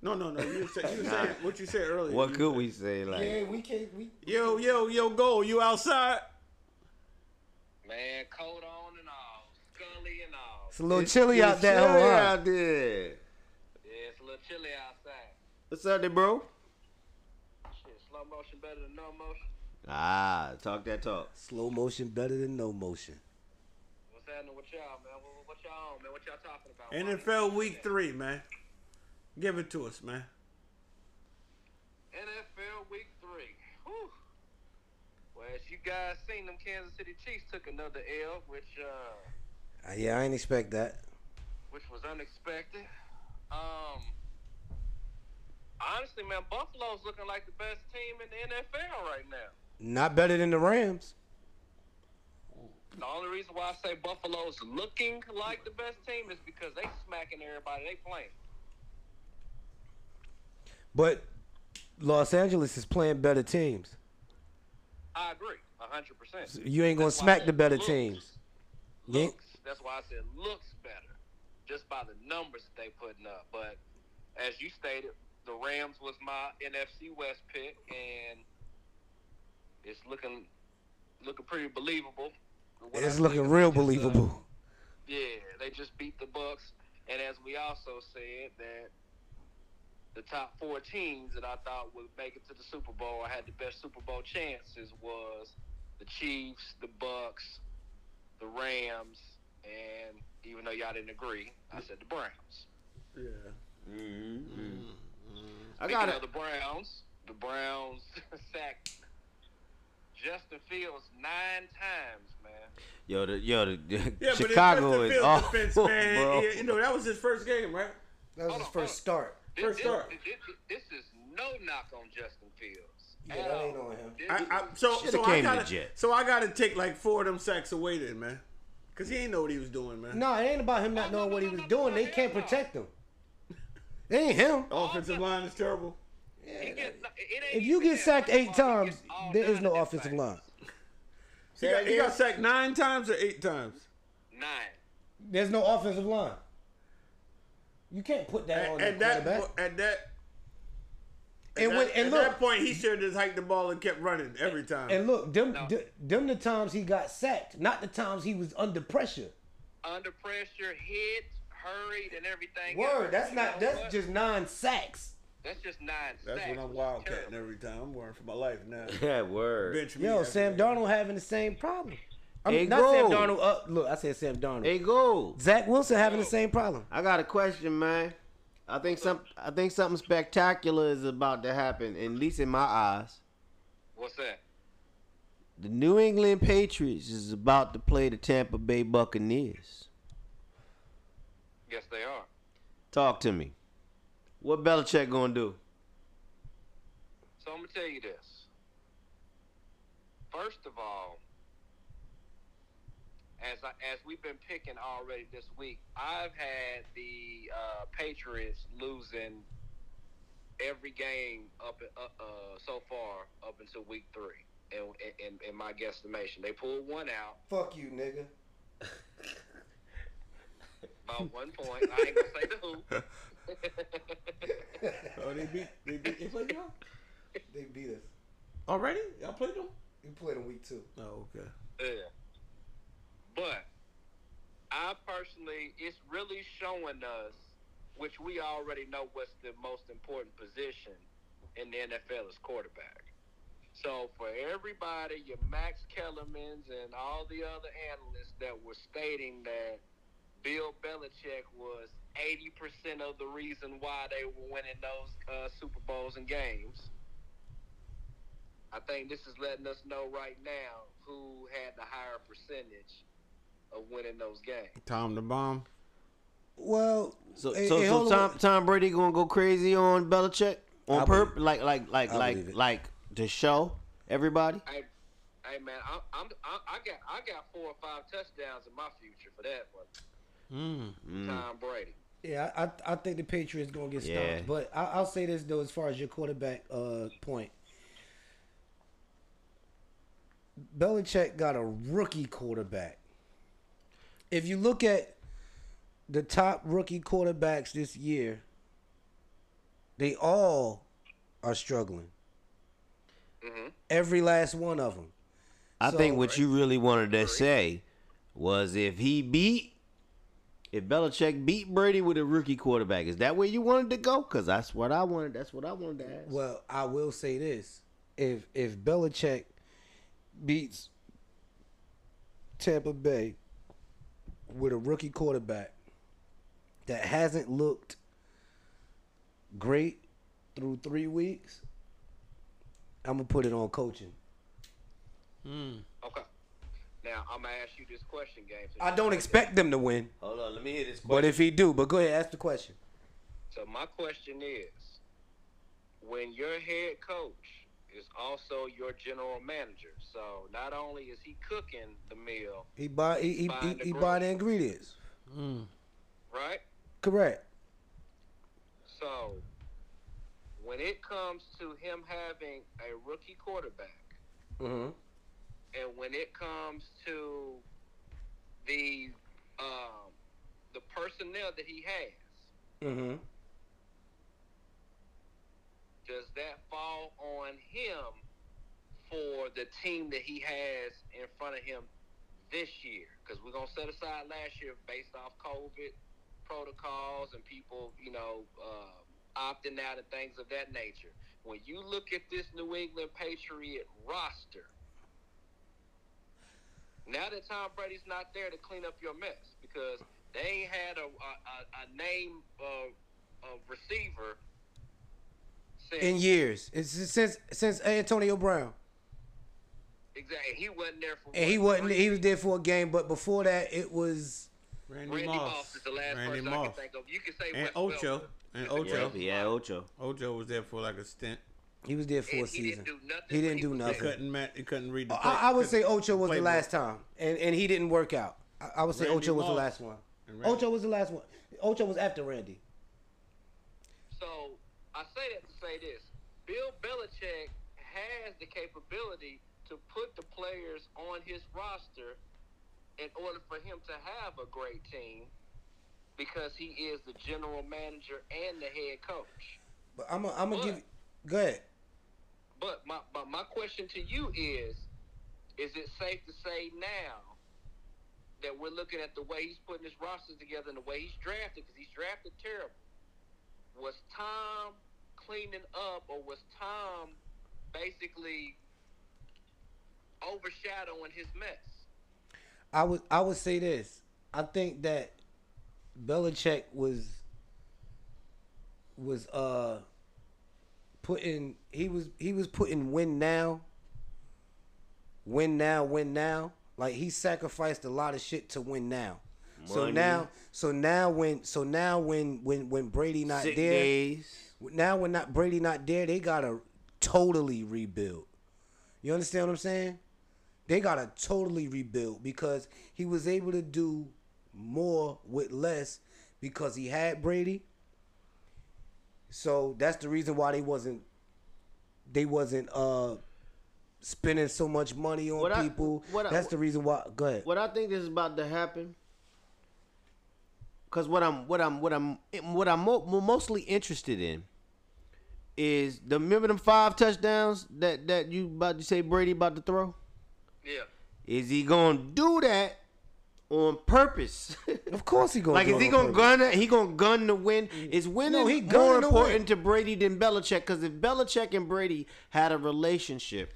[SPEAKER 1] No, no, no. You were, say, you were saying what you said earlier.
[SPEAKER 2] What
[SPEAKER 1] You
[SPEAKER 2] could
[SPEAKER 1] said,
[SPEAKER 2] we say? Like,
[SPEAKER 4] yeah, we can't. We
[SPEAKER 1] Yo, yo, yo, goal. You outside?
[SPEAKER 3] Man, coat on and all, scully and all.
[SPEAKER 4] it's a little
[SPEAKER 2] It's-
[SPEAKER 4] chilly
[SPEAKER 2] it's
[SPEAKER 4] out there.
[SPEAKER 2] Chilly
[SPEAKER 4] huh?
[SPEAKER 2] out there.
[SPEAKER 3] Yeah, it's a little chilly outside.
[SPEAKER 2] What's up, there, bro?
[SPEAKER 3] Shit, slow motion better than no motion.
[SPEAKER 2] Ah, talk that talk.
[SPEAKER 4] Slow motion better than no motion.
[SPEAKER 3] What's happening with y'all, man? What, what y'all on, man? What y'all talking about?
[SPEAKER 1] NFL week three, man. Give it to us, man.
[SPEAKER 3] NFL week three. Whew. Well, as you guys seen, them Kansas City Chiefs took another L, which uh,
[SPEAKER 4] Uh, yeah, I ain't expect that.
[SPEAKER 3] which was unexpected. Um, honestly, man, Buffalo's looking like the best team in the NFL right now.
[SPEAKER 4] Not better than the Rams.
[SPEAKER 3] The only reason why I say Buffalo's looking like the best team is because they smacking everybody they playing.
[SPEAKER 4] But Los Angeles is playing better teams.
[SPEAKER 3] I agree, hundred percent.
[SPEAKER 4] So you ain't gonna smack the better teams. You ain't-
[SPEAKER 3] Looks. That's why I said looks better, just by the numbers that they putting up. But as you stated, the Rams was my NFC West pick, and it's looking looking pretty believable. What I
[SPEAKER 4] It's
[SPEAKER 3] think
[SPEAKER 4] looking
[SPEAKER 3] is
[SPEAKER 4] real
[SPEAKER 3] just, uh,
[SPEAKER 4] believable.
[SPEAKER 3] Yeah, they just beat the Bucks, and as we also said that the top four teams that I thought would make it to the Super Bowl or had the best Super Bowl chances was the Chiefs, the Bucks, the Rams, and even though y'all didn't agree, I said the Browns.
[SPEAKER 1] Yeah.
[SPEAKER 2] Mm-hmm.
[SPEAKER 1] I
[SPEAKER 3] Speaking
[SPEAKER 1] got
[SPEAKER 3] of
[SPEAKER 1] it.
[SPEAKER 3] the Browns, the Browns sacked Justin Fields nine times, man.
[SPEAKER 2] Yo, the, yo, the,
[SPEAKER 1] Yeah,
[SPEAKER 2] Chicago
[SPEAKER 1] but
[SPEAKER 2] is
[SPEAKER 1] it's
[SPEAKER 2] off,
[SPEAKER 1] just the defense, man.
[SPEAKER 2] bro.
[SPEAKER 1] Yeah, you know that was his first game, right?
[SPEAKER 4] That was
[SPEAKER 3] Hold
[SPEAKER 4] his
[SPEAKER 3] on,
[SPEAKER 4] first start.
[SPEAKER 3] This,
[SPEAKER 1] First
[SPEAKER 3] this,
[SPEAKER 1] start.
[SPEAKER 3] This, this, is no knock on Justin Fields.
[SPEAKER 4] Yeah,
[SPEAKER 3] at
[SPEAKER 4] that
[SPEAKER 3] all.
[SPEAKER 4] ain't on him.
[SPEAKER 3] This-
[SPEAKER 1] I, I, so
[SPEAKER 2] Shoulda
[SPEAKER 1] so I
[SPEAKER 2] came to the
[SPEAKER 1] gotta
[SPEAKER 2] Jets.
[SPEAKER 1] so I gotta take like four of them sacks away then, man, because he ain't know what he was doing, man.
[SPEAKER 4] No, it ain't about him not knowing what he was doing. They can't protect him. It ain't him.
[SPEAKER 1] The offensive line is terrible.
[SPEAKER 3] He gets- it ain't
[SPEAKER 4] If you
[SPEAKER 3] even
[SPEAKER 4] get
[SPEAKER 3] that.
[SPEAKER 4] sacked
[SPEAKER 3] First of
[SPEAKER 4] eight
[SPEAKER 3] all, he
[SPEAKER 4] times,
[SPEAKER 3] gets all
[SPEAKER 4] there is
[SPEAKER 3] nine
[SPEAKER 4] no
[SPEAKER 3] of them
[SPEAKER 4] offensive
[SPEAKER 3] sacks.
[SPEAKER 4] line.
[SPEAKER 1] He got, he got sacked nine times or eight times.
[SPEAKER 3] Nine.
[SPEAKER 4] There's no offensive line. You can't put that on
[SPEAKER 1] At,
[SPEAKER 4] the
[SPEAKER 1] at that
[SPEAKER 4] quarterback.
[SPEAKER 1] po- at that. At,
[SPEAKER 4] And
[SPEAKER 1] that,
[SPEAKER 4] when- and
[SPEAKER 1] at
[SPEAKER 4] look-
[SPEAKER 1] that point, he should have just hiked the ball and kept running every time.
[SPEAKER 4] and look, them,
[SPEAKER 3] No.
[SPEAKER 4] th- them the times he got sacked, not the times he was under pressure.
[SPEAKER 3] Under pressure, hit, hurried, and everything. else.
[SPEAKER 4] Word, that's
[SPEAKER 3] You
[SPEAKER 4] not
[SPEAKER 3] know
[SPEAKER 4] that's
[SPEAKER 3] what?
[SPEAKER 4] just nine sacks.
[SPEAKER 3] that's just nine.
[SPEAKER 1] That's
[SPEAKER 3] sacks,
[SPEAKER 1] when I'm
[SPEAKER 3] which is
[SPEAKER 1] wildcatting
[SPEAKER 3] terrible.
[SPEAKER 1] every time. I'm worriing for my life now.
[SPEAKER 2] yeah, word.
[SPEAKER 1] Bench me
[SPEAKER 4] Yo,
[SPEAKER 1] after
[SPEAKER 4] Sam
[SPEAKER 1] that.
[SPEAKER 4] Darnold having the same problem. I mean,
[SPEAKER 2] Hey,
[SPEAKER 4] not Sam
[SPEAKER 2] Gro.
[SPEAKER 4] Darnold. Uh, look, I said Sam Darnold.
[SPEAKER 2] Hey, go.
[SPEAKER 4] Zach Wilson having the
[SPEAKER 3] Yo.
[SPEAKER 4] same problem.
[SPEAKER 2] I got a question, man. I think some, I think something spectacular is about to happen. At least in my eyes,
[SPEAKER 3] What's that?
[SPEAKER 2] the New England Patriots is about to play the Tampa Bay Buccaneers.
[SPEAKER 3] Yes, they are.
[SPEAKER 2] Talk to me. What Belichick gonna do?
[SPEAKER 3] So I'm gonna tell you this. First of all, as I, as we've been picking already this week, I've had the uh, Patriots losing every game up uh, uh, so far up until week three. In, in, in my guesstimation, they pulled one out
[SPEAKER 4] Fuck you, nigga.
[SPEAKER 3] by one point. I ain't gonna say the who.
[SPEAKER 1] Oh, they beat. They beat. They played y'all
[SPEAKER 4] They beat us.
[SPEAKER 1] already. Y'all played them.
[SPEAKER 4] We played in week two.
[SPEAKER 1] Oh, okay.
[SPEAKER 3] Yeah. But I personally, it's really showing us, which we already know what's the most important position in the NFL is quarterback. So for everybody, your Max Kellermans and all the other analysts that were stating that Bill Belichick was 80% of the reason why they were winning those uh, Super Bowls and games. I think this is letting us know right now who had the higher percentage of winning those games.
[SPEAKER 1] Tom the bomb.
[SPEAKER 4] Well,
[SPEAKER 2] So,
[SPEAKER 4] hey,
[SPEAKER 2] so,
[SPEAKER 4] hey,
[SPEAKER 2] so
[SPEAKER 4] hold on.
[SPEAKER 2] Tom, Tom Brady gonna go crazy on Belichick
[SPEAKER 4] I
[SPEAKER 2] on
[SPEAKER 4] believe
[SPEAKER 2] purpose, like, like, like,
[SPEAKER 4] I
[SPEAKER 2] like,
[SPEAKER 4] believe it.
[SPEAKER 2] like to show everybody.
[SPEAKER 3] Hey, hey man, I, I'm I, I got I got four or five touchdowns in my future for that one. Tom Brady.
[SPEAKER 4] Yeah, I, I think the Patriots gonna get stopped.
[SPEAKER 2] Yeah.
[SPEAKER 4] But I, I'll say this though, as far as your quarterback uh, point, Belichick got a rookie quarterback. If you look at the top rookie quarterbacks this year, they all are struggling. Every last one of them.
[SPEAKER 2] I
[SPEAKER 4] So-
[SPEAKER 2] think what you really wanted to say was if he beat, if Belichick beat Brady with a rookie quarterback, is that where you wanted to go? Because that's what I wanted. That's what I wanted to ask.
[SPEAKER 4] Well, I will say this: if if Belichick beats Tampa Bay with a rookie quarterback that hasn't looked great through three weeks, I'm gonna put it on coaching.
[SPEAKER 3] Okay. Now I'm gonna ask you this question, game.
[SPEAKER 4] I don't expect them to win,
[SPEAKER 2] Hold on, let me hear this question.
[SPEAKER 4] but if he do, but go ahead, ask the question.
[SPEAKER 3] So my question is, when your head coach is also your general manager, so not only is he cooking the meal,
[SPEAKER 4] He buy he he, he,
[SPEAKER 3] Buying the
[SPEAKER 4] he buy the
[SPEAKER 3] growth.
[SPEAKER 4] ingredients,
[SPEAKER 3] right?
[SPEAKER 4] correct?
[SPEAKER 3] So when it comes to him having a rookie quarterback,
[SPEAKER 4] Mm-hmm.
[SPEAKER 3] and when it comes to the um, the personnel that he has,
[SPEAKER 4] Mm-hmm.
[SPEAKER 3] does that fall on him for the team that he has in front of him this year? Because we're gonna set aside last year based off COVID protocols and people, you know, um, opting out and things of that nature. When you look at this New England Patriot roster, now that Tom Brady's not there to clean up your mess, because they ain't had a a, a, a name uh, a receiver since
[SPEAKER 4] In years, it's since since Antonio Brown.
[SPEAKER 3] Exactly. He wasn't there for.
[SPEAKER 4] And he
[SPEAKER 3] what,
[SPEAKER 4] wasn't.
[SPEAKER 3] three-
[SPEAKER 4] He was there for a game, but before that, it was
[SPEAKER 1] Randy,
[SPEAKER 3] Randy
[SPEAKER 1] Moss.
[SPEAKER 3] Moss. is the last
[SPEAKER 1] Randy
[SPEAKER 3] person I
[SPEAKER 1] Moss.
[SPEAKER 3] can think of. You can say
[SPEAKER 1] And
[SPEAKER 3] Wes
[SPEAKER 1] Ocho.
[SPEAKER 3] Welker.
[SPEAKER 1] And
[SPEAKER 2] yeah,
[SPEAKER 1] Ocho.
[SPEAKER 2] yeah, Ocho.
[SPEAKER 1] Ocho was there for like a stint.
[SPEAKER 4] he was there for a
[SPEAKER 3] And he
[SPEAKER 4] season.
[SPEAKER 3] didn't do nothing.
[SPEAKER 4] He didn't
[SPEAKER 3] when
[SPEAKER 4] do
[SPEAKER 3] was
[SPEAKER 1] He
[SPEAKER 4] nothing.
[SPEAKER 3] there.
[SPEAKER 1] couldn't ma- he couldn't read the play.
[SPEAKER 4] I, I would say
[SPEAKER 1] couldn't-
[SPEAKER 4] Ocho was the
[SPEAKER 1] playbook.
[SPEAKER 4] last time, and and he didn't work out. I, I would say
[SPEAKER 1] Randy
[SPEAKER 4] Ocho was the
[SPEAKER 1] Moss.
[SPEAKER 4] last one.
[SPEAKER 1] And Randy-
[SPEAKER 4] Ocho was the last one. Ocho was after Randy.
[SPEAKER 3] So I say that to say this: Bill Belichick has the capability to put the players on his roster in order for him to have a great team, because he is the general manager and the head coach.
[SPEAKER 4] But I'm gonna I'm gonna
[SPEAKER 3] But-
[SPEAKER 4] give. Go ahead.
[SPEAKER 3] But my, but my question to you is, is it safe to say now that we're looking at the way he's putting his rosters together and the way he's drafted, because he's drafted terrible? Was Tom cleaning up, or was Tom basically overshadowing his mess?
[SPEAKER 4] I would I would say this. I think that Belichick was was uh putting he was he was putting win now, win now, win now. Like he sacrificed a lot of shit to win now. So
[SPEAKER 2] Money.
[SPEAKER 4] now so now when so now when when when Brady not
[SPEAKER 2] Sick
[SPEAKER 4] there
[SPEAKER 2] days.
[SPEAKER 4] now when not Brady not there, they gotta totally rebuild. You understand what I'm saying? They gotta totally rebuild because he was able to do more with less because he had Brady. So that's the reason why they wasn't they wasn't uh spending so much money on
[SPEAKER 2] What I-
[SPEAKER 4] people.
[SPEAKER 2] what I-
[SPEAKER 4] that's the reason why go ahead.
[SPEAKER 2] what I think is about to happen. Cause what I'm what I'm what I'm what I'm mo- mostly interested in is the remember them five touchdowns that that you about to say Brady about to throw.
[SPEAKER 3] Yeah.
[SPEAKER 2] Is he gonna do that on purpose?
[SPEAKER 4] Of course he gonna
[SPEAKER 2] like
[SPEAKER 4] do
[SPEAKER 2] is
[SPEAKER 4] it
[SPEAKER 2] he
[SPEAKER 4] on
[SPEAKER 2] gonna
[SPEAKER 4] purpose. Mm.
[SPEAKER 2] gun it? He gonna gun the win? Is winning
[SPEAKER 4] No, he
[SPEAKER 2] more
[SPEAKER 4] gunning to win.
[SPEAKER 2] important to Brady than Belichick? Because if Belichick and Brady had a relationship,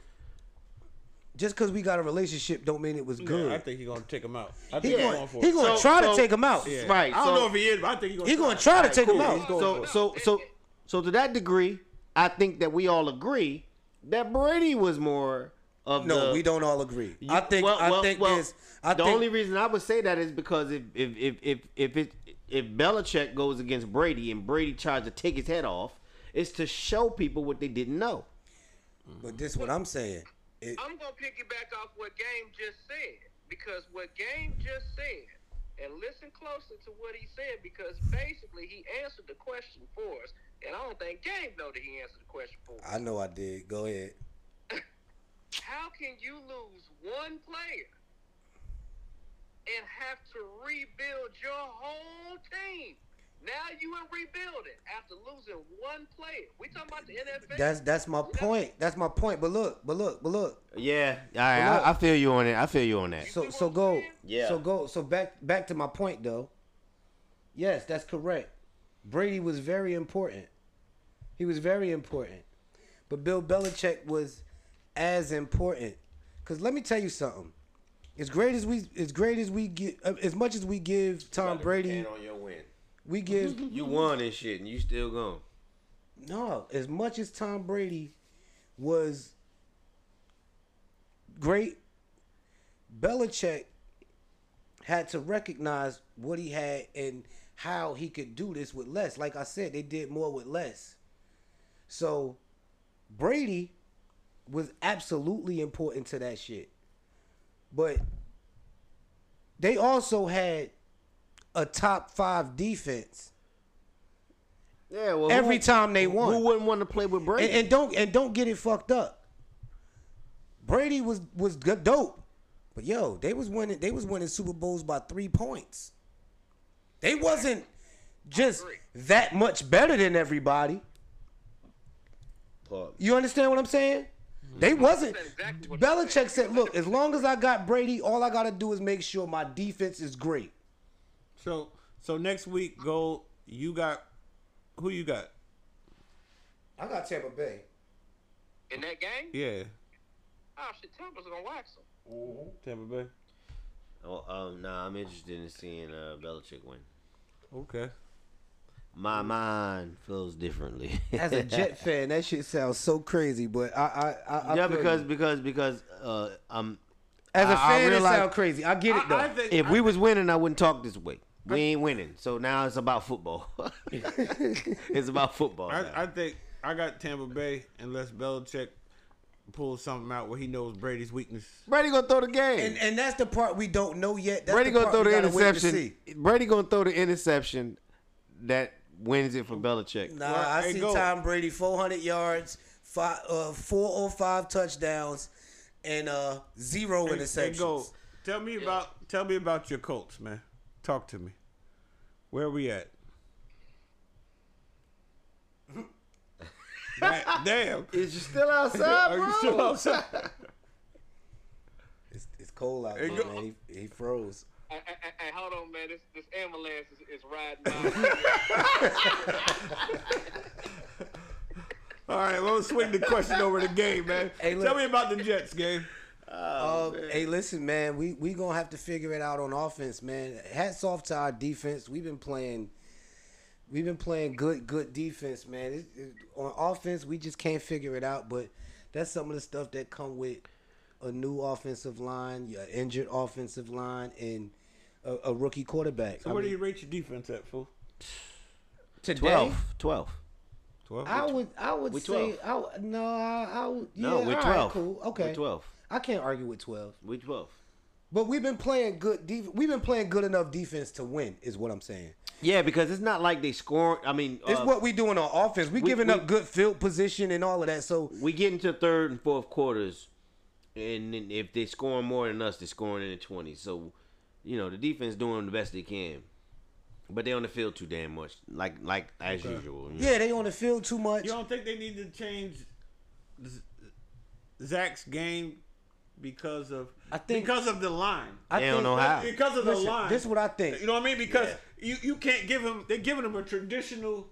[SPEAKER 4] just because we got a relationship don't mean it was good.
[SPEAKER 1] Yeah, I think he's gonna take him out. I
[SPEAKER 4] he
[SPEAKER 1] think he's
[SPEAKER 4] gonna,
[SPEAKER 1] going for
[SPEAKER 4] he
[SPEAKER 1] it.
[SPEAKER 4] gonna
[SPEAKER 2] So-
[SPEAKER 4] try
[SPEAKER 2] so-
[SPEAKER 4] to take him out.
[SPEAKER 1] Yeah.
[SPEAKER 2] Right,
[SPEAKER 1] I don't
[SPEAKER 2] so-
[SPEAKER 1] know if he is, but I think he's gonna
[SPEAKER 4] He gonna try to take him
[SPEAKER 2] Cool.
[SPEAKER 4] out.
[SPEAKER 2] So so so so to that degree, I think that we all agree that Brady was more of
[SPEAKER 4] No,
[SPEAKER 2] the-
[SPEAKER 4] we don't all agree. I think
[SPEAKER 2] Well, well,
[SPEAKER 4] I think
[SPEAKER 2] well,
[SPEAKER 4] there's I
[SPEAKER 2] the
[SPEAKER 4] think
[SPEAKER 2] only reason I would say that is because if if if if if it if Belichick goes against Brady and Brady tries to take his head off, it's to show people what they didn't know.
[SPEAKER 4] but this what I'm saying. It,
[SPEAKER 3] I'm gonna piggyback off what Game just said because what Game just said, and listen closely to what he said because basically he answered the question for us, and I don't think Game know that he answered the question for us.
[SPEAKER 4] I know I did. Go ahead.
[SPEAKER 3] how can you lose one player and have to rebuild your whole team? Now you in rebuilding after losing one player. We talking about the NFL.
[SPEAKER 4] That's that's my point. That's my point. But look, but look, but look.
[SPEAKER 2] Yeah, all right. I, I feel you on it. I feel you on that.
[SPEAKER 4] So so go.
[SPEAKER 2] Yeah.
[SPEAKER 4] So go. So back back to my point though. Yes, that's correct. Brady was very important. He was very important. But Bill Belichick was as important. Cause let me tell you something. As great as we, as great as we get, as much as we give Tom Brady,
[SPEAKER 2] on your win.
[SPEAKER 4] we give
[SPEAKER 2] You won this shit, and you still gone.
[SPEAKER 4] No, as much as Tom Brady was great, Belichick had to recognize what he had and how he could do this with less. Like I said, they did more with less. So Brady was absolutely important to that shit. But they also had a top five defense
[SPEAKER 2] Yeah. Well,
[SPEAKER 4] every
[SPEAKER 2] who-
[SPEAKER 4] time they won.
[SPEAKER 2] Who wouldn't want to play with Brady?
[SPEAKER 4] and, and don't and don't get it fucked up. Brady was was good dope, but yo, they was winning. They was winning Super Bowls by three points. They wasn't just
[SPEAKER 3] agree.
[SPEAKER 4] that much better than everybody.
[SPEAKER 2] Pause.
[SPEAKER 4] You understand what I'm saying? They wasn't.
[SPEAKER 3] Mm-hmm. That's exactly what I'm saying.
[SPEAKER 4] Belichick said, "Look, as long as I got Brady, all I gotta do is make sure my defense is great."
[SPEAKER 1] So so next week, go. You got who? You got?
[SPEAKER 4] I got Tampa Bay.
[SPEAKER 3] in that game.
[SPEAKER 1] Yeah,
[SPEAKER 3] Oh shit, Tampa's gonna wax them.
[SPEAKER 1] Tampa Bay.
[SPEAKER 2] Oh, um, nah, I'm interested in seeing uh, Belichick win.
[SPEAKER 1] Okay.
[SPEAKER 2] My mind feels differently.
[SPEAKER 4] As a Jet fan, that shit sounds so crazy, but I I, I, I
[SPEAKER 2] yeah,
[SPEAKER 4] feel
[SPEAKER 2] because
[SPEAKER 4] you.
[SPEAKER 2] because because uh, um,
[SPEAKER 4] as a
[SPEAKER 2] I- I
[SPEAKER 4] fan, it
[SPEAKER 2] realize-
[SPEAKER 4] sounds crazy. I get it though.
[SPEAKER 1] I, I think
[SPEAKER 2] if we was winning, I wouldn't talk this way. We ain't winning, so now it's about football. it's about football. now.
[SPEAKER 1] I, I think I got Tampa Bay unless Belichick pulls something out where he knows Brady's weakness.
[SPEAKER 2] Brady gonna throw the game.
[SPEAKER 4] And and that's the part we don't know yet. That's
[SPEAKER 2] Brady
[SPEAKER 4] the
[SPEAKER 2] gonna
[SPEAKER 4] part
[SPEAKER 2] throw
[SPEAKER 4] we
[SPEAKER 2] the
[SPEAKER 4] gotta wait to see.
[SPEAKER 2] interception. Brady gonna throw the interception that wins it for Belichick.
[SPEAKER 4] Nah,
[SPEAKER 1] Well,
[SPEAKER 4] I
[SPEAKER 1] hey,
[SPEAKER 4] see
[SPEAKER 1] go.
[SPEAKER 4] Tom Brady 400 yards, five, uh, four or five touchdowns, and uh, zero
[SPEAKER 1] Hey,
[SPEAKER 4] interceptions.
[SPEAKER 1] go. Tell me about tell me about your Colts, man. Talk to me. Where we at? Right, Damn.
[SPEAKER 2] Is you still outside,
[SPEAKER 1] Are you still outside?
[SPEAKER 4] It's, it's cold out
[SPEAKER 1] Hey,
[SPEAKER 4] there,
[SPEAKER 1] go.
[SPEAKER 4] man. He, he froze.
[SPEAKER 3] Hey, hey, hey, hey, hold on, man. This this ambulance is, is riding by.
[SPEAKER 1] All right, well, let's swing the question over the game, man.
[SPEAKER 4] Hey, look.
[SPEAKER 1] Tell me about the Jets game.
[SPEAKER 4] Uh, hey, listen, man. We we gonna have to figure it out on offense, man. Hats off to our defense. We've been playing, we've been playing good good defense, man. It, it- on offense, we just can't figure it out. But that's some of the stuff that come with a new offensive line, your injured offensive line, and a, a rookie quarterback.
[SPEAKER 1] So
[SPEAKER 4] I
[SPEAKER 1] where do
[SPEAKER 4] mean,
[SPEAKER 1] you rate your defense at, fool?
[SPEAKER 4] today?
[SPEAKER 2] 12. 12.
[SPEAKER 1] 12?
[SPEAKER 4] I would, I would
[SPEAKER 2] We
[SPEAKER 4] say,
[SPEAKER 2] 12.
[SPEAKER 4] I, would- no, I, I would, yeah,
[SPEAKER 2] No,
[SPEAKER 4] all
[SPEAKER 2] we're
[SPEAKER 4] right,
[SPEAKER 2] 12.
[SPEAKER 4] cool, okay,
[SPEAKER 2] We're 12.
[SPEAKER 4] I can't argue with twelve.
[SPEAKER 2] We're 12.
[SPEAKER 4] But we've been playing good. Def- we've been playing good enough defense to win, is what I'm saying.
[SPEAKER 2] Yeah, because it's not like they score. I mean,
[SPEAKER 4] It's
[SPEAKER 2] uh,
[SPEAKER 4] what we doing on offense. We,
[SPEAKER 2] we-
[SPEAKER 4] giving
[SPEAKER 2] we-
[SPEAKER 4] up good field position and all of that. So
[SPEAKER 2] we get into third and fourth quarters, and then if they're scoring more than us, they're scoring in the 20s. So, you know, the defense doing the best they can. But they on the field too damn much, like like as usual. you know.
[SPEAKER 4] yeah, they on the field too much.
[SPEAKER 1] You don't think they need to change Z- Zach's game because of
[SPEAKER 4] I think-
[SPEAKER 1] because of the line.
[SPEAKER 4] I
[SPEAKER 2] They don't know how.
[SPEAKER 1] because of
[SPEAKER 4] Listen,
[SPEAKER 1] the line.
[SPEAKER 4] This is what I think.
[SPEAKER 1] You know what I mean? Because you, you can't give him. They're giving him a traditional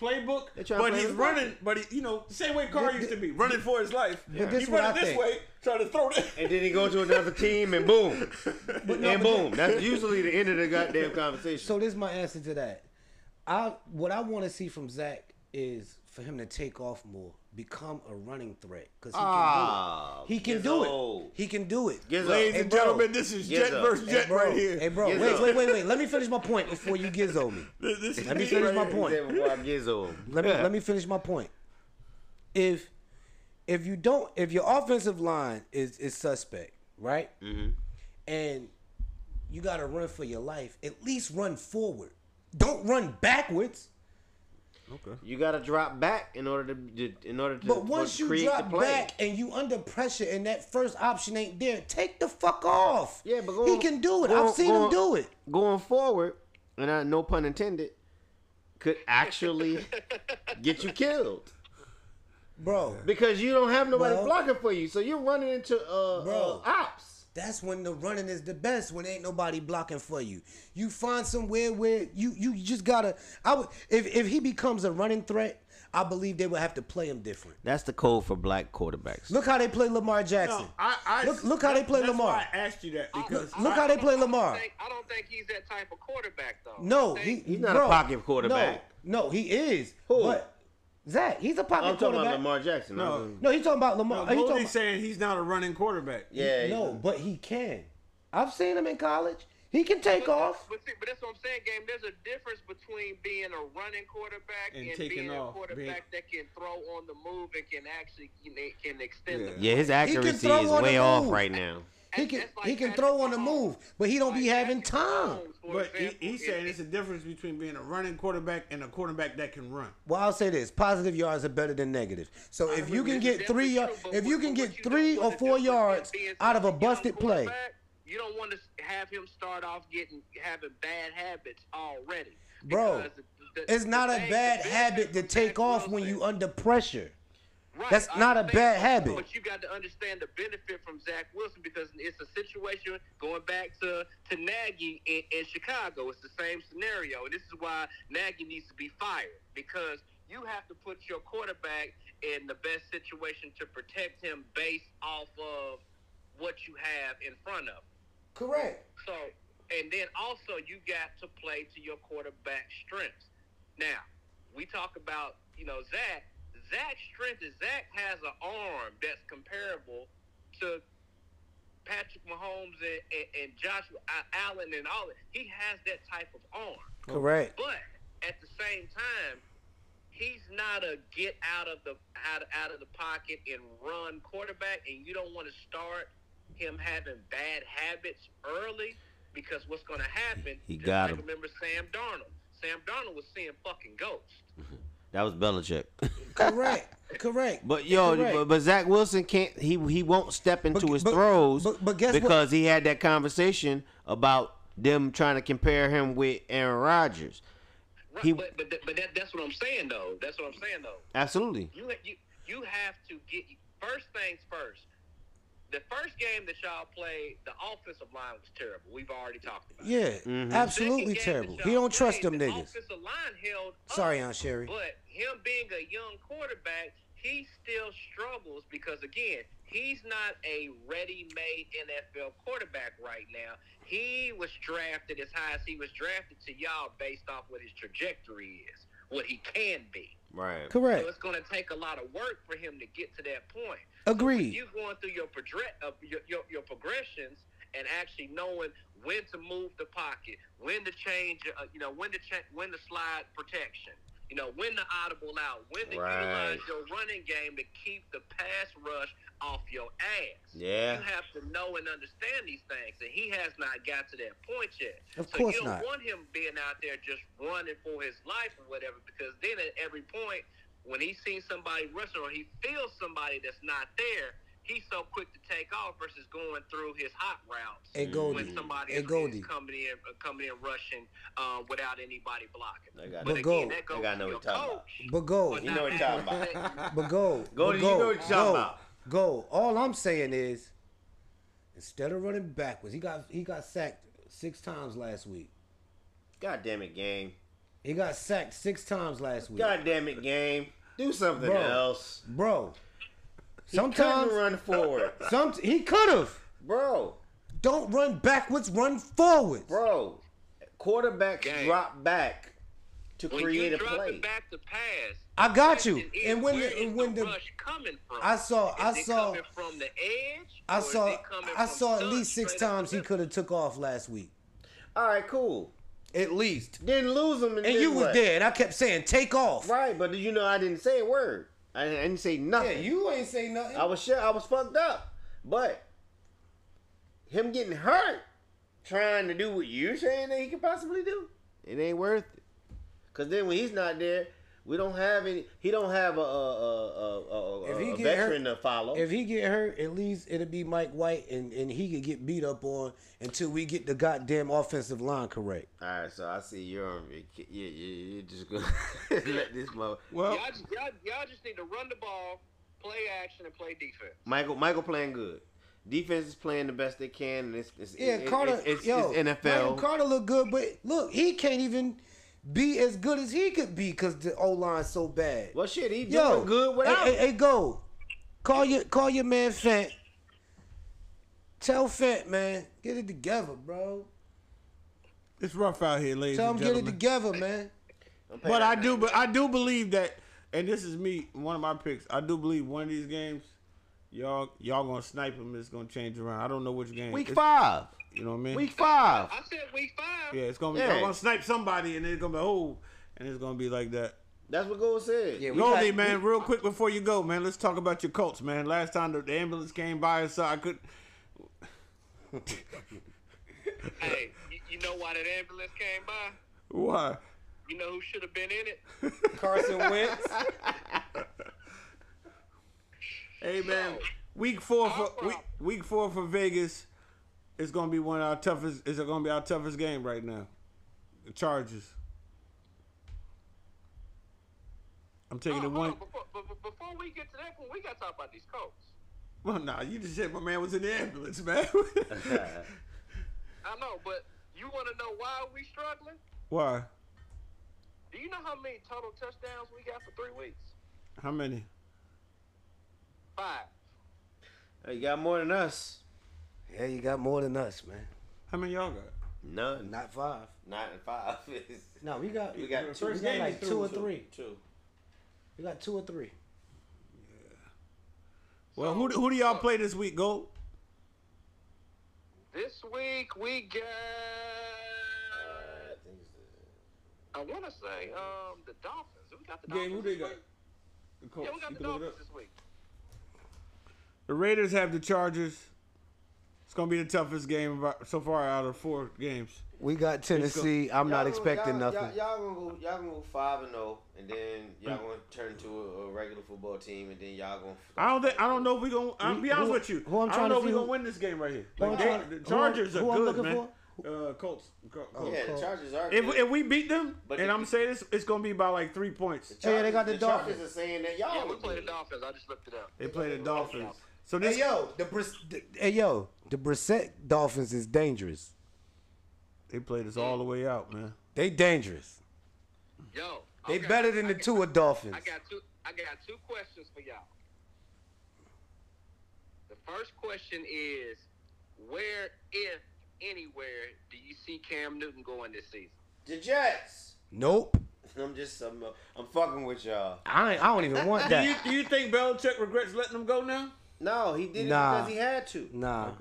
[SPEAKER 1] playbook,
[SPEAKER 2] They trying to
[SPEAKER 1] but
[SPEAKER 2] play
[SPEAKER 1] he's
[SPEAKER 2] his
[SPEAKER 1] running. But he, you know, same way Carr used to be running for his life.
[SPEAKER 4] this
[SPEAKER 1] He's
[SPEAKER 4] what
[SPEAKER 1] running
[SPEAKER 4] I
[SPEAKER 1] this
[SPEAKER 4] think.
[SPEAKER 1] way, trying to throw that.
[SPEAKER 2] And then he go to another team and boom. and
[SPEAKER 4] but-
[SPEAKER 2] boom. That's usually the end of the goddamn conversation.
[SPEAKER 4] So this is my answer to that. I what I want to see from Zach is for him to take off more, become a running threat because he
[SPEAKER 2] Ah,
[SPEAKER 4] can do it. He can do it.
[SPEAKER 2] Gizzo.
[SPEAKER 4] He can do it.
[SPEAKER 2] Gizzo.
[SPEAKER 1] Ladies
[SPEAKER 4] Hey,
[SPEAKER 1] and
[SPEAKER 4] bro.
[SPEAKER 1] gentlemen, this is
[SPEAKER 2] Yes,
[SPEAKER 1] Jet
[SPEAKER 2] sir.
[SPEAKER 1] versus
[SPEAKER 2] Hey,
[SPEAKER 1] Jet right here.
[SPEAKER 4] Hey bro,
[SPEAKER 2] Gizzo.
[SPEAKER 4] wait, wait, wait, wait. Let me finish my point before you gizzo me.
[SPEAKER 1] This- this is
[SPEAKER 4] Let me
[SPEAKER 1] Jet
[SPEAKER 4] finish
[SPEAKER 1] right
[SPEAKER 4] my
[SPEAKER 1] here.
[SPEAKER 4] point.
[SPEAKER 2] He said before I gizzo him.
[SPEAKER 4] Let me let me finish my point. If if you don't if your offensive line is is suspect, right? Mm-hmm. And you got to run for your life. At least run forward. Don't run backwards.
[SPEAKER 1] Okay.
[SPEAKER 2] You gotta drop back in order to, to in order to
[SPEAKER 4] But once
[SPEAKER 2] to
[SPEAKER 4] you
[SPEAKER 2] create the
[SPEAKER 4] drop
[SPEAKER 2] play.
[SPEAKER 4] back and you under pressure and that first option ain't there, take the fuck off.
[SPEAKER 2] Yeah, but go
[SPEAKER 4] he
[SPEAKER 2] on-
[SPEAKER 4] can do it.
[SPEAKER 2] go
[SPEAKER 4] I've
[SPEAKER 2] on-
[SPEAKER 4] seen
[SPEAKER 2] go
[SPEAKER 4] him
[SPEAKER 2] on.
[SPEAKER 4] do it.
[SPEAKER 2] going forward, and I, no pun intended, could actually get you killed
[SPEAKER 4] Bro,
[SPEAKER 2] because you don't have nobody
[SPEAKER 4] Bro.
[SPEAKER 2] blocking for you. So you're running into uh,
[SPEAKER 4] Bro.
[SPEAKER 2] uh ops.
[SPEAKER 4] that's when the running is the best when ain't nobody blocking for you. You find somewhere where you you just gotta I would if if he becomes a running threat, I believe they would have to play him different.
[SPEAKER 2] That's the code for black quarterbacks.
[SPEAKER 4] Look how they play Lamar Jackson.
[SPEAKER 1] No, I, I,
[SPEAKER 4] Look- look how they play
[SPEAKER 1] that's
[SPEAKER 4] Lamar.
[SPEAKER 1] Why I asked you that because
[SPEAKER 4] Look
[SPEAKER 1] I-
[SPEAKER 4] how they play
[SPEAKER 3] I don't
[SPEAKER 4] Lamar.
[SPEAKER 3] think- I don't think he's that type of quarterback, though.
[SPEAKER 4] No,
[SPEAKER 3] I
[SPEAKER 4] he,
[SPEAKER 3] think-
[SPEAKER 2] He's not a
[SPEAKER 4] bro,
[SPEAKER 2] pocket quarterback.
[SPEAKER 4] No, no, he is.
[SPEAKER 2] Who?
[SPEAKER 4] But Zach, he's a pocket
[SPEAKER 2] I'm talking
[SPEAKER 4] quarterback.
[SPEAKER 2] about Lamar Jackson.
[SPEAKER 1] No.
[SPEAKER 4] No, he's talking about
[SPEAKER 1] No,
[SPEAKER 4] Lamar. Are you talking
[SPEAKER 1] Goldie's
[SPEAKER 4] about-
[SPEAKER 1] saying he's not a running quarterback.
[SPEAKER 2] Yeah.
[SPEAKER 4] no, but he can. I've seen him in college. He can take
[SPEAKER 3] But-
[SPEAKER 4] off.
[SPEAKER 3] But, see, but that's what I'm saying, game. There's a difference between being a running quarterback
[SPEAKER 1] And
[SPEAKER 3] and,
[SPEAKER 1] taking
[SPEAKER 3] being
[SPEAKER 1] off,
[SPEAKER 3] a quarterback that can throw on the move and can actually can, can extend
[SPEAKER 1] Yeah.
[SPEAKER 3] the.
[SPEAKER 2] Yeah, his accuracy
[SPEAKER 4] throw
[SPEAKER 2] is
[SPEAKER 4] on the
[SPEAKER 2] way off
[SPEAKER 4] move.
[SPEAKER 2] right now.
[SPEAKER 4] He
[SPEAKER 3] That's-
[SPEAKER 4] can
[SPEAKER 3] that's like
[SPEAKER 4] he can
[SPEAKER 3] Patrick
[SPEAKER 4] throw on the
[SPEAKER 3] Mahomes.
[SPEAKER 4] move, but he don't be
[SPEAKER 3] Like
[SPEAKER 4] having
[SPEAKER 3] Patrick
[SPEAKER 4] time.
[SPEAKER 3] Mahomes, for
[SPEAKER 1] But he,
[SPEAKER 3] example,
[SPEAKER 1] he's
[SPEAKER 3] is-
[SPEAKER 1] saying it's a difference between being a running quarterback and a quarterback that can run.
[SPEAKER 4] Well, I'll say this: positive yards are better than negative. So if you can get three yards,
[SPEAKER 3] That's true, but
[SPEAKER 4] if you
[SPEAKER 3] what-
[SPEAKER 4] can
[SPEAKER 3] but
[SPEAKER 4] get
[SPEAKER 3] what you
[SPEAKER 4] three
[SPEAKER 3] don't
[SPEAKER 4] or
[SPEAKER 3] wanna
[SPEAKER 4] four
[SPEAKER 3] do with him
[SPEAKER 4] yards
[SPEAKER 3] being
[SPEAKER 4] out of a
[SPEAKER 3] such young
[SPEAKER 4] busted play,
[SPEAKER 3] quarterback, You don't want to have him start off getting having bad habits already,
[SPEAKER 4] Bro,
[SPEAKER 3] Because the- the-
[SPEAKER 4] it's
[SPEAKER 3] the
[SPEAKER 4] not a
[SPEAKER 3] thing- the
[SPEAKER 4] bad
[SPEAKER 3] big
[SPEAKER 4] habit
[SPEAKER 3] thing
[SPEAKER 4] to
[SPEAKER 3] with
[SPEAKER 4] take
[SPEAKER 3] Zach
[SPEAKER 4] off when
[SPEAKER 3] Wilson-
[SPEAKER 4] you under pressure.
[SPEAKER 3] Right,
[SPEAKER 4] That's
[SPEAKER 3] I
[SPEAKER 4] not a
[SPEAKER 3] understand,
[SPEAKER 4] bad
[SPEAKER 3] but-
[SPEAKER 4] habit.
[SPEAKER 3] But you got to understand the benefit from Zach Wilson because it's a situation going back to, to Nagy in, in Chicago. It's the same scenario. And this is why Nagy needs to be fired because you have to put your quarterback in the best situation to protect him based off of what you have in front of him.
[SPEAKER 4] Correct.
[SPEAKER 3] So, and then also you got to play to your quarterback strengths. Now, we talk about you know Zach. Zach's strength is Zach has an arm that's comparable to Patrick Mahomes and, and, and Joshua Allen and all that. He has that type of arm.
[SPEAKER 4] Correct.
[SPEAKER 3] But at the same time, he's not a get out of the out, out of the pocket and run quarterback, and you don't want to start him having bad habits early because what's going to happen?
[SPEAKER 2] He
[SPEAKER 3] just
[SPEAKER 2] got
[SPEAKER 3] like
[SPEAKER 2] him.
[SPEAKER 3] Remember Sam Darnold? Sam Darnold was seeing fucking ghosts.
[SPEAKER 2] That was Belichick.
[SPEAKER 4] Correct. Correct.
[SPEAKER 2] But yo,
[SPEAKER 4] Correct.
[SPEAKER 2] but, but Zach Wilson can't. He he won't step into
[SPEAKER 4] But-
[SPEAKER 2] his
[SPEAKER 4] but-
[SPEAKER 2] throws.
[SPEAKER 4] but- but guess what?
[SPEAKER 2] because he had that conversation about them trying to compare him with Aaron Rodgers.
[SPEAKER 3] Right,
[SPEAKER 2] He-
[SPEAKER 3] but but, that, but that, that's what I'm saying though. That's what I'm saying though.
[SPEAKER 2] Absolutely.
[SPEAKER 3] You you you have to get first things first. The first game that y'all played, the offensive line was terrible. We've already talked about. it.
[SPEAKER 4] yeah,
[SPEAKER 2] Mm-hmm.
[SPEAKER 4] absolutely
[SPEAKER 3] Second game
[SPEAKER 4] terrible.
[SPEAKER 3] that
[SPEAKER 4] He
[SPEAKER 3] y'all
[SPEAKER 4] don't trust
[SPEAKER 3] played,
[SPEAKER 4] them
[SPEAKER 3] the
[SPEAKER 4] niggas.
[SPEAKER 3] offensive line held up,
[SPEAKER 4] Sorry, Aunt Sherry.
[SPEAKER 3] But him being a young quarterback, he still struggles because again, he's not a ready-made NFL quarterback right now. He was drafted as high as he was drafted to y'all based off what his trajectory is, what he can be.
[SPEAKER 2] Right.
[SPEAKER 4] Correct.
[SPEAKER 3] So it's going to take a lot of work for him to get to that point.
[SPEAKER 4] Agreed.
[SPEAKER 3] You going through your, progre- uh, your, your your progressions and actually knowing when to move the pocket, when to change, uh, you know, when to cha- when to slide protection, you know, when to audible out, when to
[SPEAKER 2] Right.
[SPEAKER 3] utilize your running game to keep the pass rush off your ass.
[SPEAKER 2] Yeah.
[SPEAKER 3] You have to know and understand these things, and he has not got to that point yet.
[SPEAKER 4] Of
[SPEAKER 3] so
[SPEAKER 4] course
[SPEAKER 3] you don't
[SPEAKER 4] not.
[SPEAKER 3] want him being out there just running for his life or whatever, because then at every point when he sees somebody rushing or he feels somebody that's not there, he's so quick to take off versus going through his hot routes
[SPEAKER 4] Hey Goldie.
[SPEAKER 3] when somebody
[SPEAKER 4] Hey
[SPEAKER 3] is,
[SPEAKER 4] Goldie.
[SPEAKER 3] is coming in coming in rushing uh, without anybody blocking.
[SPEAKER 2] I got
[SPEAKER 3] But
[SPEAKER 4] it.
[SPEAKER 3] again,
[SPEAKER 4] Gold.
[SPEAKER 3] that goes
[SPEAKER 2] I gotta know
[SPEAKER 3] to your
[SPEAKER 2] what you're talking about.
[SPEAKER 3] coach.
[SPEAKER 4] But go.
[SPEAKER 3] for
[SPEAKER 2] You
[SPEAKER 3] not
[SPEAKER 2] know what you're talking
[SPEAKER 3] having
[SPEAKER 2] about.
[SPEAKER 3] that-
[SPEAKER 4] But go.
[SPEAKER 2] Goldie,
[SPEAKER 4] but
[SPEAKER 2] you
[SPEAKER 4] go,
[SPEAKER 2] know what you're talking
[SPEAKER 4] go,
[SPEAKER 2] about.
[SPEAKER 4] Go. All I'm saying is, instead of running backwards, he got he got sacked six times last week.
[SPEAKER 2] God damn it, game.
[SPEAKER 4] He got sacked six times last week,
[SPEAKER 2] God damn it, game. Do something
[SPEAKER 4] Bro.
[SPEAKER 2] else.
[SPEAKER 4] bro.
[SPEAKER 2] Sometimes
[SPEAKER 4] Sometimes,
[SPEAKER 2] run forward,
[SPEAKER 4] some he could have.
[SPEAKER 2] bro.
[SPEAKER 4] Don't run backwards. Run forwards.
[SPEAKER 2] Bro, quarterbacks
[SPEAKER 3] Game.
[SPEAKER 2] drop back to
[SPEAKER 3] When
[SPEAKER 2] create
[SPEAKER 3] you
[SPEAKER 2] a
[SPEAKER 3] drop
[SPEAKER 2] play.
[SPEAKER 3] it back to pass,
[SPEAKER 4] I got you.
[SPEAKER 3] question is,
[SPEAKER 4] And when the-
[SPEAKER 3] where is
[SPEAKER 4] and when
[SPEAKER 3] the,
[SPEAKER 4] the-
[SPEAKER 3] rush coming from?
[SPEAKER 4] I saw-
[SPEAKER 3] Is
[SPEAKER 4] I
[SPEAKER 3] it
[SPEAKER 4] saw-
[SPEAKER 3] coming from the edge.
[SPEAKER 4] I
[SPEAKER 3] or is
[SPEAKER 4] saw
[SPEAKER 3] it coming
[SPEAKER 4] I
[SPEAKER 3] from
[SPEAKER 4] saw at
[SPEAKER 3] sun
[SPEAKER 4] least six
[SPEAKER 3] straight up
[SPEAKER 4] times
[SPEAKER 3] the
[SPEAKER 4] he
[SPEAKER 3] middle?
[SPEAKER 4] could have took off last week.
[SPEAKER 2] All right, cool.
[SPEAKER 4] At least.
[SPEAKER 2] Didn't lose them, and,
[SPEAKER 4] And
[SPEAKER 2] then
[SPEAKER 4] you was
[SPEAKER 2] what?
[SPEAKER 4] there, and I kept saying, "Take off."
[SPEAKER 2] right? But you know, I didn't say a word. I, I didn't say nothing.
[SPEAKER 4] ain't say nothing.
[SPEAKER 2] I was shit. I was fucked up. But him getting hurt, trying to do what you're saying that he could possibly do, it ain't worth it. Cause then when he's not there, We don't have any. He don't have a, a, a, a, a,
[SPEAKER 4] If he
[SPEAKER 2] a
[SPEAKER 4] get
[SPEAKER 2] veteran
[SPEAKER 4] hurt-
[SPEAKER 2] to follow.
[SPEAKER 4] If he get hurt, at least it'll be Mike White, and, and he could get beat up on until we get the goddamn offensive line correct.
[SPEAKER 2] All right, so I see you're on. vac- Yeah, yeah, you're just gonna let this mother.
[SPEAKER 4] Oh.
[SPEAKER 1] Well,
[SPEAKER 3] y'all, just, y'all, y'all just need to run the ball, play action, and play defense.
[SPEAKER 2] Michael, Michael playing good. Defense is playing the best they can, and it's, it's
[SPEAKER 4] Yeah,
[SPEAKER 2] it- it-
[SPEAKER 4] Carter.
[SPEAKER 2] It's, it's,
[SPEAKER 4] yo,
[SPEAKER 2] it's
[SPEAKER 4] Michael
[SPEAKER 2] NFL.
[SPEAKER 4] Carter look good, but look, he can't even be as good as he could be because the O line's so bad.
[SPEAKER 2] well, shit, he doing
[SPEAKER 4] Yo, eh,
[SPEAKER 2] good without.
[SPEAKER 4] Hey, hey, hey, go. Call your call your man Fant. Tell Fant, man, get it together, bro.
[SPEAKER 1] it's rough out here, ladies
[SPEAKER 4] Tell him
[SPEAKER 1] and
[SPEAKER 4] get it
[SPEAKER 1] gentlemen.
[SPEAKER 4] together, man.
[SPEAKER 1] But I do, but I do believe that, and this is me, one of my picks. I do believe one of these games, y'all, y'all gonna snipe him. It's gonna change around. I don't know which game.
[SPEAKER 2] week
[SPEAKER 1] It's-
[SPEAKER 2] five.
[SPEAKER 1] You know what I mean?
[SPEAKER 2] Week five.
[SPEAKER 3] I said week five.
[SPEAKER 1] Yeah, it's gonna be.
[SPEAKER 2] Yeah.
[SPEAKER 1] Y'all gonna snipe somebody, and it's gonna be oh, and it's gonna be like that.
[SPEAKER 2] That's what Gold said.
[SPEAKER 4] Yeah, we-
[SPEAKER 1] Goldie,
[SPEAKER 4] had-
[SPEAKER 1] man, real quick before you go, man, let's talk about your Colts, man. Last time the, the ambulance came by, so I could.
[SPEAKER 3] Hey, you, you know why that ambulance came by?
[SPEAKER 1] Why?
[SPEAKER 3] You know who should have been in it?
[SPEAKER 4] Carson Wentz.
[SPEAKER 1] Hey, man,
[SPEAKER 3] Yo.
[SPEAKER 1] week four
[SPEAKER 3] Our
[SPEAKER 1] for week,
[SPEAKER 3] problem.
[SPEAKER 1] week four for Vegas. It's gonna be one of our toughest. It's gonna be our toughest game right now. The Chargers. I'm taking
[SPEAKER 3] Oh,
[SPEAKER 1] the
[SPEAKER 3] hold
[SPEAKER 1] one.
[SPEAKER 3] on, Before, but- but before we get to that point, we got to talk about these Colts.
[SPEAKER 1] Well, nah, you just said my man was in the ambulance, man.
[SPEAKER 3] I know, but you want to know why we struggling?
[SPEAKER 1] Why?
[SPEAKER 3] Do you know how many total touchdowns we got for three weeks?
[SPEAKER 1] How many?
[SPEAKER 3] Five.
[SPEAKER 2] Hey, you got more than us.
[SPEAKER 4] Yeah, you got more than us, man.
[SPEAKER 1] How many y'all got?
[SPEAKER 2] None.
[SPEAKER 4] Not five.
[SPEAKER 2] Nine and five.
[SPEAKER 4] No, we got
[SPEAKER 2] we got two.
[SPEAKER 4] we got like two or three.
[SPEAKER 2] Two.
[SPEAKER 4] We got two or three.
[SPEAKER 1] Well, who do- who do y'all play this week, Gold?
[SPEAKER 3] This week we got. I want to say um the Dolphins. We got the Dolphins. this week.
[SPEAKER 1] The
[SPEAKER 3] Yeah, we got the Dolphins this week.
[SPEAKER 1] The Raiders have the Chargers. It's gonna be the toughest game of our- so far out of four games.
[SPEAKER 4] We got Tennessee. I'm not expecting nothing.
[SPEAKER 2] Y'all, y'all gonna go. Y'all gonna go five and zero, and then y'all gonna turn to a, a regular football team, and then y'all gonna.
[SPEAKER 1] I don't think I don't know if we gonna. I'll
[SPEAKER 4] Who-
[SPEAKER 1] be honest
[SPEAKER 4] who-
[SPEAKER 1] with you.
[SPEAKER 4] who I'm
[SPEAKER 1] I don't
[SPEAKER 4] trying
[SPEAKER 1] know
[SPEAKER 4] to
[SPEAKER 1] if we
[SPEAKER 4] see who-
[SPEAKER 1] gonna win this game right here.
[SPEAKER 4] who I'm
[SPEAKER 1] Like, they-
[SPEAKER 4] trying-
[SPEAKER 1] the
[SPEAKER 4] who I'm-
[SPEAKER 1] Chargers
[SPEAKER 4] who
[SPEAKER 1] are
[SPEAKER 4] I'm
[SPEAKER 1] good,
[SPEAKER 4] looking
[SPEAKER 1] man. Uh, Colts. Col- Colts.
[SPEAKER 4] Oh,
[SPEAKER 2] Oh, Yeah, the Chargers are.
[SPEAKER 1] If,
[SPEAKER 2] good.
[SPEAKER 1] if we beat them,
[SPEAKER 2] But
[SPEAKER 1] and
[SPEAKER 2] if
[SPEAKER 1] I'm
[SPEAKER 2] you-
[SPEAKER 1] saying this, it's gonna be by like three points.
[SPEAKER 2] Chargers-
[SPEAKER 4] yeah, they got the
[SPEAKER 2] Chargers
[SPEAKER 4] Dolphins.
[SPEAKER 2] are saying that y'all.
[SPEAKER 3] Yeah, we
[SPEAKER 2] would
[SPEAKER 3] play the
[SPEAKER 2] do it.
[SPEAKER 3] Dolphins. I just looked it up.
[SPEAKER 1] They play the Dolphins. So this
[SPEAKER 4] Hey yo, the, Bris- the hey yo, the Brissett Dolphins is dangerous.
[SPEAKER 1] they played us all the way out, man.
[SPEAKER 4] They dangerous.
[SPEAKER 3] Yo,
[SPEAKER 4] They
[SPEAKER 3] okay,
[SPEAKER 4] better than
[SPEAKER 3] I
[SPEAKER 4] the
[SPEAKER 3] got-
[SPEAKER 4] Tua Dolphins.
[SPEAKER 3] I got two. I got two questions for y'all. The first question is, where, if anywhere, do you see Cam Newton going this season?
[SPEAKER 2] The Jets.
[SPEAKER 4] Nope.
[SPEAKER 2] I'm just. I'm. I'm fucking with y'all.
[SPEAKER 4] I ain't, I don't even want
[SPEAKER 1] Do you,
[SPEAKER 4] that.
[SPEAKER 1] do you think Belichick regrets letting them go now?
[SPEAKER 2] No, he did it
[SPEAKER 4] Nah.
[SPEAKER 2] because he had to.
[SPEAKER 4] Nah,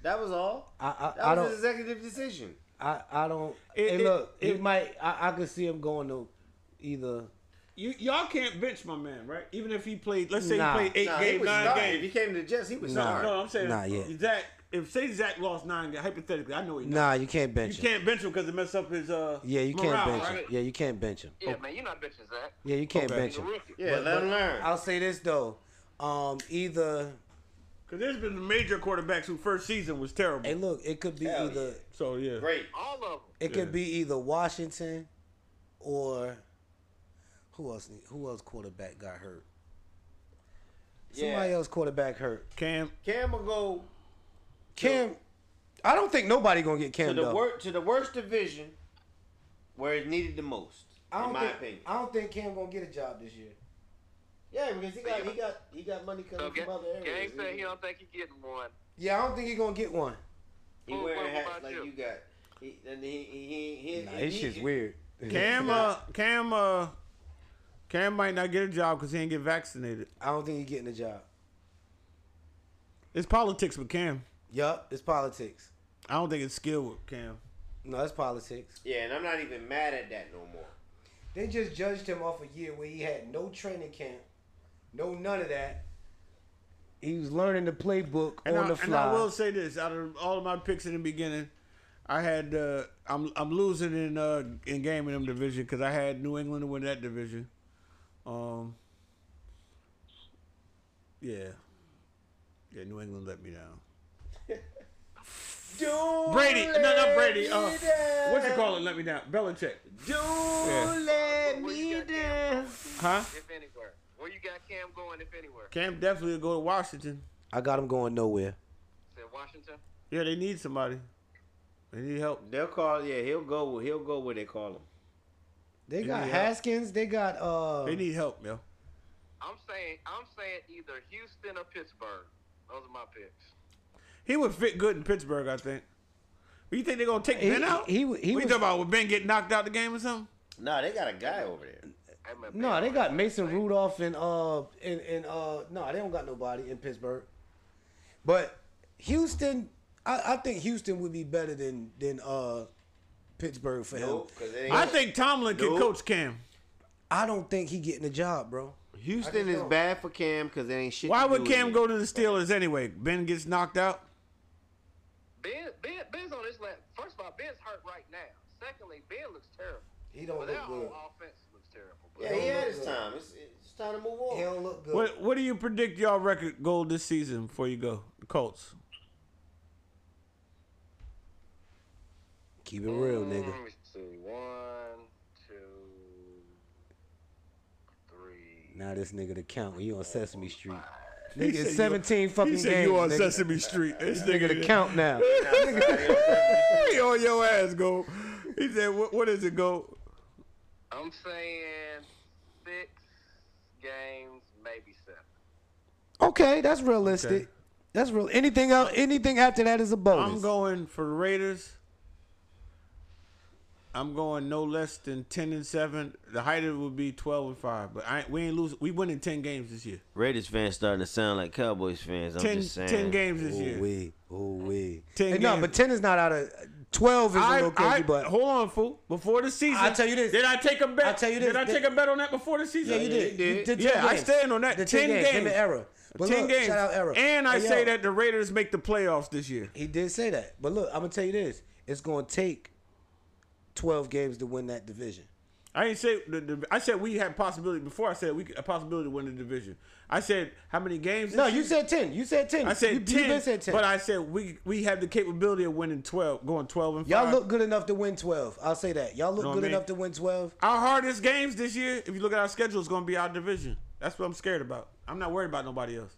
[SPEAKER 2] That was all.
[SPEAKER 4] I I,
[SPEAKER 2] That
[SPEAKER 4] I
[SPEAKER 2] was
[SPEAKER 4] don't
[SPEAKER 2] an executive decision.
[SPEAKER 4] I, I don't.
[SPEAKER 1] It-
[SPEAKER 4] hey,
[SPEAKER 1] it-
[SPEAKER 4] look, it,
[SPEAKER 1] it-
[SPEAKER 4] might. I, I could see him going to either.
[SPEAKER 1] You y'all can't bench my man, right? Even if he played, let's say
[SPEAKER 4] Nah.
[SPEAKER 1] he played eight
[SPEAKER 2] Nah, he
[SPEAKER 1] games,
[SPEAKER 2] was
[SPEAKER 1] nine
[SPEAKER 2] starting. If he
[SPEAKER 1] games.
[SPEAKER 2] came to the Jets, he was
[SPEAKER 4] Nah.
[SPEAKER 2] starting.
[SPEAKER 1] No, I'm saying
[SPEAKER 4] Nah, yeah.
[SPEAKER 1] Zach. If say Zach lost nine games, hypothetically, I know he. Not.
[SPEAKER 4] Nah, you can't bench
[SPEAKER 1] You
[SPEAKER 4] him.
[SPEAKER 1] can't bench him because it messed up his. Uh,
[SPEAKER 4] yeah, you can't
[SPEAKER 1] morale,
[SPEAKER 4] bench him.
[SPEAKER 1] right?
[SPEAKER 4] Yeah, you can't bench him.
[SPEAKER 3] Yeah, man, you're not bitching Zach.
[SPEAKER 4] Yeah, you can't
[SPEAKER 1] Okay.
[SPEAKER 4] bench
[SPEAKER 3] He's a
[SPEAKER 4] him.
[SPEAKER 3] rookie.
[SPEAKER 2] Yeah, let him learn.
[SPEAKER 4] I'll say this though, um, either.
[SPEAKER 1] Because there's been major quarterbacks who first season was terrible.
[SPEAKER 4] Hey, look, it could be
[SPEAKER 2] Hell
[SPEAKER 4] either.
[SPEAKER 1] so yeah,
[SPEAKER 2] Great.
[SPEAKER 3] All of them.
[SPEAKER 4] It could be either Washington, or who else? need- Who else quarterback got hurt? Somebody
[SPEAKER 2] yeah.
[SPEAKER 4] else quarterback hurt.
[SPEAKER 1] Cam.
[SPEAKER 2] Cam will go
[SPEAKER 4] Cam, I don't think nobody gonna get
[SPEAKER 2] to
[SPEAKER 4] Cam.
[SPEAKER 2] the
[SPEAKER 4] though.
[SPEAKER 2] wor- to the worst division where it's needed the most.
[SPEAKER 4] I don't
[SPEAKER 2] in my
[SPEAKER 4] think,
[SPEAKER 2] opinion.
[SPEAKER 4] I don't think Cam gonna get a job this year.
[SPEAKER 2] Yeah, because he got he got he got money coming
[SPEAKER 3] So Ga-
[SPEAKER 2] from other
[SPEAKER 3] Gang
[SPEAKER 2] areas.
[SPEAKER 3] said he don't think he getting one.
[SPEAKER 4] Yeah, I don't think he gonna get one.
[SPEAKER 2] He
[SPEAKER 3] Well,
[SPEAKER 2] wearing
[SPEAKER 3] what
[SPEAKER 2] hats
[SPEAKER 3] about
[SPEAKER 2] like
[SPEAKER 3] you?
[SPEAKER 2] you got. He, and he, he, he,
[SPEAKER 4] Nah,
[SPEAKER 2] he,
[SPEAKER 4] his
[SPEAKER 2] he-
[SPEAKER 4] shit's weird.
[SPEAKER 1] Cam. Uh, Cam. Uh, Cam might not get a job because he didn't get vaccinated.
[SPEAKER 4] I don't think he's getting a job.
[SPEAKER 1] It's politics with Cam.
[SPEAKER 4] Yup, it's politics.
[SPEAKER 1] I don't think it's skill with Cam.
[SPEAKER 4] No, it's politics.
[SPEAKER 2] Yeah, and I'm not even mad at that no more.
[SPEAKER 4] They just judged him off a year where he had no training camp, no none of that. He was learning the playbook
[SPEAKER 1] And
[SPEAKER 4] on
[SPEAKER 1] I,
[SPEAKER 4] the
[SPEAKER 1] and I
[SPEAKER 4] fly.
[SPEAKER 1] will say this: out of all of my picks in the beginning, I had uh, I'm I'm losing in uh in game in them division because I had New England to win that division. Um. Yeah. Yeah, New England let me down.
[SPEAKER 2] Don't
[SPEAKER 1] Brady, no, not Brady. Uh,
[SPEAKER 2] let me down.
[SPEAKER 1] what you call it? Let me down. Belichick.
[SPEAKER 2] Don't let
[SPEAKER 3] Where
[SPEAKER 2] me
[SPEAKER 3] you got
[SPEAKER 2] down.
[SPEAKER 1] Huh?
[SPEAKER 3] if anywhere. Where you got Cam going, if anywhere?
[SPEAKER 1] Cam definitely will go to Washington.
[SPEAKER 4] I got him going nowhere.
[SPEAKER 3] Said Washington.
[SPEAKER 1] Yeah, they need somebody. They need help.
[SPEAKER 2] They'll call. Yeah, he'll go. He'll go where they call him.
[SPEAKER 4] They got
[SPEAKER 1] Yeah.
[SPEAKER 4] Haskins. They got uh.
[SPEAKER 1] They need help, yo.
[SPEAKER 3] I'm saying, I'm saying either Houston or Pittsburgh. Those are my picks.
[SPEAKER 1] He would fit good in Pittsburgh, I think. But you think they're gonna take
[SPEAKER 4] He-
[SPEAKER 1] Ben out?
[SPEAKER 4] he- he
[SPEAKER 1] what
[SPEAKER 4] was-
[SPEAKER 1] you talking about? Would Ben get knocked out the game or something?
[SPEAKER 2] Nah, they got a guy over there.
[SPEAKER 3] Hey, man,
[SPEAKER 4] no, they
[SPEAKER 3] Pittsburgh.
[SPEAKER 4] got Mason Rudolph and uh and, and uh no, they don't got nobody in Pittsburgh. But Houston, I, I think Houston would be better than than uh Pittsburgh for him.
[SPEAKER 2] because they.
[SPEAKER 1] I think Tomlin can
[SPEAKER 2] Nope.
[SPEAKER 1] coach Cam.
[SPEAKER 4] I don't think he getting a job, bro.
[SPEAKER 2] Houston is bad for Cam because they ain't shit.
[SPEAKER 1] Why
[SPEAKER 2] to
[SPEAKER 1] would
[SPEAKER 2] do
[SPEAKER 1] Cam
[SPEAKER 2] with
[SPEAKER 1] go
[SPEAKER 2] it.
[SPEAKER 1] to the Steelers anyway? Ben gets knocked out.
[SPEAKER 3] Ben, ben, Ben's on his lap. First of all, Ben's hurt right now. Secondly, Ben looks terrible.
[SPEAKER 4] He don't
[SPEAKER 3] Well, their
[SPEAKER 4] look
[SPEAKER 3] whole
[SPEAKER 4] Oh, good.
[SPEAKER 3] offense looks terrible. But
[SPEAKER 2] Yeah, he had his time. It's, it's time to move
[SPEAKER 4] He
[SPEAKER 2] on.
[SPEAKER 4] don't look good.
[SPEAKER 1] What What do you predict y'all record goal this season before you go? The Colts.
[SPEAKER 4] Keep it real, nigga.
[SPEAKER 3] Let me see. One, two, three.
[SPEAKER 4] Now this nigga the count when you on Sesame Street.
[SPEAKER 1] He
[SPEAKER 4] Nigga,
[SPEAKER 1] said
[SPEAKER 4] it's
[SPEAKER 1] you-
[SPEAKER 4] 17 fucking
[SPEAKER 1] He
[SPEAKER 4] games.
[SPEAKER 1] said you on
[SPEAKER 4] nigga.
[SPEAKER 1] Sesame Street. This
[SPEAKER 4] nigga the count now.
[SPEAKER 1] He on your ass, go. He said, "What, what is it, go?"
[SPEAKER 3] I'm saying six games, maybe seven.
[SPEAKER 4] Okay, that's realistic.
[SPEAKER 1] Okay.
[SPEAKER 4] That's real. Anything else? Anything after that is a bonus.
[SPEAKER 1] I'm going for the Raiders. I'm going no less than ten and seven. The height of it would be twelve and five, but I ain't- we ain't lose. We winning ten games this year.
[SPEAKER 2] Raiders fans starting to sound like Cowboys fans. I'm
[SPEAKER 1] 10,
[SPEAKER 2] just saying.
[SPEAKER 1] 10 games this
[SPEAKER 4] Oh
[SPEAKER 1] year.
[SPEAKER 4] we, oh we.
[SPEAKER 1] Ten
[SPEAKER 4] Hey, no,
[SPEAKER 1] games.
[SPEAKER 4] but ten is not out of twelve is a
[SPEAKER 1] I,
[SPEAKER 4] little crazy,
[SPEAKER 1] I-
[SPEAKER 4] but
[SPEAKER 1] hold on, fool. Before the season,
[SPEAKER 4] I'll tell you this.
[SPEAKER 1] Did I take a bet?
[SPEAKER 4] I'll tell you this.
[SPEAKER 1] Did I
[SPEAKER 4] That-
[SPEAKER 1] take a bet on that before the season?
[SPEAKER 4] yeah, you did. You did
[SPEAKER 1] Yeah,
[SPEAKER 4] 10
[SPEAKER 1] I
[SPEAKER 4] games.
[SPEAKER 1] stand on that.
[SPEAKER 4] The
[SPEAKER 1] 10
[SPEAKER 4] Him
[SPEAKER 1] games.
[SPEAKER 4] and error. But
[SPEAKER 1] ten
[SPEAKER 4] look,
[SPEAKER 1] games.
[SPEAKER 4] Shout out error.
[SPEAKER 1] And I
[SPEAKER 4] Hey,
[SPEAKER 1] say
[SPEAKER 4] yo,
[SPEAKER 1] that the Raiders make the playoffs this year.
[SPEAKER 4] he did say that. But look, I'm gonna tell you this: it's gonna take twelve games to win that division.
[SPEAKER 1] I ain't say the, the, I said we had possibility before. I said we could- a possibility to win the division. I said how many games?
[SPEAKER 4] No,
[SPEAKER 1] this
[SPEAKER 4] you
[SPEAKER 1] year?
[SPEAKER 4] said ten. You said ten.
[SPEAKER 1] I said
[SPEAKER 4] you,
[SPEAKER 1] ten.
[SPEAKER 4] You been said ten.
[SPEAKER 1] But I said we we have the capability of winning twelve, going twelve and
[SPEAKER 4] Y'all
[SPEAKER 1] five.
[SPEAKER 4] look good enough to win twelve. I'll say that. Y'all look
[SPEAKER 1] Know what
[SPEAKER 4] good
[SPEAKER 1] I mean?
[SPEAKER 4] enough to win twelve.
[SPEAKER 1] our hardest games this year, if you look at our schedule, is going to be our division. That's what I'm scared about. I'm not worried about nobody else.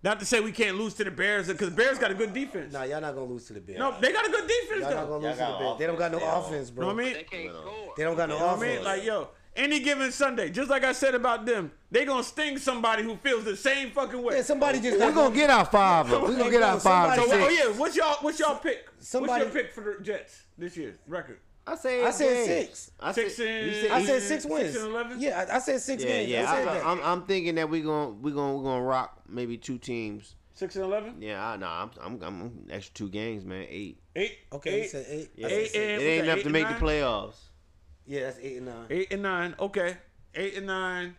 [SPEAKER 1] Not to say we can't lose to the Bears because Bears got a good defense.
[SPEAKER 4] Nah, y'all not gonna lose to the Bears.
[SPEAKER 1] no, they got a good defense
[SPEAKER 4] y'all
[SPEAKER 1] though.
[SPEAKER 4] not
[SPEAKER 1] You
[SPEAKER 4] gonna lose to
[SPEAKER 2] got
[SPEAKER 4] the Bears. They don't got no
[SPEAKER 2] offense, y'all.
[SPEAKER 4] offense, bro.
[SPEAKER 1] know what I mean?
[SPEAKER 3] They can't score.
[SPEAKER 4] They don't got no
[SPEAKER 1] You know
[SPEAKER 4] offense.
[SPEAKER 1] what I mean? Like, yo, any given Sunday, just like I said about them, they gonna sting somebody who feels the same fucking way.
[SPEAKER 4] Yeah, somebody just
[SPEAKER 5] We're gonna get our five. We're gonna get our five.
[SPEAKER 1] so,
[SPEAKER 4] somebody-
[SPEAKER 5] and
[SPEAKER 1] oh
[SPEAKER 5] six.
[SPEAKER 1] yeah, what's y'all what's y'all pick?
[SPEAKER 4] somebody-
[SPEAKER 1] what's your pick for the Jets this year's record?
[SPEAKER 2] I said.
[SPEAKER 4] I said
[SPEAKER 2] games.
[SPEAKER 4] six.
[SPEAKER 2] I
[SPEAKER 1] Six
[SPEAKER 2] said,
[SPEAKER 1] and-
[SPEAKER 2] you said,
[SPEAKER 4] I
[SPEAKER 1] eight
[SPEAKER 4] said
[SPEAKER 1] and-
[SPEAKER 4] six
[SPEAKER 1] six
[SPEAKER 4] wins.
[SPEAKER 1] and 11?
[SPEAKER 4] Yeah, I, I said six
[SPEAKER 2] Yeah,
[SPEAKER 4] games.
[SPEAKER 2] yeah.
[SPEAKER 4] I said that.
[SPEAKER 2] I, am I'm thinking that we gonna we gonna we gonna rock maybe two teams.
[SPEAKER 1] Six and eleven?
[SPEAKER 2] Yeah, I, nah, I'm, I'm I'm extra two games, man. Eight.
[SPEAKER 1] Eight.
[SPEAKER 4] okay, you
[SPEAKER 1] Eight,
[SPEAKER 4] said eight.
[SPEAKER 2] Yeah.
[SPEAKER 4] I said
[SPEAKER 1] Eight
[SPEAKER 4] six.
[SPEAKER 1] and-
[SPEAKER 2] it
[SPEAKER 1] what's
[SPEAKER 2] ain't
[SPEAKER 1] that,
[SPEAKER 2] enough
[SPEAKER 1] eight
[SPEAKER 2] to
[SPEAKER 1] and
[SPEAKER 2] make
[SPEAKER 1] nine?
[SPEAKER 2] the playoffs.
[SPEAKER 4] Yeah, that's eight and nine.
[SPEAKER 1] eight and nine. Okay. Eight and nine.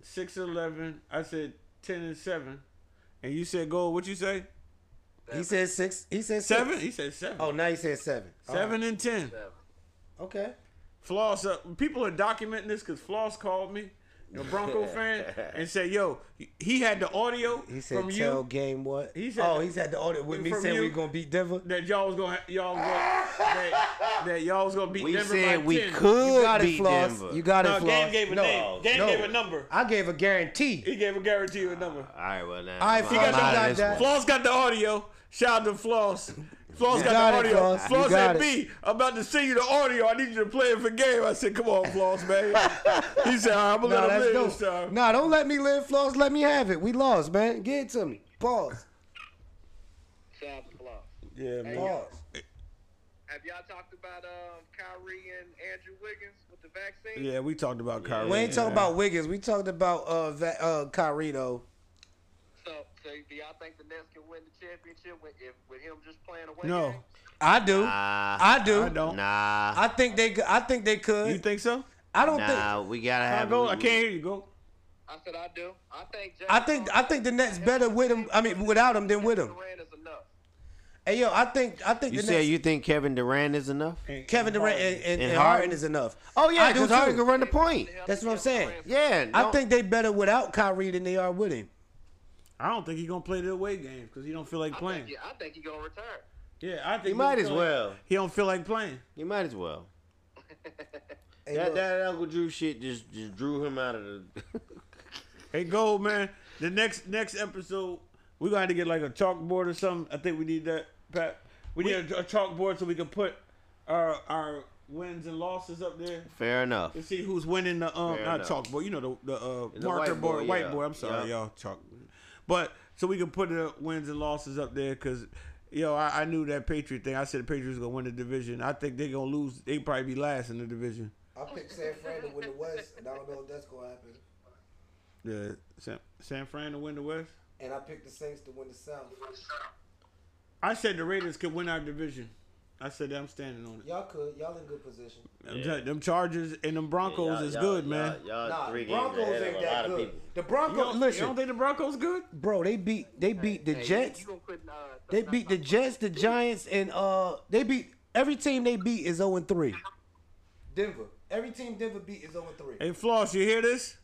[SPEAKER 1] Six and eleven. I said ten and seven. And you said goal, what you say?
[SPEAKER 4] He said six. He said six.
[SPEAKER 1] Seven? He said seven.
[SPEAKER 4] Oh, now he said seven. All right.
[SPEAKER 1] Seven and ten.
[SPEAKER 3] Seven.
[SPEAKER 4] Okay.
[SPEAKER 1] Floss up. People are documenting this because Floss called me, a Bronco fan, and said, "Yo, he had the audio
[SPEAKER 4] He said
[SPEAKER 1] from
[SPEAKER 4] tell
[SPEAKER 1] you
[SPEAKER 4] game what.
[SPEAKER 1] He said-
[SPEAKER 4] oh, he's had the audit with me
[SPEAKER 1] From
[SPEAKER 4] saying
[SPEAKER 1] you-
[SPEAKER 4] we gonna beat Denver.
[SPEAKER 1] that y'all was gonna y'all was gonna, that, that y'all was gonna beat
[SPEAKER 2] We
[SPEAKER 1] Denver
[SPEAKER 2] said
[SPEAKER 1] by
[SPEAKER 2] we
[SPEAKER 1] 10.
[SPEAKER 2] could
[SPEAKER 4] You got it,
[SPEAKER 2] beat
[SPEAKER 4] Floss.
[SPEAKER 2] Denver.
[SPEAKER 4] You got
[SPEAKER 1] No,
[SPEAKER 4] it, Floss.
[SPEAKER 1] game gave a
[SPEAKER 4] no,
[SPEAKER 1] name. Game
[SPEAKER 4] no.
[SPEAKER 1] gave a number.
[SPEAKER 4] I gave a guarantee.
[SPEAKER 1] He gave a guarantee of a number.
[SPEAKER 2] All right, well now.
[SPEAKER 4] All right,
[SPEAKER 2] I'm
[SPEAKER 4] Floss,
[SPEAKER 2] outta
[SPEAKER 1] you got
[SPEAKER 2] this
[SPEAKER 4] that.
[SPEAKER 2] one.
[SPEAKER 1] Floss got the audio. Shout out to Floss. Floss
[SPEAKER 4] You
[SPEAKER 1] got,
[SPEAKER 4] got it,
[SPEAKER 1] the audio.
[SPEAKER 4] Floss. You
[SPEAKER 1] Floss
[SPEAKER 4] got
[SPEAKER 1] said, B, I'm about to send you the audio. I need you to play it for game. I said, come on, Floss, man. he said, All right, I'm going to let
[SPEAKER 4] No,
[SPEAKER 1] him
[SPEAKER 4] that's
[SPEAKER 1] live
[SPEAKER 4] dope.
[SPEAKER 1] this time.
[SPEAKER 4] No, don't let me live, Floss. Let me have it. We lost, man. Get it to me. Pause.
[SPEAKER 3] Shout out to Fluff.
[SPEAKER 1] Yeah, man.
[SPEAKER 4] Pause.
[SPEAKER 3] Have y'all talked about um, Kyrie and Andrew Wiggins with the vaccine?
[SPEAKER 1] Yeah, we talked about Kyrie.
[SPEAKER 4] We ain't talking
[SPEAKER 1] man.
[SPEAKER 4] about Wiggins. We talked about uh, Va- uh Kyrie though.
[SPEAKER 3] So, so do y'all think the Nets can win the championship with, if, with him just playing away?
[SPEAKER 1] No.
[SPEAKER 3] games?
[SPEAKER 4] I do.
[SPEAKER 2] Nah.
[SPEAKER 4] I do.
[SPEAKER 1] I don't.
[SPEAKER 2] Nah.
[SPEAKER 4] I think they. could- I think they could.
[SPEAKER 1] You think so?
[SPEAKER 4] I don't think.
[SPEAKER 2] Nah, we gotta
[SPEAKER 1] I,
[SPEAKER 2] have.
[SPEAKER 1] go,
[SPEAKER 2] we-
[SPEAKER 1] I can't hear you. Go.
[SPEAKER 3] I said I do. I think. James
[SPEAKER 4] I think. I think the Nets better with him. I mean, without him than with him.
[SPEAKER 3] Durant is enough.
[SPEAKER 6] Hey yo, I think I think
[SPEAKER 2] You
[SPEAKER 6] the
[SPEAKER 2] said
[SPEAKER 6] next,
[SPEAKER 2] you think Kevin Durant is enough?
[SPEAKER 6] Kevin Durant
[SPEAKER 4] eh.
[SPEAKER 6] and, and,
[SPEAKER 2] And
[SPEAKER 6] and Harden.
[SPEAKER 2] Harden?
[SPEAKER 6] is enough.
[SPEAKER 2] Oh yeah,
[SPEAKER 6] I do
[SPEAKER 2] because Harden
[SPEAKER 6] too.
[SPEAKER 2] can run the point.
[SPEAKER 6] That's what I'm saying.
[SPEAKER 2] Yeah,
[SPEAKER 6] I
[SPEAKER 2] no-
[SPEAKER 6] think they better without Kyrie than they are with him.
[SPEAKER 1] I don't think he's gonna play the away games because he don't feel like
[SPEAKER 3] I
[SPEAKER 1] playing.
[SPEAKER 3] think, yeah, I think he's gonna retire.
[SPEAKER 1] Yeah, I think
[SPEAKER 2] you might
[SPEAKER 1] don't
[SPEAKER 2] as
[SPEAKER 1] feel
[SPEAKER 2] well.
[SPEAKER 1] Like, he don't feel like playing.
[SPEAKER 2] You might as well.
[SPEAKER 4] Hey,
[SPEAKER 2] that,
[SPEAKER 4] look,
[SPEAKER 2] that Uncle Drew shit just just drew him out of the.
[SPEAKER 1] Hey, Gold man, the next next episode we gonna have to get like a chalkboard or something. I think we need that, Pat. We, need a, a chalkboard so we can put our our wins and losses up there
[SPEAKER 2] Fair enough.
[SPEAKER 1] to see who's winning the um
[SPEAKER 2] Fair
[SPEAKER 1] not
[SPEAKER 2] enough.
[SPEAKER 1] chalkboard. You know the the, uh,
[SPEAKER 2] The
[SPEAKER 1] marker
[SPEAKER 2] whiteboard,
[SPEAKER 1] board,
[SPEAKER 2] yeah.
[SPEAKER 1] whiteboard. I'm sorry,
[SPEAKER 2] Yeah.
[SPEAKER 1] y'all chalk, but so we can put the wins and losses up there because. Yo, I, I knew that Patriot thing. I said the Patriots gonna win the division. I think they're gonna lose. They probably be last in the division.
[SPEAKER 4] I picked San Fran to win the West, and I don't know if that's gonna happen.
[SPEAKER 1] Yeah, San, San Fran to win the West.
[SPEAKER 4] And I picked the Saints to win the South.
[SPEAKER 1] I said the Raiders could win our division. I said that I'm standing on it.
[SPEAKER 4] Y'all could, y'all in good position.
[SPEAKER 1] Them, Ch- them Chargers and them Broncos
[SPEAKER 2] Y'all-
[SPEAKER 1] is
[SPEAKER 2] y'all-
[SPEAKER 1] good,
[SPEAKER 2] y'all-
[SPEAKER 1] man.
[SPEAKER 2] Y'all,
[SPEAKER 4] Nah,
[SPEAKER 2] three games
[SPEAKER 4] Broncos
[SPEAKER 2] ahead
[SPEAKER 4] ain't
[SPEAKER 2] of a lot
[SPEAKER 4] that
[SPEAKER 2] of
[SPEAKER 4] good.
[SPEAKER 2] people.
[SPEAKER 4] The
[SPEAKER 1] You
[SPEAKER 4] Broncos,
[SPEAKER 1] don't,
[SPEAKER 4] listen,
[SPEAKER 1] you don't think the Broncos good?
[SPEAKER 6] Bro, they beat they beat the
[SPEAKER 3] Hey,
[SPEAKER 6] Jets.
[SPEAKER 3] You gonna quit, uh,
[SPEAKER 6] They beat the Jets, the Giants, and uh they beat every team they beat is 0 and 3.
[SPEAKER 4] Denver. Every team Denver beat is 0 3.
[SPEAKER 1] Hey, Floss, you hear this?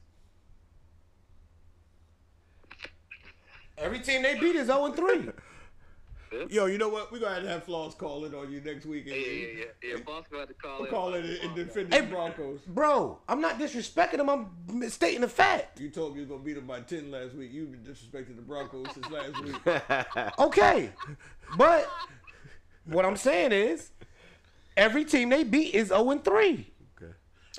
[SPEAKER 6] Every team they beat is 0 and 3.
[SPEAKER 1] Yo, you know what? We're going to have Floss call it on you next week.
[SPEAKER 3] Yeah, yeah, yeah. yeah. Boss gonna have to call
[SPEAKER 1] We'll
[SPEAKER 3] in.
[SPEAKER 1] Call it and defend the
[SPEAKER 6] Hey,
[SPEAKER 1] Broncos.
[SPEAKER 6] Bro, I'm not disrespecting them. I'm stating the fact.
[SPEAKER 1] You told me you were going to beat them by 10 last week. You've been disrespecting the Broncos since last week.
[SPEAKER 6] Okay. But what I'm saying is every team they beat is 0 and 3.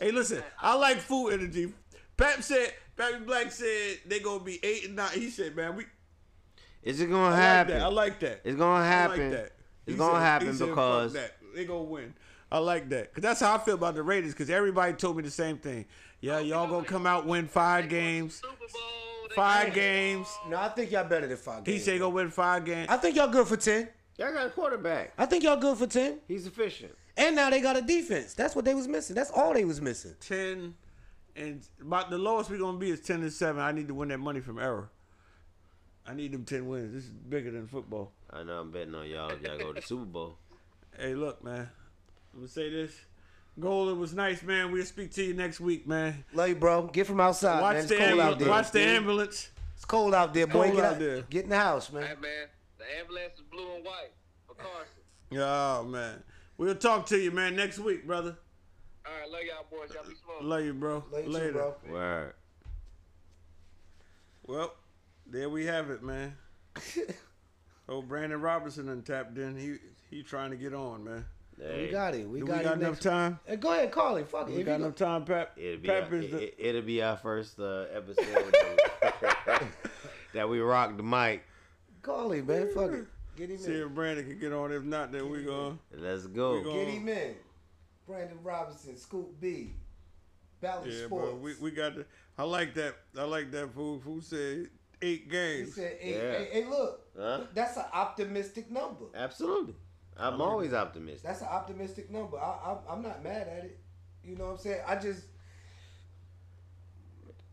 [SPEAKER 1] Hey, listen, I like food energy. Pap said, Pappy Black said they going to be 8 and 9. He said, man, we.
[SPEAKER 2] Is it gonna
[SPEAKER 1] I like
[SPEAKER 2] happen?
[SPEAKER 1] that. I like that.
[SPEAKER 2] It's gonna happen.
[SPEAKER 1] I like that. He
[SPEAKER 2] It's gonna
[SPEAKER 1] said-
[SPEAKER 2] happen
[SPEAKER 1] he said, "Fuck
[SPEAKER 2] because-
[SPEAKER 1] that. they gonna win. I like that because that's how I feel about the Raiders. Because everybody told me the same thing. Yeah, y'all gonna come out win five games,
[SPEAKER 3] Super Bowl. they
[SPEAKER 1] five
[SPEAKER 3] gonna-
[SPEAKER 1] games.
[SPEAKER 6] No, I think y'all better than 5
[SPEAKER 1] He
[SPEAKER 6] games.
[SPEAKER 1] said he gonna win five games.
[SPEAKER 6] I think y'all good for 10.
[SPEAKER 2] Y'all got a quarterback.
[SPEAKER 6] I think y'all good for 10.
[SPEAKER 2] He's efficient.
[SPEAKER 6] And now they got a defense. That's what they was missing. That's all they was missing.
[SPEAKER 1] Ten and about the lowest we gonna be is ten and seven. I need to win that money from error. I need them ten wins. This is bigger than football.
[SPEAKER 2] I know. I'm betting on y'all. if Y'all go to the Super Bowl.
[SPEAKER 1] Hey, look, man. I'm gonna say this. Goal, it was nice, man. We'll speak to you next week, man.
[SPEAKER 6] Love you, bro. Get from outside,
[SPEAKER 1] Watch
[SPEAKER 6] man. It's
[SPEAKER 1] the
[SPEAKER 6] cold
[SPEAKER 1] ambul-
[SPEAKER 6] out there.
[SPEAKER 1] watch the ambulance.
[SPEAKER 6] It's cold out there, boy.
[SPEAKER 1] cold
[SPEAKER 6] get,
[SPEAKER 1] out
[SPEAKER 6] out,
[SPEAKER 1] there.
[SPEAKER 6] get in the house, man.
[SPEAKER 3] Hey man, the ambulance is blue and white for Carson.
[SPEAKER 1] Oh man. We'll talk to you, man, next week, brother.
[SPEAKER 3] All right, love y'all boys. Y'all be smoking.
[SPEAKER 1] Love you, bro.
[SPEAKER 4] Later, bro.
[SPEAKER 2] Word.
[SPEAKER 1] Well, there we have it, man. oh, Brandon Robinson done tapped in. He he trying to get on, man.
[SPEAKER 2] Hey,
[SPEAKER 4] We got it. We
[SPEAKER 1] Do
[SPEAKER 4] got,
[SPEAKER 1] we
[SPEAKER 4] it
[SPEAKER 1] got enough
[SPEAKER 4] next-
[SPEAKER 1] time?
[SPEAKER 4] Hey, go ahead, call him. Fuck it.
[SPEAKER 1] We
[SPEAKER 4] If
[SPEAKER 1] got
[SPEAKER 4] you
[SPEAKER 1] enough time, Pap.
[SPEAKER 2] It'll be,
[SPEAKER 1] Pap
[SPEAKER 2] our,
[SPEAKER 1] is the,
[SPEAKER 2] it, it'll be our first uh, episode that- that we rock the mic.
[SPEAKER 4] Call him, man. Fuck it. Get him
[SPEAKER 1] see
[SPEAKER 4] in.
[SPEAKER 1] if Brandon can get on. If not, then we going.
[SPEAKER 2] Let's
[SPEAKER 1] We
[SPEAKER 2] go.
[SPEAKER 1] gonna-
[SPEAKER 4] Get him in. Brandon Robinson, Scoop B, Balance
[SPEAKER 1] Yeah,
[SPEAKER 4] Sports.
[SPEAKER 1] bro. We we got the. I like that. I like that. Food. Who said eight
[SPEAKER 4] he
[SPEAKER 1] games?
[SPEAKER 4] said, hey,
[SPEAKER 2] Yeah.
[SPEAKER 4] hey, hey, look,
[SPEAKER 2] Huh?
[SPEAKER 4] that's an optimistic number.
[SPEAKER 2] Absolutely. I'm always optimistic.
[SPEAKER 4] That's an optimistic number. I, I, I'm not mad at it. You know what I'm saying? I just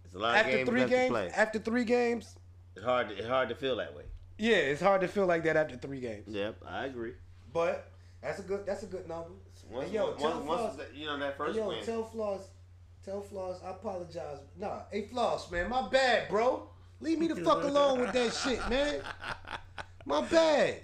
[SPEAKER 2] It's a lot of
[SPEAKER 6] After
[SPEAKER 2] games
[SPEAKER 6] three
[SPEAKER 2] left to
[SPEAKER 6] games,
[SPEAKER 2] play.
[SPEAKER 6] after three games,
[SPEAKER 2] It's hard. To, it's hard to feel that way.
[SPEAKER 6] yeah, it's hard to feel like that after three games.
[SPEAKER 2] Yep, I agree.
[SPEAKER 4] But that's a good that's a good number.
[SPEAKER 2] Once,
[SPEAKER 4] and yo,
[SPEAKER 2] once,
[SPEAKER 4] tell
[SPEAKER 2] once,
[SPEAKER 4] Floss,
[SPEAKER 2] that- you know that first
[SPEAKER 4] and yo,
[SPEAKER 2] win.
[SPEAKER 4] tell Floss, tell Floss, I apologize. Nah, hey Floss, man, my bad, bro. Leave me the fuck alone with that shit, man. My bad.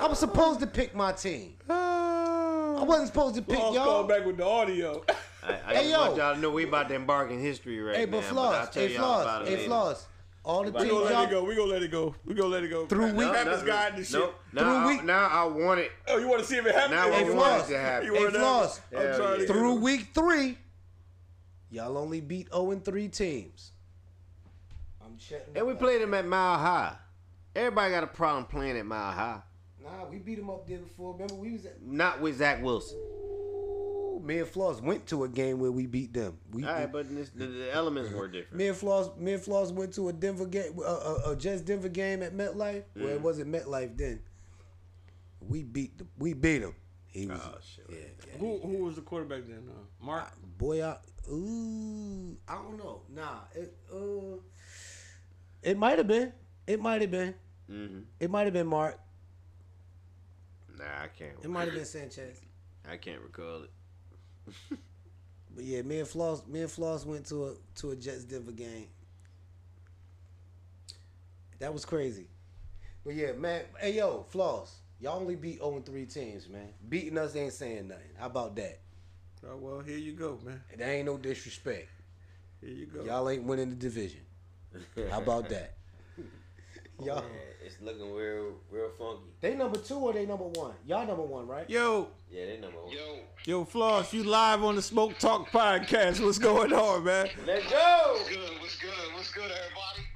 [SPEAKER 4] I was supposed to pick my team. I wasn't supposed to pick
[SPEAKER 1] Floss
[SPEAKER 4] y'all.
[SPEAKER 1] called Ah. back with the audio.
[SPEAKER 2] I,
[SPEAKER 4] Hey,
[SPEAKER 2] I just
[SPEAKER 4] yo.
[SPEAKER 2] want y'all to know we about to embark in history right
[SPEAKER 4] Hey,
[SPEAKER 2] now.
[SPEAKER 4] but
[SPEAKER 2] I'll
[SPEAKER 4] Floss,
[SPEAKER 2] tell
[SPEAKER 4] hey
[SPEAKER 2] y'all about
[SPEAKER 4] Floss,
[SPEAKER 2] it
[SPEAKER 4] hey
[SPEAKER 2] later.
[SPEAKER 4] Floss. All the
[SPEAKER 2] We
[SPEAKER 1] We
[SPEAKER 4] teams
[SPEAKER 1] gonna let it
[SPEAKER 4] y'all.
[SPEAKER 1] go. We gonna let it go. We gonna let it go.
[SPEAKER 6] Through
[SPEAKER 1] Pap-
[SPEAKER 6] week-
[SPEAKER 1] Pap is guiding the shit.
[SPEAKER 2] Nope. Now,
[SPEAKER 6] Three
[SPEAKER 2] I,
[SPEAKER 6] week-
[SPEAKER 2] now I want it.
[SPEAKER 1] Oh, you want to see if it happens?
[SPEAKER 2] Now I
[SPEAKER 6] Hey,
[SPEAKER 2] want
[SPEAKER 6] Floss.
[SPEAKER 2] it to happen.
[SPEAKER 1] You
[SPEAKER 6] Hey,
[SPEAKER 1] want that?
[SPEAKER 6] Floss.
[SPEAKER 1] I'm
[SPEAKER 2] Hell
[SPEAKER 1] trying to
[SPEAKER 2] yeah.
[SPEAKER 1] get
[SPEAKER 6] Through
[SPEAKER 1] it.
[SPEAKER 6] week three, y'all only beat 0 and 3 teams.
[SPEAKER 4] I'm shutting
[SPEAKER 2] And we
[SPEAKER 4] up.
[SPEAKER 2] played them at Mile High. Everybody got a problem playing at Mile High.
[SPEAKER 4] Nah, we beat them up there before. Remember we was at
[SPEAKER 2] Not with Zach Wilson.
[SPEAKER 6] Ooh, me and Floss went to a game where we beat them. We,
[SPEAKER 2] All right, but this, the, the elements were different.
[SPEAKER 6] me and Floss, me and Floss went to a Denver game, a, a, a Jets Denver game at MetLife. Well, it wasn't MetLife then. We beat the, we beat him. He was,
[SPEAKER 2] Ah, Oh,
[SPEAKER 6] yeah, yeah.
[SPEAKER 1] Who who was the quarterback then? Uh, Mark.
[SPEAKER 6] Boy, I, ooh, I don't know. Nah, it, uh, it might have been. It might have been.
[SPEAKER 2] Mm-hmm.
[SPEAKER 6] It might have been Mark.
[SPEAKER 2] Nah, I can't.
[SPEAKER 4] It might have been Sanchez.
[SPEAKER 2] I can't recall it.
[SPEAKER 4] But yeah, me and Floss, me and Floss went to a to a Jets Denver game. That was crazy.
[SPEAKER 7] But yeah, man. Hey, yo, Floss. Y'all only beat 0 and 3 teams, man. Beating us ain't saying nothing. How about that?
[SPEAKER 1] Oh, well, here you go, man.
[SPEAKER 7] That ain't no disrespect.
[SPEAKER 1] Here you go.
[SPEAKER 7] Y'all ain't winning the division. How about that? Y'all.
[SPEAKER 2] it's looking real, real funky.
[SPEAKER 7] They number two or they number one? Y'all number one, right?
[SPEAKER 1] Yo,
[SPEAKER 2] Yeah, they number one.
[SPEAKER 3] Yo,
[SPEAKER 1] yo, Floss, you live on the Smoke Talk podcast. What's going on, man?
[SPEAKER 2] Let's go.
[SPEAKER 3] good. What's good? What's good, everybody?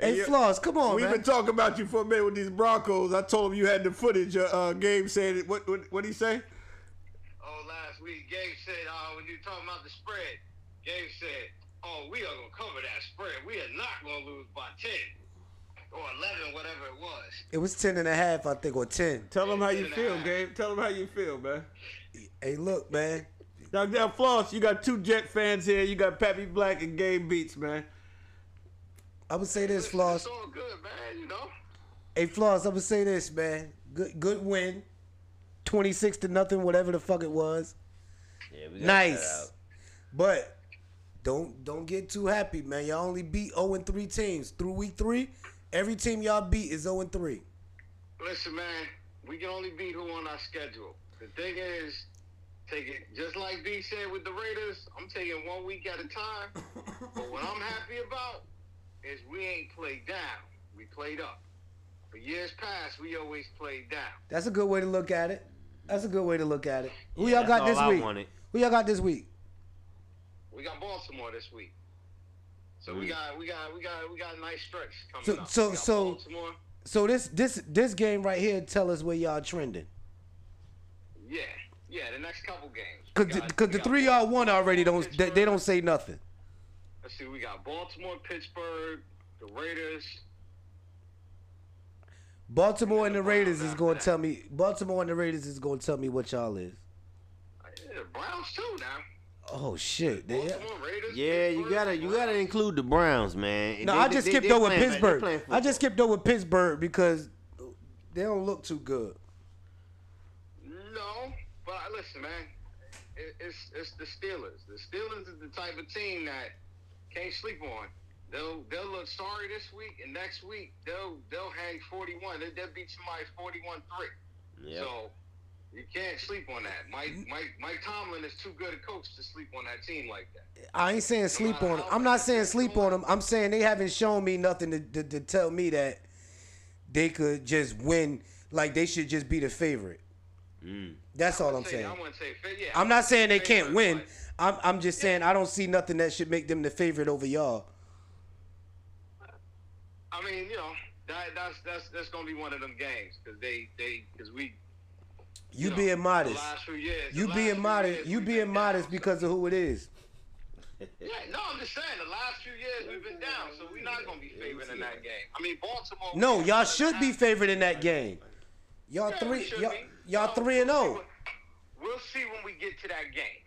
[SPEAKER 4] Hey,
[SPEAKER 1] yo,
[SPEAKER 4] Floss, come on,
[SPEAKER 1] We've
[SPEAKER 4] man.
[SPEAKER 1] been talking about you for a minute with these Broncos. I told him you had the footage. Uh, uh, Gabe said, it. "What? What? What he say?"
[SPEAKER 3] Oh, last week, Gabe said, "Oh, when you talking about the spread, Gabe said, oh, we are gonna cover that spread. We are not gonna lose by ten or eleven, whatever it was."
[SPEAKER 4] it was 10 and a half, I think, or 10.
[SPEAKER 1] Tell him how you feel, Gabe. Tell him how you feel, man.
[SPEAKER 4] Hey, look, man.
[SPEAKER 1] Now, now, Floss, you got two Jet fans here. You got Pappy Black and Gabe Beats, man.
[SPEAKER 4] I would say this,
[SPEAKER 3] Listen,
[SPEAKER 4] Floss.
[SPEAKER 3] It's all good, man. You know.
[SPEAKER 4] Hey, Floss, I'm gonna say this, man. Good, good win. 26 to nothing, whatever the fuck it was.
[SPEAKER 2] Yeah, we got that
[SPEAKER 4] Nice.
[SPEAKER 2] out.
[SPEAKER 4] But don't don't get too happy, man. Y'all only beat 0 and 3 teams through week three. Every team y'all beat is 0 and 3.
[SPEAKER 3] Listen, man, we can only beat who on our schedule. The thing is, take it just like B said with the Raiders. I'm taking one week at a time. but what I'm happy about is we ain't played down. We played up. For years past, we always played down.
[SPEAKER 4] That's a good way to look at it. That's a good way to look at it. Who
[SPEAKER 2] Yeah,
[SPEAKER 4] y'all
[SPEAKER 2] that's
[SPEAKER 4] got
[SPEAKER 2] all
[SPEAKER 4] this
[SPEAKER 2] I
[SPEAKER 4] week?
[SPEAKER 2] wanted.
[SPEAKER 4] Who y'all got this week?
[SPEAKER 3] We got Baltimore this week. So we got we got we got we got a nice stretch coming
[SPEAKER 4] Mm. So- so-
[SPEAKER 3] up. We got
[SPEAKER 4] so-
[SPEAKER 3] Baltimore.
[SPEAKER 4] So this this this game right here tell us where y'all trending.
[SPEAKER 3] Yeah. Yeah, the next couple games.
[SPEAKER 4] Cause
[SPEAKER 3] We
[SPEAKER 4] the,
[SPEAKER 3] got-
[SPEAKER 4] cause
[SPEAKER 3] we
[SPEAKER 4] the
[SPEAKER 3] got
[SPEAKER 4] three y'all won already don't they, they
[SPEAKER 3] Pittsburgh.
[SPEAKER 4] don't say nothing.
[SPEAKER 3] Let's see, we got Baltimore, Pittsburgh, the Raiders,
[SPEAKER 4] Baltimore and the Raiders is gonna tell me. Baltimore and the Raiders is gonna tell me what y'all is.
[SPEAKER 3] Yeah, Browns too now.
[SPEAKER 4] Oh shit! They-
[SPEAKER 3] Baltimore Raiders.
[SPEAKER 2] Yeah, you
[SPEAKER 3] Pittsburgh,
[SPEAKER 2] gotta, you gotta
[SPEAKER 3] Browns.
[SPEAKER 2] include the Browns, man.
[SPEAKER 4] No,
[SPEAKER 2] They-
[SPEAKER 4] I
[SPEAKER 2] they-
[SPEAKER 4] just
[SPEAKER 2] they-
[SPEAKER 4] skipped
[SPEAKER 2] they
[SPEAKER 4] over
[SPEAKER 2] playing- they playing
[SPEAKER 4] Pittsburgh. I
[SPEAKER 2] football.
[SPEAKER 4] just skipped over Pittsburgh because they don't look too good.
[SPEAKER 3] No, but I- listen, man, it, it's it's the Steelers. The Steelers is the type of team that can't sleep on. They'll they'll look sorry this week and next week they'll they'll hang forty one. They they'll beat somebody forty one three.
[SPEAKER 2] Yep.
[SPEAKER 3] So you can't sleep on that. Mike Mike Mike Tomlin is too good a coach to sleep on that team like that.
[SPEAKER 4] I ain't saying sleep on them. I'm not saying sleep on them. I'm saying they haven't shown me nothing to, to, to tell me that they could just win. Like they should just be the favorite.
[SPEAKER 2] Mm.
[SPEAKER 4] That's all I'm
[SPEAKER 3] Say-
[SPEAKER 4] saying.
[SPEAKER 3] I wouldn't say fa- yeah.
[SPEAKER 4] I'm not saying they can't
[SPEAKER 3] favorite,
[SPEAKER 4] win.
[SPEAKER 3] but-
[SPEAKER 4] I'm I'm just saying I don't see nothing that should make them the favorite over y'all.
[SPEAKER 3] I mean, you know, that, that's that's that's gonna be one of them games because they they because we
[SPEAKER 4] You
[SPEAKER 3] know,
[SPEAKER 4] being modest.
[SPEAKER 3] The last few years,
[SPEAKER 4] You
[SPEAKER 3] the last
[SPEAKER 4] being
[SPEAKER 3] few
[SPEAKER 4] modest.
[SPEAKER 3] years
[SPEAKER 4] You
[SPEAKER 3] we've been
[SPEAKER 4] being modest
[SPEAKER 3] down.
[SPEAKER 4] because of who it is.
[SPEAKER 3] Yeah, no, I'm just saying. The last few years we've been down, so we're not gonna be favored in that game. I mean, Baltimore.
[SPEAKER 4] No,
[SPEAKER 3] we-
[SPEAKER 4] y'all should be favored in that game. Y'all
[SPEAKER 3] Yeah, we
[SPEAKER 4] three.
[SPEAKER 3] should
[SPEAKER 4] Y'all,
[SPEAKER 3] be.
[SPEAKER 4] y'all
[SPEAKER 3] No,
[SPEAKER 4] three and oh.
[SPEAKER 3] we'll see
[SPEAKER 4] zero.
[SPEAKER 3] what- We'll see when we get to that game.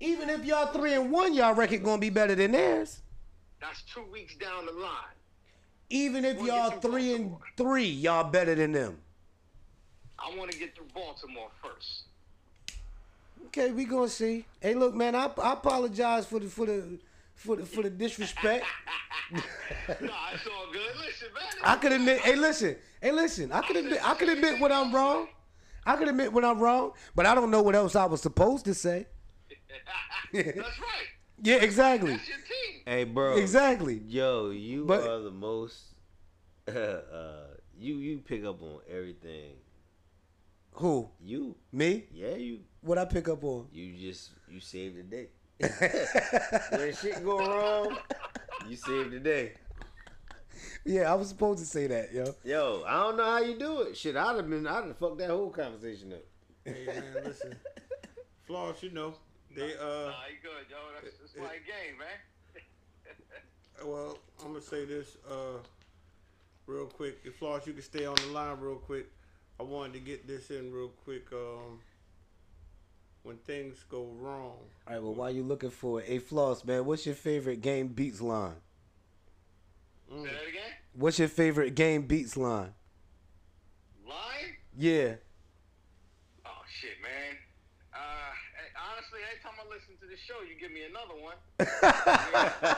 [SPEAKER 4] Even if y'all three and one, y'all record gonna be better than theirs.
[SPEAKER 3] That's two weeks down the line.
[SPEAKER 4] Even if
[SPEAKER 3] We'll
[SPEAKER 4] y'all
[SPEAKER 3] get through
[SPEAKER 4] three and
[SPEAKER 3] Baltimore.
[SPEAKER 4] three, y'all better than them.
[SPEAKER 3] I want to get through Baltimore first.
[SPEAKER 4] Okay, we gonna see. Hey, look, man, I, I apologize for the for the for the for the disrespect.
[SPEAKER 3] no, it's all good. Listen, man.
[SPEAKER 4] I could admit. Hey, listen. Hey, listen. I could admit. I could admit when I'm wrong. I could admit when I'm wrong, but I don't know what else I was supposed to say.
[SPEAKER 3] That's right.
[SPEAKER 4] Yeah, exactly.
[SPEAKER 3] That's your team.
[SPEAKER 2] Hey, bro.
[SPEAKER 4] Exactly.
[SPEAKER 2] Yo, you
[SPEAKER 4] But-
[SPEAKER 2] are the most. uh, you you pick up on everything.
[SPEAKER 4] Who?
[SPEAKER 2] You,
[SPEAKER 4] Me?
[SPEAKER 2] yeah, you
[SPEAKER 4] What I pick up on?
[SPEAKER 2] you just you saved the day. when shit go wrong, you saved the day.
[SPEAKER 4] Yeah, I was supposed to say that, yo.
[SPEAKER 2] Yo, I don't know how you do it. Shit, I'd have been I'd have fucked that whole conversation up.
[SPEAKER 1] Hey, man, listen, Floss, you know they. Uh,
[SPEAKER 3] Nah, you good, yo. That's, that's my game, man.
[SPEAKER 1] well, I'm gonna say this uh, real quick. If Floss, you can stay on the line real quick. I wanted to get this in real quick. Um, when things go wrong,
[SPEAKER 4] All right, well, while you looking for it, hey Floss, man, what's your favorite game beats line? Mm.
[SPEAKER 3] Say that again.
[SPEAKER 4] What's your favorite game beats line?
[SPEAKER 3] Line.
[SPEAKER 4] Yeah.
[SPEAKER 3] Oh, Uh, the show, you give me another one.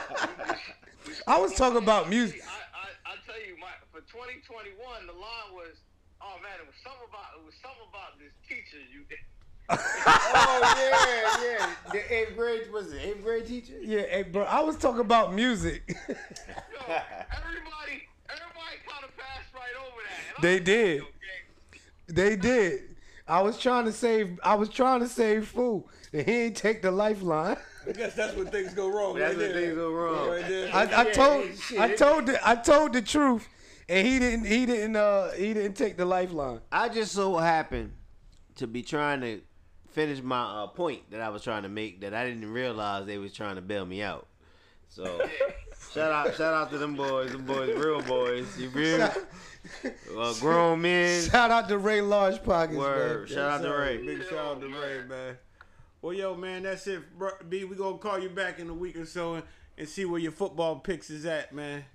[SPEAKER 4] I was talking about music.
[SPEAKER 3] I, I, I tell you, my for 2021, the line was, oh man, it was something about it was something about this teacher. You
[SPEAKER 8] oh yeah, yeah. The eighth grade was the eighth grade teacher.
[SPEAKER 4] Yeah, hey, bro, I was talking about music.
[SPEAKER 3] yo, everybody, everybody kind of passed right over that. And I
[SPEAKER 4] They
[SPEAKER 3] was like,
[SPEAKER 4] did.
[SPEAKER 3] okay.
[SPEAKER 4] they did. I was trying to save. I was trying to save food, and he ain't take the lifeline.
[SPEAKER 1] I guess that's when things go wrong.
[SPEAKER 2] That's
[SPEAKER 1] right
[SPEAKER 2] when
[SPEAKER 1] there.
[SPEAKER 2] things go wrong.
[SPEAKER 1] Right there.
[SPEAKER 4] I, I
[SPEAKER 8] Yeah,
[SPEAKER 4] told
[SPEAKER 8] hey, shit.
[SPEAKER 4] I told the, I told the truth, and he didn't he didn't uh he didn't take the lifeline.
[SPEAKER 2] I just so happened to be trying to finish my uh, point that I was trying to make that I didn't realize they was trying to bail me out. So shout out, shout out to them boys, them boys, real boys. You feel me? Uh, grown men.
[SPEAKER 4] Shout out to Ray Large Pockets,
[SPEAKER 2] Word.
[SPEAKER 4] man.
[SPEAKER 2] Shout out to
[SPEAKER 1] So,
[SPEAKER 2] Ray.
[SPEAKER 1] Big shout out to Ray, man. Well, yo, man, that's it, bro. B. We gonna call you back in a week or so and, and see where your football picks is at, man.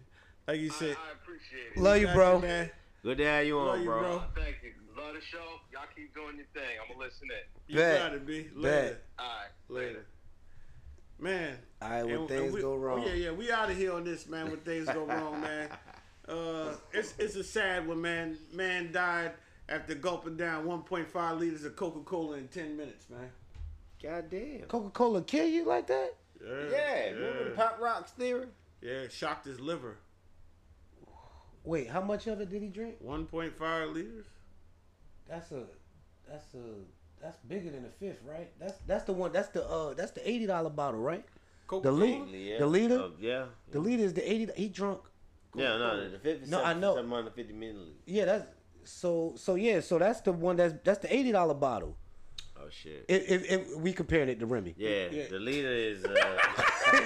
[SPEAKER 1] Like you
[SPEAKER 3] I,
[SPEAKER 1] said,
[SPEAKER 3] I appreciate it.
[SPEAKER 4] Love you,
[SPEAKER 1] Got
[SPEAKER 4] bro.
[SPEAKER 1] man.
[SPEAKER 2] Good to have you
[SPEAKER 1] Love
[SPEAKER 2] on,
[SPEAKER 1] you,
[SPEAKER 2] bro.
[SPEAKER 1] bro.
[SPEAKER 3] Thank you. Love the show. Y'all keep doing your thing. I'm gonna listen in.
[SPEAKER 1] You
[SPEAKER 4] Bet.
[SPEAKER 1] got it, B. Later,
[SPEAKER 4] Bet.
[SPEAKER 3] All right.
[SPEAKER 1] later, man.
[SPEAKER 8] All right, when
[SPEAKER 1] And-
[SPEAKER 8] things
[SPEAKER 1] and we- oh,
[SPEAKER 8] go wrong.
[SPEAKER 1] Yeah, yeah, we out of here on this, man. When things go wrong, man. Uh, it's it's a sad one, man. Man died after gulping down 1.5 liters of Coca-Cola in 10 minutes, man.
[SPEAKER 2] God damn.
[SPEAKER 4] Coca Cola kill you like that?
[SPEAKER 1] Yeah,
[SPEAKER 2] Yeah, remember the pop rocks theory?
[SPEAKER 1] yeah. Shocked his liver.
[SPEAKER 4] Wait, how much of it did he drink?
[SPEAKER 1] 1.5 liters.
[SPEAKER 4] That's a that's a that's bigger than a fifth, right? That's that's the one. That's the uh that's the eighty dollar bottle, right? The
[SPEAKER 1] Coca-Cola.
[SPEAKER 4] lead, the leader,
[SPEAKER 2] Oh, yeah.
[SPEAKER 4] the leader is the eighty. He drunk.
[SPEAKER 2] Yeah, no, the 50
[SPEAKER 4] No, I know.
[SPEAKER 2] 750 milliliters.
[SPEAKER 4] Yeah, that's so so yeah. So that's the one that's that's the eighty dollar bottle.
[SPEAKER 2] Oh, shit.
[SPEAKER 4] If, if, if we comparing it to Remy.
[SPEAKER 2] Yeah,
[SPEAKER 1] Yeah.
[SPEAKER 2] the leader is. Uh,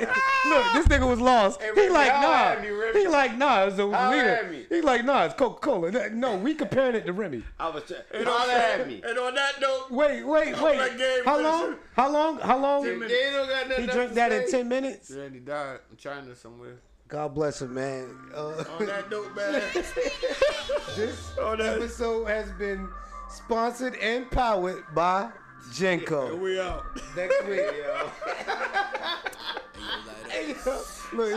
[SPEAKER 4] Look, this nigga was lost. he
[SPEAKER 2] Remy,
[SPEAKER 4] like
[SPEAKER 2] how
[SPEAKER 4] nah.
[SPEAKER 2] at me, Remy.
[SPEAKER 4] he like nah. It's a
[SPEAKER 2] How
[SPEAKER 4] leader.
[SPEAKER 2] at me?
[SPEAKER 4] He like nah. It's Coca Cola. No, we comparing it to Remy.
[SPEAKER 2] I was. Tra- holler at me.
[SPEAKER 1] And on that note,
[SPEAKER 4] Wait, wait,
[SPEAKER 1] that
[SPEAKER 4] wait.
[SPEAKER 1] game
[SPEAKER 4] How
[SPEAKER 1] finisher.
[SPEAKER 4] long? How long? How long?
[SPEAKER 1] minutes.
[SPEAKER 2] They don't got nothing
[SPEAKER 4] He
[SPEAKER 2] else
[SPEAKER 4] drank
[SPEAKER 2] to
[SPEAKER 4] that
[SPEAKER 2] say.
[SPEAKER 4] in ten minutes.
[SPEAKER 1] Randy died in China somewhere.
[SPEAKER 4] God bless him, man. Uh,
[SPEAKER 1] On that note, man.
[SPEAKER 4] this
[SPEAKER 1] on that,
[SPEAKER 4] episode has been sponsored and powered by Jenko.
[SPEAKER 1] we out.
[SPEAKER 4] Next week, yo. Hey, yo. Look,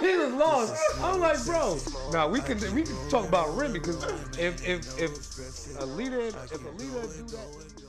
[SPEAKER 4] he, he was lost. I'm like, bro. Nah, we can we can talk about Remy because if if if a leader if a leader do that.